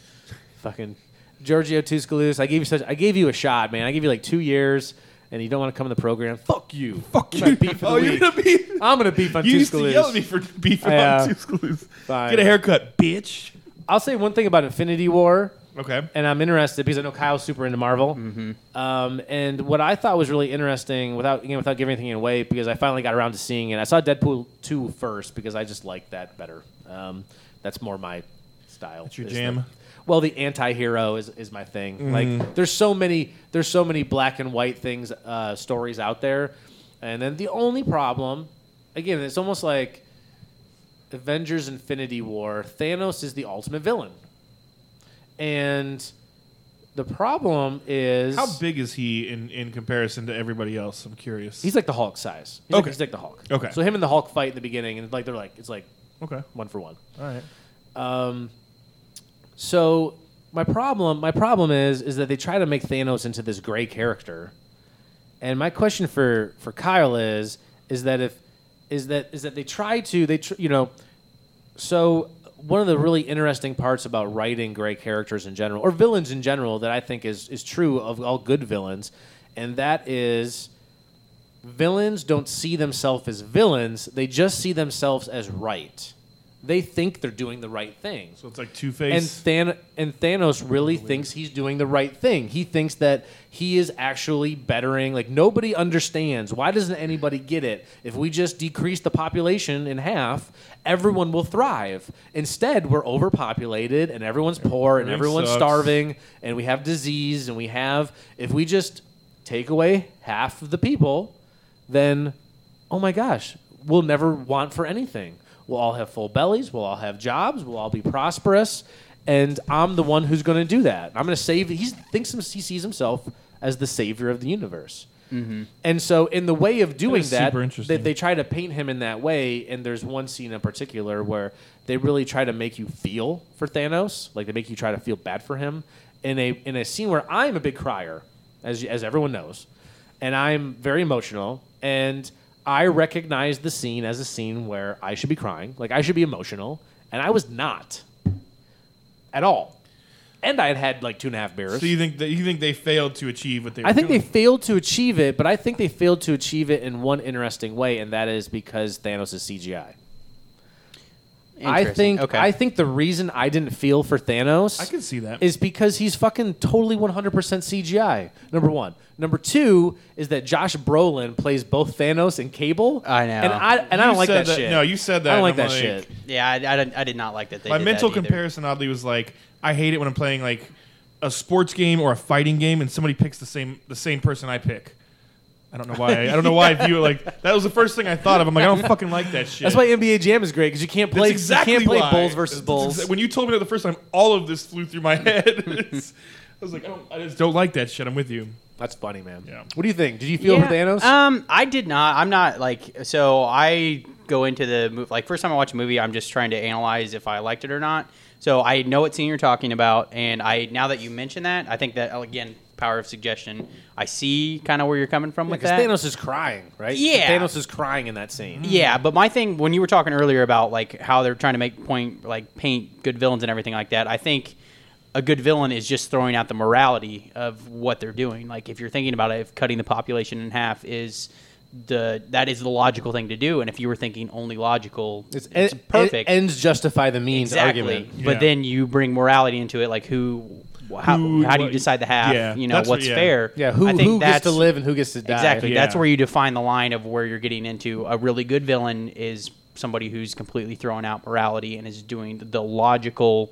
[SPEAKER 3] Fucking Giorgio Tuscaloosa. I gave you such. I gave you a shot, man. I gave you like two years, and you don't want to come in the program. Fuck you.
[SPEAKER 2] Fuck
[SPEAKER 3] You're my
[SPEAKER 2] you.
[SPEAKER 3] Beef of
[SPEAKER 2] oh,
[SPEAKER 3] the
[SPEAKER 2] you're
[SPEAKER 3] week.
[SPEAKER 2] gonna be.
[SPEAKER 3] I'm gonna beef on
[SPEAKER 2] You used to yell at me
[SPEAKER 3] Tuscaloosa.
[SPEAKER 2] for beefing
[SPEAKER 3] I, uh,
[SPEAKER 2] on Tuscaloosa.
[SPEAKER 3] fine.
[SPEAKER 2] Get a haircut, bitch.
[SPEAKER 3] I'll say one thing about Infinity War,
[SPEAKER 2] Okay. Mm-hmm.
[SPEAKER 3] and I'm interested because I know Kyle's super into Marvel. Um, and what I thought was really interesting, without again, without giving anything away, because I finally got around to seeing it. I saw Deadpool 2 first because I just like that better. Um, that's more my style.
[SPEAKER 2] That's your
[SPEAKER 3] is
[SPEAKER 2] jam. Mm-hmm.
[SPEAKER 3] the- well, the anti-hero is, is my thing. Like, there's so many there's so many black and white things uh, stories out there, and then the only problem, again, it's almost like Avengers: Infinity War. Thanos is the ultimate villain, and the problem is
[SPEAKER 2] How big is he in, in comparison to everybody else? I'm curious.
[SPEAKER 3] He's like the Hulk size. He's, like,
[SPEAKER 2] Okay.
[SPEAKER 3] he's like the Hulk.
[SPEAKER 2] Okay.
[SPEAKER 3] So him and the Hulk fight in the beginning, and like they're like it's like
[SPEAKER 2] okay.
[SPEAKER 3] one for one.
[SPEAKER 2] All right.
[SPEAKER 3] Um, so my problem, my problem is, is that they try to make Thanos into this gray character, and my question for for Kyle is, is that if, is that is that they try to they tr- you know, so one of the really interesting parts about writing gray characters in general or villains in general that I think is is true of all good villains, and that is. Villains don't see themselves as villains. They just see themselves as right. They think they're doing the right thing
[SPEAKER 2] So it's like Two Face.
[SPEAKER 3] and Than- and Thanos really thinks he's doing the right thing. He thinks that he is actually bettering. Like nobody understands. Why doesn't anybody get it? If we just decrease the population in half, everyone will thrive. Instead, we're overpopulated and everyone's poor and
[SPEAKER 2] Everything
[SPEAKER 3] everyone's
[SPEAKER 2] sucks.
[SPEAKER 3] starving and we have disease and we have. If we just take away half of the people, then oh my gosh, we'll never want for anything. We'll all have full bellies. We'll all have jobs. We'll all be prosperous. And I'm the one who's going to do that. I'm going to save. He thinks him- he sees himself as the savior of the universe. And so, in the way of doing
[SPEAKER 2] is
[SPEAKER 3] that,
[SPEAKER 2] super
[SPEAKER 3] they,
[SPEAKER 2] interesting.
[SPEAKER 3] they try to paint him in that way. And there's one scene in particular where they really try to make you feel for Thanos, like they make you try to feel bad for him. In a in a scene where I'm a big crier, as you- as everyone knows, and I'm very emotional. And I recognize the scene as a scene where I should be crying, like I should be emotional, and I was not at all. And I had had like two and a half beers.
[SPEAKER 2] so you think that you think they failed to achieve what they?
[SPEAKER 3] I
[SPEAKER 2] were
[SPEAKER 3] think they
[SPEAKER 2] doing.
[SPEAKER 3] failed to achieve it, but I think they failed to achieve it in one interesting way, and that is because Thanos is CGI. I
[SPEAKER 5] Interesting.
[SPEAKER 3] think
[SPEAKER 5] Okay.
[SPEAKER 3] I think the reason I didn't feel for Thanos
[SPEAKER 2] I can see that.
[SPEAKER 3] is because he's fucking totally 100% CGI. Number 1. Number 2 is that Josh Brolin plays both Thanos and Cable.
[SPEAKER 5] I know.
[SPEAKER 3] And I and I
[SPEAKER 2] You
[SPEAKER 3] don't like
[SPEAKER 2] said
[SPEAKER 3] that, shit.
[SPEAKER 2] No, you said that.
[SPEAKER 3] I don't like
[SPEAKER 2] and I'm
[SPEAKER 3] that shit.
[SPEAKER 5] yeah, I, I, didn't- I did not like that. They
[SPEAKER 2] My
[SPEAKER 5] did
[SPEAKER 2] mental
[SPEAKER 5] that either.
[SPEAKER 2] comparison oddly was like, I hate it when I'm playing like a sports game or a fighting game, and somebody picks the same the same person I pick. I don't know why. I, I don't know why I view it like that. Was the first thing I thought of. I'm like, I don't fucking like that shit.
[SPEAKER 3] That's why NBA Jam is great cuz you can't
[SPEAKER 2] That's
[SPEAKER 3] play
[SPEAKER 2] exactly
[SPEAKER 3] you can't play
[SPEAKER 2] why.
[SPEAKER 3] Bulls versus
[SPEAKER 2] That's
[SPEAKER 3] Bulls.
[SPEAKER 2] exa- when you told me that the first time, all of this flew through my head. It's- I was like, I, don't, I just don't like that shit. I'm with you.
[SPEAKER 3] That's funny, man.
[SPEAKER 2] Yeah.
[SPEAKER 3] What do you think? Did you feel for
[SPEAKER 5] Yeah.
[SPEAKER 3] Thanos?
[SPEAKER 5] Um, I did not. I'm not like so. I go into the movie like first time I watch a movie, I'm just trying to analyze if I liked it or not. So I know what scene you're talking about, and I now that you mention that, I think that again, power of suggestion. I see kind of where you're coming from with
[SPEAKER 3] Because
[SPEAKER 5] that.
[SPEAKER 3] Thanos is crying, right?
[SPEAKER 5] Yeah.
[SPEAKER 3] Thanos is crying in that scene.
[SPEAKER 5] Yeah, but my thing when you were talking earlier about like how they're trying to make point like paint good villains and everything like that, I think a good villain is just throwing out the morality of what they're doing. Like if you're thinking about it, if cutting the population in half is the that is the logical thing to do, and if you were thinking only logical, it's,
[SPEAKER 3] It-
[SPEAKER 5] perfect.
[SPEAKER 3] it- ends justify the means
[SPEAKER 5] exactly,
[SPEAKER 3] argument.
[SPEAKER 5] but
[SPEAKER 2] Yeah.
[SPEAKER 5] then you bring morality into it, like who, wh- how,
[SPEAKER 2] Who-
[SPEAKER 5] how do you
[SPEAKER 2] what-
[SPEAKER 5] decide the half?
[SPEAKER 2] yeah,
[SPEAKER 5] you know
[SPEAKER 2] that's what-
[SPEAKER 5] what's
[SPEAKER 2] yeah.
[SPEAKER 5] fair.
[SPEAKER 3] Yeah, who,
[SPEAKER 5] I think
[SPEAKER 3] who gets
[SPEAKER 5] that's
[SPEAKER 3] to live and who gets to die?
[SPEAKER 5] Exactly. That's
[SPEAKER 2] Yeah.
[SPEAKER 5] where you define the line of where you're getting into. A really good villain is somebody who's completely throwing out morality and is doing the logical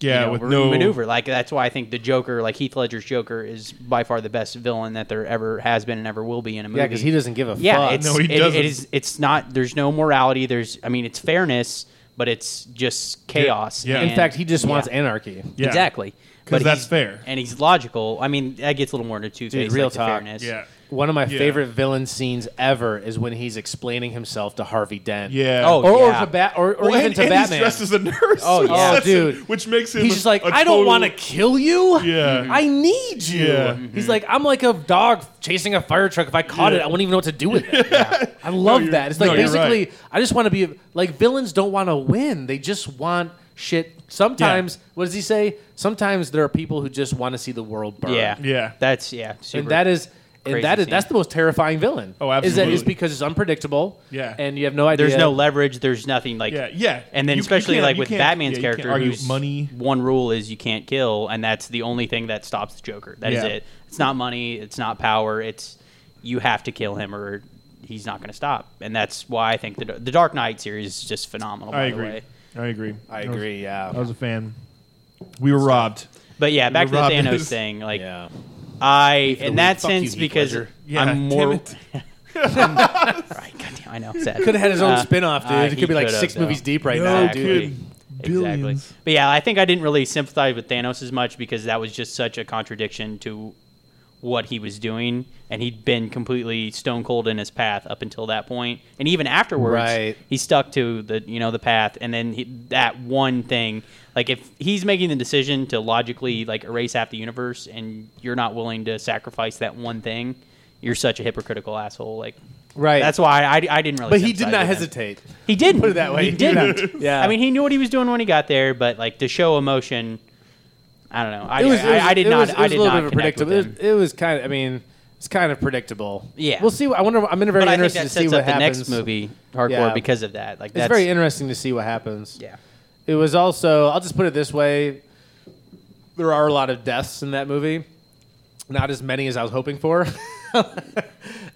[SPEAKER 2] Yeah,
[SPEAKER 5] you know,
[SPEAKER 2] with
[SPEAKER 5] r-
[SPEAKER 2] no-
[SPEAKER 5] maneuver. Like that's why I think the Joker, like Heath Ledger's Joker, is by far the best villain that there ever has been and ever will be in a movie.
[SPEAKER 3] Yeah, because he doesn't give a
[SPEAKER 5] Yeah,
[SPEAKER 3] fuck.
[SPEAKER 5] it's,
[SPEAKER 2] No, he
[SPEAKER 5] it-
[SPEAKER 2] doesn't.
[SPEAKER 5] it is. It's not. There's no morality. There's. I mean, it's fairness, but it's just chaos.
[SPEAKER 2] Yeah.
[SPEAKER 5] and-
[SPEAKER 2] In
[SPEAKER 3] In fact, he just wants
[SPEAKER 5] yeah.
[SPEAKER 3] anarchy.
[SPEAKER 2] Yeah.
[SPEAKER 5] exactly.
[SPEAKER 2] 'Cause
[SPEAKER 5] But
[SPEAKER 2] that's
[SPEAKER 5] he's-
[SPEAKER 2] fair.
[SPEAKER 5] and he's logical. I mean, that gets a little more into two
[SPEAKER 3] Dude,
[SPEAKER 5] face
[SPEAKER 3] real
[SPEAKER 5] like the
[SPEAKER 3] talk.
[SPEAKER 5] fairness.
[SPEAKER 2] Yeah.
[SPEAKER 3] One of my
[SPEAKER 2] Yeah.
[SPEAKER 3] favorite villain scenes ever is when he's explaining himself to Harvey Dent.
[SPEAKER 2] Yeah.
[SPEAKER 5] Oh,
[SPEAKER 3] Or,
[SPEAKER 5] yeah.
[SPEAKER 3] or to Bat, or, or
[SPEAKER 2] Well,
[SPEAKER 3] even
[SPEAKER 2] and,
[SPEAKER 3] to
[SPEAKER 2] and
[SPEAKER 3] Batman.
[SPEAKER 2] He's dressed as a nurse.
[SPEAKER 5] Oh,
[SPEAKER 2] which
[SPEAKER 5] yeah.
[SPEAKER 2] sets him-
[SPEAKER 3] Dude.
[SPEAKER 2] which makes him.
[SPEAKER 3] He's just like,
[SPEAKER 2] I
[SPEAKER 3] I don't want to kill you.
[SPEAKER 2] Yeah.
[SPEAKER 3] I need you.
[SPEAKER 2] Yeah.
[SPEAKER 3] He's like, I'm like a dog chasing a fire truck. If I caught it,
[SPEAKER 2] Yeah.
[SPEAKER 3] I wouldn't even know what to do with it. I love
[SPEAKER 2] you're-
[SPEAKER 3] that. It's like
[SPEAKER 2] no, you're
[SPEAKER 3] basically,
[SPEAKER 2] right.
[SPEAKER 3] I just want to be like villains don't want to win. They just want shit. Sometimes, what does he say? Sometimes there are people who just want to see the world burn.
[SPEAKER 5] Yeah.
[SPEAKER 2] Yeah.
[SPEAKER 5] That's yeah. Super.
[SPEAKER 3] and that is.
[SPEAKER 5] Crazy
[SPEAKER 3] And that is
[SPEAKER 5] scene.
[SPEAKER 3] that's the most terrifying villain.
[SPEAKER 2] Oh,
[SPEAKER 3] Is that is
[SPEAKER 2] absolutely.
[SPEAKER 3] because it's unpredictable.
[SPEAKER 2] Yeah.
[SPEAKER 3] And you have no idea.
[SPEAKER 5] there's no leverage. There's nothing like.
[SPEAKER 2] Yeah, yeah.
[SPEAKER 5] And then
[SPEAKER 2] You- you
[SPEAKER 5] especially
[SPEAKER 2] can't-
[SPEAKER 5] like
[SPEAKER 2] you
[SPEAKER 5] with
[SPEAKER 2] can't-
[SPEAKER 5] Batman's
[SPEAKER 2] yeah, you can't
[SPEAKER 5] character,
[SPEAKER 2] argue
[SPEAKER 5] whose
[SPEAKER 2] money.
[SPEAKER 5] One rule is you can't kill, and that's the only thing that stops the Joker. That is
[SPEAKER 2] Yeah.
[SPEAKER 5] it. It's not money. It's not power. It's you have to kill him or he's not going to stop. And that's why I think the the Dark Knight series is just phenomenal.
[SPEAKER 2] I
[SPEAKER 5] by The
[SPEAKER 2] agree.
[SPEAKER 5] way.
[SPEAKER 2] I agree.
[SPEAKER 3] I
[SPEAKER 2] was-
[SPEAKER 3] agree.
[SPEAKER 2] I
[SPEAKER 3] Yeah.
[SPEAKER 2] was a fan. We were robbed.
[SPEAKER 5] But yeah, back to the
[SPEAKER 2] Rob
[SPEAKER 5] Thanos
[SPEAKER 2] is-
[SPEAKER 5] thing. Like
[SPEAKER 3] Yeah.
[SPEAKER 5] I, in
[SPEAKER 3] week.
[SPEAKER 5] that
[SPEAKER 3] Fuck you,
[SPEAKER 5] sense,
[SPEAKER 3] Heath
[SPEAKER 5] because
[SPEAKER 3] Ledger.
[SPEAKER 2] Yeah,
[SPEAKER 5] I'm more.
[SPEAKER 2] damn it.
[SPEAKER 5] right, goddamn, I know. Sad.
[SPEAKER 3] Could have had his own
[SPEAKER 5] Uh,
[SPEAKER 3] spin off, dude.
[SPEAKER 5] uh,
[SPEAKER 3] it
[SPEAKER 5] he
[SPEAKER 3] could be like
[SPEAKER 5] could've,
[SPEAKER 3] six
[SPEAKER 5] though.
[SPEAKER 3] movies deep right
[SPEAKER 2] No
[SPEAKER 3] now, dude.
[SPEAKER 2] kidding.
[SPEAKER 5] Exactly.
[SPEAKER 2] Billions.
[SPEAKER 5] But yeah, I think I didn't really sympathize with Thanos as much because that was just such a contradiction to what he was doing, and he'd been completely stone cold in his path up until that point, and even afterwards,
[SPEAKER 3] Right.
[SPEAKER 5] he stuck to the you know the path, and then he, that one thing, like if he's making the decision to logically like erase half the universe, and you're not willing to sacrifice that one thing, you're such a hypocritical asshole. Like,
[SPEAKER 3] Right.
[SPEAKER 5] That's why I, I didn't really.
[SPEAKER 3] But he did
[SPEAKER 5] sympathize
[SPEAKER 3] not
[SPEAKER 5] with him.
[SPEAKER 3] hesitate.
[SPEAKER 5] He didn't
[SPEAKER 3] Put it that way.
[SPEAKER 5] He
[SPEAKER 3] He
[SPEAKER 5] didn't.
[SPEAKER 3] didn't. Yeah.
[SPEAKER 5] I mean, he knew what he was doing when he got there, but like to show emotion, I don't know. I, I, I did
[SPEAKER 3] it
[SPEAKER 5] not.
[SPEAKER 3] was- it
[SPEAKER 5] I
[SPEAKER 3] was
[SPEAKER 5] did
[SPEAKER 3] a little
[SPEAKER 5] not
[SPEAKER 3] bit of
[SPEAKER 5] connect with
[SPEAKER 3] predictable. It
[SPEAKER 5] him.
[SPEAKER 3] was, it was kind of. I mean, it's kind of predictable.
[SPEAKER 5] Yeah.
[SPEAKER 3] We'll see. what- I wonder. I'm very
[SPEAKER 5] but I think
[SPEAKER 3] interested
[SPEAKER 5] that
[SPEAKER 3] to
[SPEAKER 5] sets
[SPEAKER 3] see
[SPEAKER 5] up
[SPEAKER 3] what
[SPEAKER 5] the
[SPEAKER 3] happens.
[SPEAKER 5] next movie hardcore
[SPEAKER 3] Yeah.
[SPEAKER 5] because of that. Like
[SPEAKER 3] It's
[SPEAKER 5] that's
[SPEAKER 3] very interesting to see what happens.
[SPEAKER 5] yeah.
[SPEAKER 3] It was also. I'll just put it this way. There are a lot of deaths in that movie. Not as many as I was hoping for,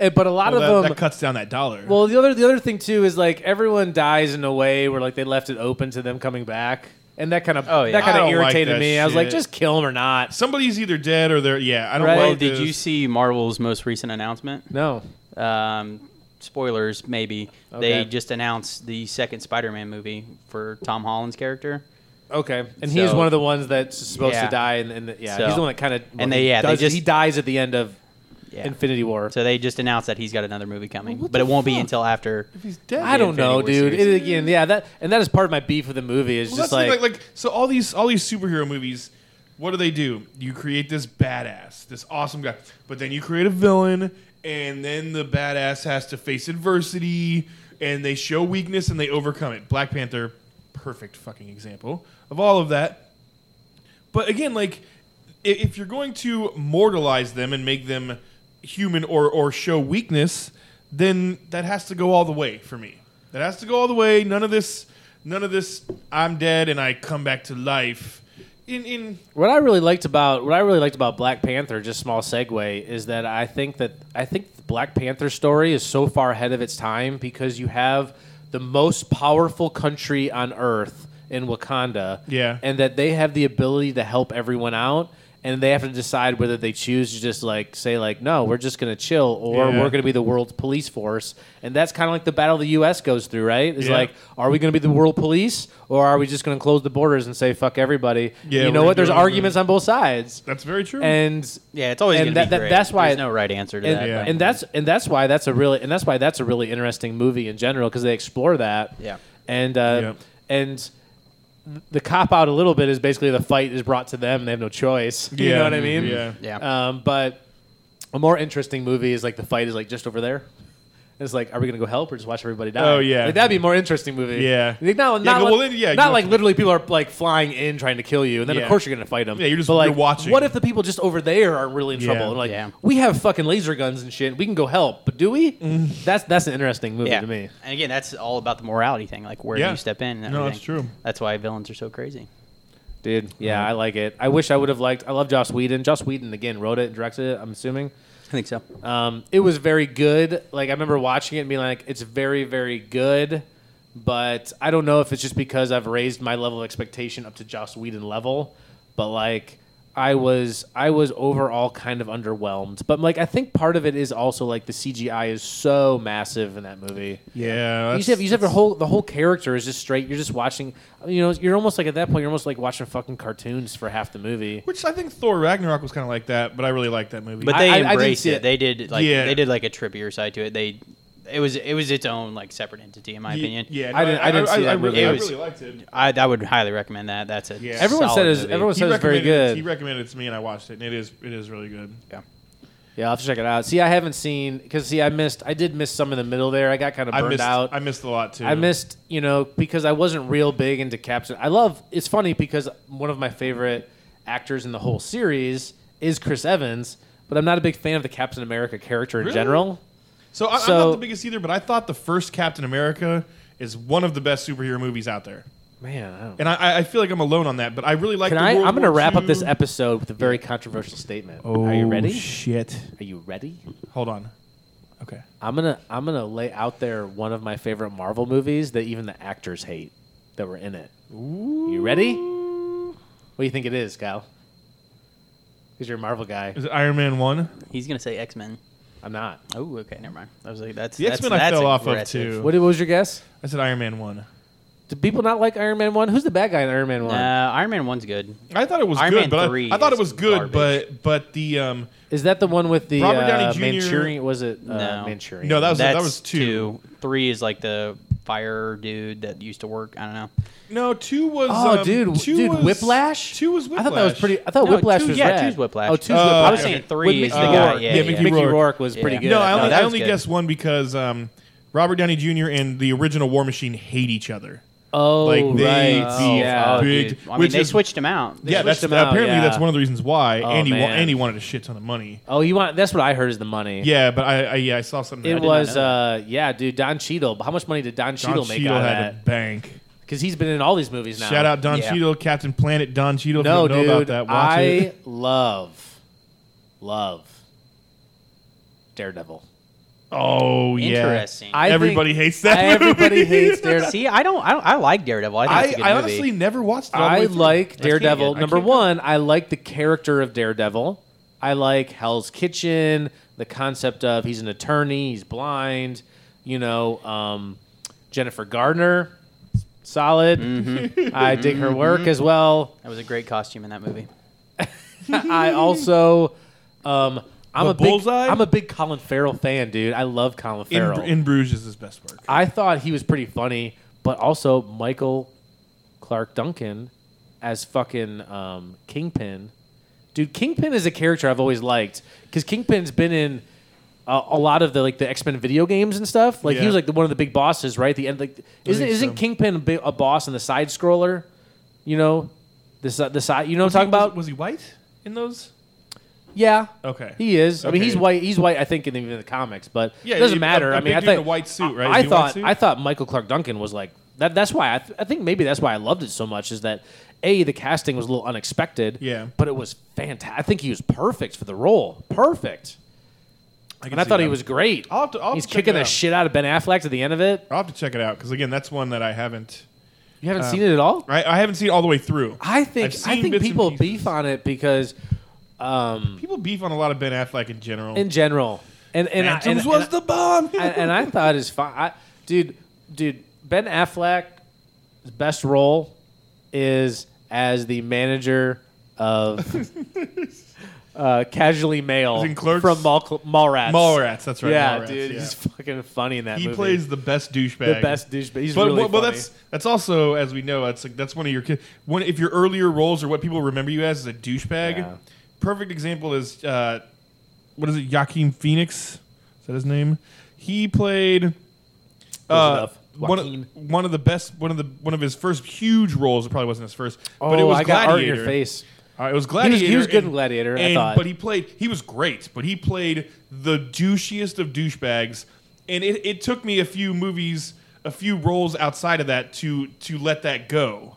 [SPEAKER 3] Eh, but a lot
[SPEAKER 2] Well,
[SPEAKER 3] of
[SPEAKER 2] that,
[SPEAKER 3] them.
[SPEAKER 2] that cuts down that dollar.
[SPEAKER 3] Well, the other the other thing too is like everyone dies in a way where like they left it open to them coming back, and that kind of
[SPEAKER 5] Oh, yeah.
[SPEAKER 3] that kind
[SPEAKER 2] I
[SPEAKER 3] of
[SPEAKER 2] don't like
[SPEAKER 3] irritated
[SPEAKER 2] that
[SPEAKER 3] me. I was like,
[SPEAKER 2] shit.
[SPEAKER 3] just kill him or not.
[SPEAKER 2] Somebody's either dead or they're yeah. I don't
[SPEAKER 3] Right.
[SPEAKER 2] like
[SPEAKER 5] Well, did
[SPEAKER 2] this.
[SPEAKER 5] you see Marvel's most recent announcement?
[SPEAKER 3] No,
[SPEAKER 5] Um, spoilers, maybe
[SPEAKER 3] Okay.
[SPEAKER 5] they just announced the second Spider-Man movie for Tom Holland's character.
[SPEAKER 3] okay. And he is
[SPEAKER 5] So-
[SPEAKER 3] one of the ones that's supposed
[SPEAKER 5] Yeah.
[SPEAKER 3] to die, and, and the, yeah,
[SPEAKER 5] So-
[SPEAKER 3] he's the one that kind of
[SPEAKER 5] and they- yeah, they just-
[SPEAKER 3] he dies at the end of
[SPEAKER 5] Yeah.
[SPEAKER 3] Infinity War.
[SPEAKER 5] So they just announced that he's got another movie coming,
[SPEAKER 2] What
[SPEAKER 5] but it
[SPEAKER 2] the
[SPEAKER 5] won't be
[SPEAKER 2] fuck?
[SPEAKER 5] until after.
[SPEAKER 2] If he's dead.
[SPEAKER 3] I don't
[SPEAKER 5] Infinity
[SPEAKER 3] know,
[SPEAKER 5] War
[SPEAKER 3] dude.
[SPEAKER 5] series.
[SPEAKER 3] It, again, yeah, that and that is part of my beef with the movie is
[SPEAKER 2] Well,
[SPEAKER 3] just
[SPEAKER 2] that's the thing,
[SPEAKER 3] like,
[SPEAKER 2] like so all these all these superhero movies what do they do you create this badass this awesome guy but then you create a villain and then the badass has to face adversity and they show weakness and they overcome it black panther perfect fucking example of all of that but again like i- if you're going to mortalize them and make them human or or show weakness then that has to go all the way for me that has to go all the way none of this none of this i'm dead and i come back to life in in
[SPEAKER 3] What I really liked about what I really liked about Black Panther, just small segue, is that I think that I think the Black Panther story is so far ahead of its time because you have the most powerful country on Earth in Wakanda,
[SPEAKER 2] Yeah.
[SPEAKER 3] and that they have the ability to help everyone out, and they have to decide whether they choose to just like say like no, we're just gonna chill, or
[SPEAKER 2] Yeah.
[SPEAKER 3] we're gonna be the world's police force, and that's kind of like the battle the U.S. goes through, right? It's
[SPEAKER 2] Yeah.
[SPEAKER 3] like, are we gonna be the world police, or are we just gonna close the borders and say fuck everybody?
[SPEAKER 2] Yeah,
[SPEAKER 3] you know
[SPEAKER 2] we're
[SPEAKER 3] what? There's
[SPEAKER 2] doing the-
[SPEAKER 3] arguments on both sides,
[SPEAKER 2] that's very true
[SPEAKER 3] and
[SPEAKER 5] Yeah, it's always
[SPEAKER 3] And
[SPEAKER 5] gonna
[SPEAKER 3] that-
[SPEAKER 5] be
[SPEAKER 3] that-
[SPEAKER 5] great.
[SPEAKER 3] that's why-
[SPEAKER 5] there's no right answer to that.
[SPEAKER 3] and,
[SPEAKER 2] Yeah.
[SPEAKER 5] but-
[SPEAKER 3] and that's and that's why that's a really and that's why that's a really interesting movie in general because they explore that.
[SPEAKER 5] Yeah.
[SPEAKER 3] And uh,
[SPEAKER 2] Yeah.
[SPEAKER 3] and the cop out a little bit is basically the fight is brought to them. They have no choice. You
[SPEAKER 2] Yeah.
[SPEAKER 3] know what I mean?
[SPEAKER 2] Yeah.
[SPEAKER 5] Yeah.
[SPEAKER 3] Um, but a more interesting movie is like the fight is like just over there. It's like, are we gonna go help or just watch everybody die?
[SPEAKER 2] Oh, yeah.
[SPEAKER 3] Like, that'd be a more interesting movie.
[SPEAKER 2] Yeah.
[SPEAKER 3] Like, not
[SPEAKER 2] Yeah,
[SPEAKER 3] not,
[SPEAKER 2] go-
[SPEAKER 3] like,
[SPEAKER 2] well, then, yeah,
[SPEAKER 3] not
[SPEAKER 2] go-
[SPEAKER 3] like literally people are like flying in trying to kill you, and then
[SPEAKER 2] Yeah.
[SPEAKER 3] of course you're gonna fight them.
[SPEAKER 2] Yeah, you're just-
[SPEAKER 3] but, like,
[SPEAKER 2] you're watching.
[SPEAKER 3] What if the people just over there are really in
[SPEAKER 2] Yeah.
[SPEAKER 3] trouble? And like,
[SPEAKER 5] Yeah.
[SPEAKER 3] we have fucking laser guns and shit. We can go help, but do we? That's that's an interesting movie to me.
[SPEAKER 5] And again, that's all about the morality thing, like where
[SPEAKER 2] Yeah.
[SPEAKER 5] you step in. And
[SPEAKER 2] No, that's
[SPEAKER 5] that's
[SPEAKER 2] true.
[SPEAKER 5] That's why villains are so crazy.
[SPEAKER 3] Dude, yeah, I like it. I wish I would have liked. I love Joss Whedon. Joss Whedon again wrote it and directed it. I'm assuming.
[SPEAKER 5] I think so.
[SPEAKER 3] Um, it was very good. Like I remember watching it and being like, "It's very, very good," But I don't know if it's just because I've raised my level of expectation up to Joss Whedon level, but like I was I was overall kind of underwhelmed. But like I think part of it is also like the CGI is so massive in that movie.
[SPEAKER 2] Yeah,
[SPEAKER 3] You just have, you just have a whole the whole character is just straight. You're just watching. You know, you're almost like at that point, you're almost like watching fucking cartoons for half the movie.
[SPEAKER 2] which I think Thor Ragnarok was kind of like that, but I really liked that movie.
[SPEAKER 5] But
[SPEAKER 3] I-
[SPEAKER 5] they
[SPEAKER 3] I- I didn't
[SPEAKER 5] embraced
[SPEAKER 3] see
[SPEAKER 5] it.
[SPEAKER 3] it.
[SPEAKER 5] They did like
[SPEAKER 2] Yeah.
[SPEAKER 5] they did like a trippier side to it. They it was it was its own like separate entity in my
[SPEAKER 2] Ye-
[SPEAKER 5] opinion.
[SPEAKER 2] yeah,
[SPEAKER 3] I didn't- I didn't see that
[SPEAKER 2] really,
[SPEAKER 5] movie.
[SPEAKER 2] I
[SPEAKER 5] It was-
[SPEAKER 2] really liked it.
[SPEAKER 5] I I would highly recommend that. That's a
[SPEAKER 2] Yeah.
[SPEAKER 3] Everyone
[SPEAKER 5] solid
[SPEAKER 3] said it was-
[SPEAKER 5] movie.
[SPEAKER 3] everyone- said it's very
[SPEAKER 2] recommended it-
[SPEAKER 3] good.
[SPEAKER 2] He recommended it to me, and I watched it, and it is it is really good.
[SPEAKER 5] Yeah.
[SPEAKER 3] Yeah, I'll have to check it out. See, I haven't seen because see, I missed. I did miss some in the middle there. I got kind of
[SPEAKER 2] I
[SPEAKER 3] burned
[SPEAKER 2] missed
[SPEAKER 3] out.
[SPEAKER 2] I missed a lot too.
[SPEAKER 3] I missed, you know, because I wasn't real big into Captain. I love. It's funny because one of my favorite actors in the whole series is Chris Evans, but I'm not a big fan of the Captain America character in
[SPEAKER 2] Really?
[SPEAKER 3] general.
[SPEAKER 2] So, I, I'm
[SPEAKER 3] So-
[SPEAKER 2] not the biggest either, but I thought the first Captain America is one of the best superhero movies out there,
[SPEAKER 3] Man, I don't.
[SPEAKER 2] and I- I, I feel like I'm alone on that. But I really like.
[SPEAKER 3] Can
[SPEAKER 2] the
[SPEAKER 3] I?
[SPEAKER 2] World
[SPEAKER 3] I'm going to
[SPEAKER 2] War
[SPEAKER 3] wrap up
[SPEAKER 2] II-
[SPEAKER 3] this episode with a very controversial statement. Are you ready?
[SPEAKER 2] Shit!
[SPEAKER 3] Are you ready?
[SPEAKER 2] Hold on. Okay.
[SPEAKER 3] I'm gonna I'm gonna lay out there one of my favorite Marvel movies that even the actors hate that were in it. You ready? What do you think it is, Kyle? Because you're a Marvel guy.
[SPEAKER 2] Is it Iron Man one?
[SPEAKER 5] He's gonna say X Men.
[SPEAKER 3] I'm not.
[SPEAKER 5] Oh, okay, never mind. I was like, that's
[SPEAKER 2] The
[SPEAKER 5] that's-
[SPEAKER 2] X-Men I
[SPEAKER 5] that's
[SPEAKER 2] fell off of,
[SPEAKER 5] aggressive.
[SPEAKER 2] too.
[SPEAKER 3] What, what was your guess?
[SPEAKER 2] I said Iron Man one.
[SPEAKER 3] Do people not like Iron Man One? Who's the bad guy in Iron Man
[SPEAKER 5] Uh,
[SPEAKER 3] One?
[SPEAKER 5] Iron Man one's good.
[SPEAKER 2] I thought it was
[SPEAKER 5] Iron
[SPEAKER 2] good,
[SPEAKER 5] Man
[SPEAKER 2] but I,
[SPEAKER 5] 3
[SPEAKER 2] I thought it
[SPEAKER 5] is
[SPEAKER 2] was good, but
[SPEAKER 5] garbage.
[SPEAKER 2] but the um
[SPEAKER 3] Is that the one with the
[SPEAKER 2] Robert Downey
[SPEAKER 3] uh,
[SPEAKER 2] Jr.
[SPEAKER 3] Manchurian? Was it uh,
[SPEAKER 5] No.
[SPEAKER 3] Manchurian?
[SPEAKER 2] no that was
[SPEAKER 5] That's
[SPEAKER 2] that was two.
[SPEAKER 5] Three is like the fire dude that used to work. I don't know.
[SPEAKER 2] No, two was
[SPEAKER 3] Oh,
[SPEAKER 2] um,
[SPEAKER 3] dude,
[SPEAKER 2] two
[SPEAKER 3] dude,
[SPEAKER 2] was,
[SPEAKER 3] Whiplash.
[SPEAKER 2] Two was Whiplash.
[SPEAKER 3] I thought that was pretty. I thought
[SPEAKER 5] No,
[SPEAKER 3] Whiplash
[SPEAKER 5] two-
[SPEAKER 3] was
[SPEAKER 5] yeah,
[SPEAKER 3] rad.
[SPEAKER 5] two's Whiplash.
[SPEAKER 3] Oh, two's
[SPEAKER 2] Uh,
[SPEAKER 3] Whiplash.
[SPEAKER 2] I was
[SPEAKER 3] Okay.
[SPEAKER 5] saying three
[SPEAKER 3] With
[SPEAKER 5] is
[SPEAKER 3] Mickey
[SPEAKER 5] the
[SPEAKER 2] guy,
[SPEAKER 3] Rourke.
[SPEAKER 2] yeah,
[SPEAKER 3] Mickey,
[SPEAKER 2] yeah. Mickey
[SPEAKER 3] Rourke.
[SPEAKER 5] Rourke
[SPEAKER 3] was
[SPEAKER 5] Yeah.
[SPEAKER 3] pretty good.
[SPEAKER 2] No, I
[SPEAKER 5] No,
[SPEAKER 2] only,
[SPEAKER 5] that
[SPEAKER 2] I
[SPEAKER 5] was
[SPEAKER 2] only
[SPEAKER 5] good.
[SPEAKER 2] guessed one because um, Robert Downey Jr. and the original War Machine hate each other.
[SPEAKER 3] oh,
[SPEAKER 2] like, they-
[SPEAKER 3] right.
[SPEAKER 2] the-
[SPEAKER 3] yeah.
[SPEAKER 5] Oh,
[SPEAKER 2] Big-
[SPEAKER 5] dude. I mean,
[SPEAKER 2] which
[SPEAKER 5] they
[SPEAKER 2] is-
[SPEAKER 5] switched him out.
[SPEAKER 2] yeah,
[SPEAKER 3] switched
[SPEAKER 2] that's
[SPEAKER 3] them out,
[SPEAKER 2] apparently
[SPEAKER 3] yeah.
[SPEAKER 2] that's one of the reasons why
[SPEAKER 3] Oh,
[SPEAKER 2] Andy wa-
[SPEAKER 3] man.
[SPEAKER 2] Andy wanted a shit ton of money.
[SPEAKER 3] Oh, you want? That's what I heard is the money.
[SPEAKER 2] Yeah, but I, I yeah I saw something.
[SPEAKER 3] It
[SPEAKER 2] that I did not
[SPEAKER 3] was,
[SPEAKER 2] know.
[SPEAKER 3] uh, yeah, dude, Don Cheadle. How much money did Don
[SPEAKER 2] Don
[SPEAKER 3] Cheadle make
[SPEAKER 2] Cheadle
[SPEAKER 3] out of
[SPEAKER 2] had a
[SPEAKER 3] that?
[SPEAKER 2] bank.
[SPEAKER 3] Because he's been in all these movies now.
[SPEAKER 2] Shout out Don
[SPEAKER 5] Yeah.
[SPEAKER 2] Cheadle, Captain Planet. Don Cheadle. if
[SPEAKER 3] No,
[SPEAKER 2] you don't
[SPEAKER 3] dude,
[SPEAKER 2] know about that. Watch
[SPEAKER 3] I
[SPEAKER 2] it.
[SPEAKER 3] love, love Daredevil.
[SPEAKER 2] Oh yeah.
[SPEAKER 5] Interesting.
[SPEAKER 3] I think-
[SPEAKER 2] everybody hates that.
[SPEAKER 3] Everybody
[SPEAKER 2] movie.
[SPEAKER 3] hates Daredevil.
[SPEAKER 5] See, I don't, I don't, I like Daredevil. I think it's
[SPEAKER 2] I,
[SPEAKER 5] a good
[SPEAKER 2] I
[SPEAKER 5] movie.
[SPEAKER 2] honestly never watched it. all the
[SPEAKER 3] I
[SPEAKER 2] way through.
[SPEAKER 3] like
[SPEAKER 5] pretty
[SPEAKER 3] Daredevil.
[SPEAKER 5] good. I
[SPEAKER 3] Number
[SPEAKER 2] can't-
[SPEAKER 3] one, I like the character of Daredevil. I like Hell's Kitchen, the concept of he's an attorney, he's blind, you know, um, Jennifer Gardner, solid.
[SPEAKER 2] Mm-hmm.
[SPEAKER 3] I dig her work as well.
[SPEAKER 5] that was a great costume in that movie.
[SPEAKER 3] I also, um, I'm
[SPEAKER 2] The
[SPEAKER 3] a big,
[SPEAKER 2] Bullseye?
[SPEAKER 3] I'm a big Colin Farrell fan, dude. I love Colin
[SPEAKER 2] in,
[SPEAKER 3] Farrell.
[SPEAKER 2] in Bruges is his best work.
[SPEAKER 3] I thought he was pretty funny, but also Michael Clark Duncan as fucking um, Kingpin. Dude, Kingpin is a character I've always liked because Kingpin's been in a, a lot of the like the X Men video games and stuff. Like he
[SPEAKER 2] Yeah.
[SPEAKER 3] was like the, one of the big bosses, right? The end, like isn't
[SPEAKER 2] think
[SPEAKER 3] isn't
[SPEAKER 2] so.
[SPEAKER 3] Kingpin a, bi- a boss in the side scroller? You know, the si- the side. You know what I'm talking
[SPEAKER 2] Was he- Was,
[SPEAKER 3] about?
[SPEAKER 2] was he white in those?
[SPEAKER 3] yeah.
[SPEAKER 2] Okay.
[SPEAKER 3] He is. I mean,
[SPEAKER 2] Okay.
[SPEAKER 3] he's white. He's white. I think in even the comics, but
[SPEAKER 2] Yeah,
[SPEAKER 3] it doesn't
[SPEAKER 2] he-
[SPEAKER 3] matter.
[SPEAKER 2] a- a
[SPEAKER 3] I mean,
[SPEAKER 2] big
[SPEAKER 3] I
[SPEAKER 2] dude in
[SPEAKER 3] think
[SPEAKER 2] a white suit, right?
[SPEAKER 3] I, I
[SPEAKER 2] Is he a white
[SPEAKER 3] thought
[SPEAKER 2] suit?
[SPEAKER 3] I thought Michael Clark Duncan was like that. That's why I, th- I think maybe that's why I loved it so much is that a the casting was a little unexpected.
[SPEAKER 2] Yeah.
[SPEAKER 3] but it was fantastic. I think he was perfect for the role. Perfect,
[SPEAKER 2] I can
[SPEAKER 3] and I
[SPEAKER 2] see
[SPEAKER 3] thought he
[SPEAKER 2] that.
[SPEAKER 3] was great.
[SPEAKER 2] I'll have to- I'll have to
[SPEAKER 3] He's
[SPEAKER 2] check
[SPEAKER 3] kicking
[SPEAKER 2] it
[SPEAKER 3] the
[SPEAKER 2] out.
[SPEAKER 3] shit out of Ben Affleck at the end of it.
[SPEAKER 2] I'll have to check it out because again, that's one that I haven't.
[SPEAKER 3] You haven't seen it at all.
[SPEAKER 2] I, I haven't seen it all the way through.
[SPEAKER 3] I
[SPEAKER 2] Uh,
[SPEAKER 3] think
[SPEAKER 2] I've
[SPEAKER 3] I
[SPEAKER 2] seen
[SPEAKER 3] think
[SPEAKER 2] bits and
[SPEAKER 3] people
[SPEAKER 2] pieces.
[SPEAKER 3] beef on it because um,
[SPEAKER 2] People beef on a lot of Ben Affleck in general.
[SPEAKER 3] in general, and and, I, and,
[SPEAKER 2] Phantoms was
[SPEAKER 3] and
[SPEAKER 2] the bomb.
[SPEAKER 3] and, and I thought is fine. I, dude, dude, Ben Affleck's best role is as the manager of uh, Casually Male
[SPEAKER 2] As in Clerks?
[SPEAKER 3] from Mall, Mallrats.
[SPEAKER 2] Mallrats, that's right,
[SPEAKER 3] Yeah,
[SPEAKER 2] Mallrats,
[SPEAKER 3] dude,
[SPEAKER 2] yeah.
[SPEAKER 3] he's fucking funny in that
[SPEAKER 2] he
[SPEAKER 3] movie.
[SPEAKER 2] plays the best douchebag.
[SPEAKER 3] the best douchebag. He's
[SPEAKER 2] But
[SPEAKER 3] really
[SPEAKER 2] well, well,
[SPEAKER 3] funny.
[SPEAKER 2] that's that's also as we know, it's like that's one of your ki- one if your earlier roles are what people remember you as is a douchebag.
[SPEAKER 3] Yeah.
[SPEAKER 2] Perfect example is uh, what is it? Joaquin Phoenix is that his name? He played uh,
[SPEAKER 3] enough.
[SPEAKER 2] one
[SPEAKER 3] Joaquin.
[SPEAKER 2] of, one of the best one of the one of his first huge roles. It probably wasn't his first,
[SPEAKER 3] oh,
[SPEAKER 2] but it was
[SPEAKER 3] I got art
[SPEAKER 2] Gladiator.
[SPEAKER 3] in your face.
[SPEAKER 2] Uh, it was
[SPEAKER 3] was- he
[SPEAKER 2] Gladiator.
[SPEAKER 3] was good in
[SPEAKER 2] and-
[SPEAKER 3] Gladiator, I
[SPEAKER 2] and-
[SPEAKER 3] thought.
[SPEAKER 2] But he played. He was great. But he played the douchiest of douchebags, and it, it took me a few movies, a few roles outside of that to to let that go.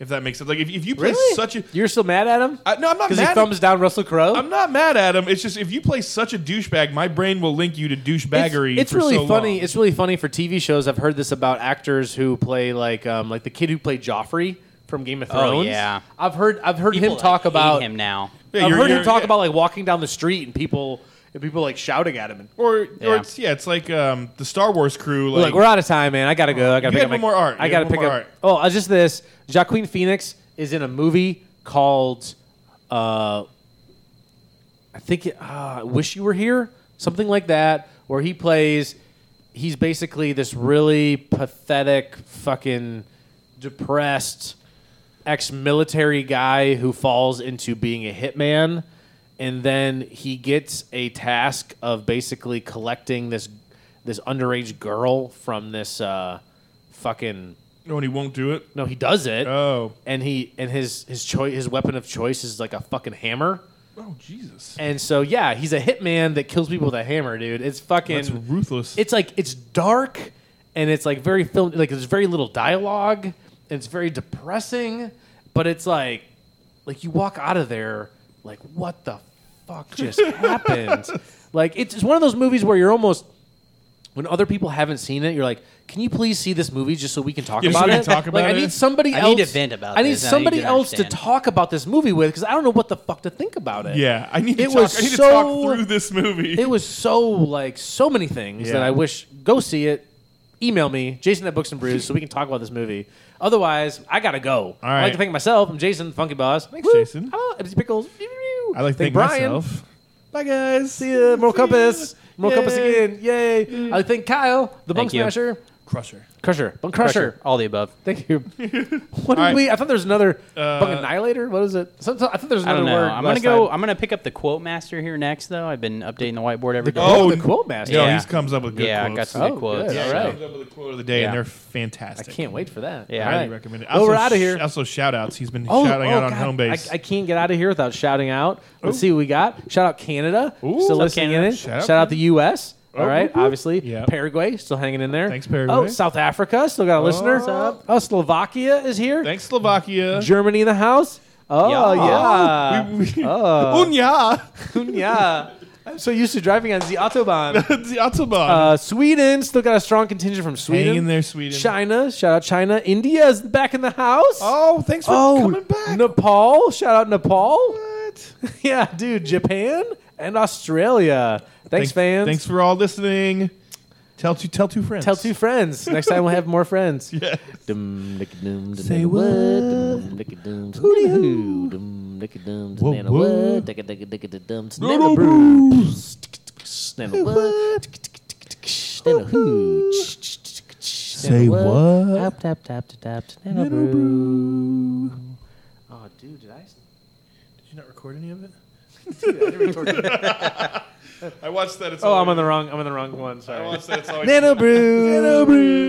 [SPEAKER 2] If that makes sense. Like if, if you play such a
[SPEAKER 3] You're still mad at him?
[SPEAKER 2] I, no, I'm not
[SPEAKER 3] Because he
[SPEAKER 2] mad.
[SPEAKER 3] thumbs down Russell Crowe?
[SPEAKER 2] I'm not mad at him. It's just if you play such a douchebag, my brain will link you to douchebaggery.
[SPEAKER 3] It's, it's
[SPEAKER 2] for
[SPEAKER 3] really
[SPEAKER 2] so
[SPEAKER 3] funny.
[SPEAKER 2] long.
[SPEAKER 3] It's really funny for TV shows. I've heard this about actors who play like um, like the kid who played Joffrey from Game of
[SPEAKER 5] Oh,
[SPEAKER 3] Thrones.
[SPEAKER 5] yeah.
[SPEAKER 3] I've heard I've heard
[SPEAKER 5] People
[SPEAKER 3] him talk
[SPEAKER 5] hate
[SPEAKER 3] about
[SPEAKER 5] him now.
[SPEAKER 2] Yeah,
[SPEAKER 3] I've
[SPEAKER 2] you're-
[SPEAKER 3] heard him
[SPEAKER 2] you're-
[SPEAKER 3] talk
[SPEAKER 2] yeah.
[SPEAKER 3] about like walking down the street and people and people like shouting at him and
[SPEAKER 2] or, or
[SPEAKER 5] Yeah.
[SPEAKER 2] it's yeah, it's like um, the Star Wars crew.
[SPEAKER 3] Look,
[SPEAKER 2] Like,
[SPEAKER 3] we're out of time, man. I gotta go. I gotta
[SPEAKER 2] You
[SPEAKER 3] pick
[SPEAKER 2] got one
[SPEAKER 3] up my-
[SPEAKER 2] more art.
[SPEAKER 3] I
[SPEAKER 2] You
[SPEAKER 3] gotta
[SPEAKER 2] got one
[SPEAKER 3] pick
[SPEAKER 2] more
[SPEAKER 3] up.
[SPEAKER 2] art.
[SPEAKER 3] Oh, uh, just this. Joaquin Phoenix is in a movie called, uh, I think, it- uh, "Wish You Were Here," something like that, where he plays. He's basically this really pathetic, fucking, depressed ex-military guy who falls into being a hitman and then he gets a task of basically collecting this this underage girl from this uh, fucking
[SPEAKER 2] no, and he won't do it.
[SPEAKER 3] no he does it
[SPEAKER 2] Oh,
[SPEAKER 3] and he and his his choice his weapon of choice is like a fucking hammer
[SPEAKER 2] oh Jesus,
[SPEAKER 3] and so yeah he's a hitman that kills people with a hammer dude it's fucking
[SPEAKER 2] that's ruthless.
[SPEAKER 3] it's like it's dark and it's like very film like there's very little dialogue and it's very depressing but it's like like you walk out of there like what the fuck just happened like it's, it's one of those movies where you're almost when other people haven't seen it, you're like, "Can you please see this movie just so we can talk
[SPEAKER 2] Yeah, so
[SPEAKER 3] about
[SPEAKER 2] we can
[SPEAKER 3] it?
[SPEAKER 2] talk about
[SPEAKER 3] like,
[SPEAKER 2] it.
[SPEAKER 3] I need somebody
[SPEAKER 5] I
[SPEAKER 3] else.
[SPEAKER 5] need to vent about
[SPEAKER 3] I need
[SPEAKER 5] this, and I need
[SPEAKER 3] somebody
[SPEAKER 5] to
[SPEAKER 3] else to
[SPEAKER 5] understand.
[SPEAKER 3] talk about this movie with because I don't know what the fuck to think about it.
[SPEAKER 2] yeah, I need to
[SPEAKER 3] It
[SPEAKER 2] talk.
[SPEAKER 3] was
[SPEAKER 2] I need to
[SPEAKER 3] so-
[SPEAKER 2] talk through this movie.
[SPEAKER 3] It was so like so many things
[SPEAKER 2] Yeah.
[SPEAKER 3] that I wish go see it. Email me, Jason at Books and Brews, so we can talk about this movie. Otherwise, I gotta go. I
[SPEAKER 2] right.
[SPEAKER 3] like to thank myself. I'm Jason, Funky Boss. Thanks,
[SPEAKER 2] Jason.
[SPEAKER 3] Oh, MC Pickles.
[SPEAKER 2] I like
[SPEAKER 3] thank
[SPEAKER 2] thank
[SPEAKER 3] Brian.
[SPEAKER 2] myself. Bye guys.
[SPEAKER 3] See ya, Moral Compass. Moral Compass
[SPEAKER 2] Yay.
[SPEAKER 3] again. Yay! I thank Kyle, the Bunk
[SPEAKER 5] Thank you.
[SPEAKER 3] Smasher,
[SPEAKER 2] Crusher.
[SPEAKER 3] Crusher, Bunk Crusher.
[SPEAKER 5] All the above.
[SPEAKER 3] Thank you. what did
[SPEAKER 2] right.
[SPEAKER 3] we? I thought there was another
[SPEAKER 2] Uh,
[SPEAKER 3] Bunk Annihilator. What was it? Some, some- I thought there was
[SPEAKER 5] I
[SPEAKER 3] another
[SPEAKER 5] don't know.
[SPEAKER 3] word.
[SPEAKER 5] I'm
[SPEAKER 3] last
[SPEAKER 5] gonna go.
[SPEAKER 3] time.
[SPEAKER 5] I'm gonna pick up the quote master here next, though. I've been updating the whiteboard every
[SPEAKER 3] The,
[SPEAKER 5] day.
[SPEAKER 2] Oh,
[SPEAKER 3] oh, the quote master.
[SPEAKER 2] No,
[SPEAKER 5] Yeah.
[SPEAKER 2] he comes up with good
[SPEAKER 5] yeah, I got
[SPEAKER 2] quotes.
[SPEAKER 5] some good
[SPEAKER 3] Oh,
[SPEAKER 5] quotes.
[SPEAKER 3] good.
[SPEAKER 2] yeah,
[SPEAKER 3] All
[SPEAKER 2] he
[SPEAKER 3] right.
[SPEAKER 2] comes up with a quote of the day,
[SPEAKER 5] Yeah.
[SPEAKER 2] and they're
[SPEAKER 3] I
[SPEAKER 2] fantastic.
[SPEAKER 3] can't wait for that.
[SPEAKER 5] Yeah.
[SPEAKER 3] All
[SPEAKER 2] Highly
[SPEAKER 3] right.
[SPEAKER 2] recommend it.
[SPEAKER 3] Well,
[SPEAKER 2] Also,
[SPEAKER 3] we're out of
[SPEAKER 2] sh-
[SPEAKER 3] here.
[SPEAKER 2] Also, shout outs. He's been
[SPEAKER 3] Oh,
[SPEAKER 2] shouting
[SPEAKER 3] oh,
[SPEAKER 2] out on
[SPEAKER 3] God.
[SPEAKER 2] home base.
[SPEAKER 3] I, I can't get out of here without shouting out. Let's see what we got. Shout out Canada.
[SPEAKER 2] Ooh.
[SPEAKER 3] still
[SPEAKER 2] What's up,
[SPEAKER 3] listening
[SPEAKER 2] Canada?
[SPEAKER 3] in.
[SPEAKER 2] Shout out
[SPEAKER 3] Shout out the U.S. All
[SPEAKER 2] Oh,
[SPEAKER 3] right,
[SPEAKER 2] whoop, whoop.
[SPEAKER 3] obviously.
[SPEAKER 2] Yeah.
[SPEAKER 3] Paraguay still hanging in there.
[SPEAKER 2] Thanks, Paraguay.
[SPEAKER 3] Oh, South Africa still got a listener.
[SPEAKER 2] What's up?
[SPEAKER 3] Oh, Slovakia is here.
[SPEAKER 2] Thanks, Slovakia.
[SPEAKER 3] Germany in the house. Oh
[SPEAKER 5] Yeah.
[SPEAKER 3] yeah.
[SPEAKER 2] We- we-
[SPEAKER 3] Oh.
[SPEAKER 2] Unya.
[SPEAKER 3] yeah. I'm so used to driving on the autobahn.
[SPEAKER 2] the Autobahn.
[SPEAKER 3] Uh, Sweden still got a strong contingent from Sweden.
[SPEAKER 2] Hang in there, Sweden.
[SPEAKER 3] China, shout out China. India is back in the house.
[SPEAKER 2] oh, thanks for
[SPEAKER 3] Oh,
[SPEAKER 2] coming back.
[SPEAKER 3] Nepal, shout out Nepal.
[SPEAKER 2] What?
[SPEAKER 3] yeah, dude, Japan and Australia. Thanks, fans.
[SPEAKER 2] Thanks for all listening. Tell two, tell two friends.
[SPEAKER 3] Tell two friends. Next time we'll have more friends.
[SPEAKER 2] Yes.
[SPEAKER 3] Say what?
[SPEAKER 2] Whoa, whoa.
[SPEAKER 3] Nano Bruce. Nano what? Nano who?
[SPEAKER 2] Say what?
[SPEAKER 3] Tap tap tap tap tap. Nano brew. Oh, dude, did I?
[SPEAKER 2] Did you not record any of it? I watched that. It's
[SPEAKER 3] Oh,
[SPEAKER 2] all
[SPEAKER 3] I'm on the wrong. I'm on the wrong one.
[SPEAKER 2] I
[SPEAKER 3] Sorry.
[SPEAKER 2] watched that. It's always
[SPEAKER 3] Nano brew. Nano brew.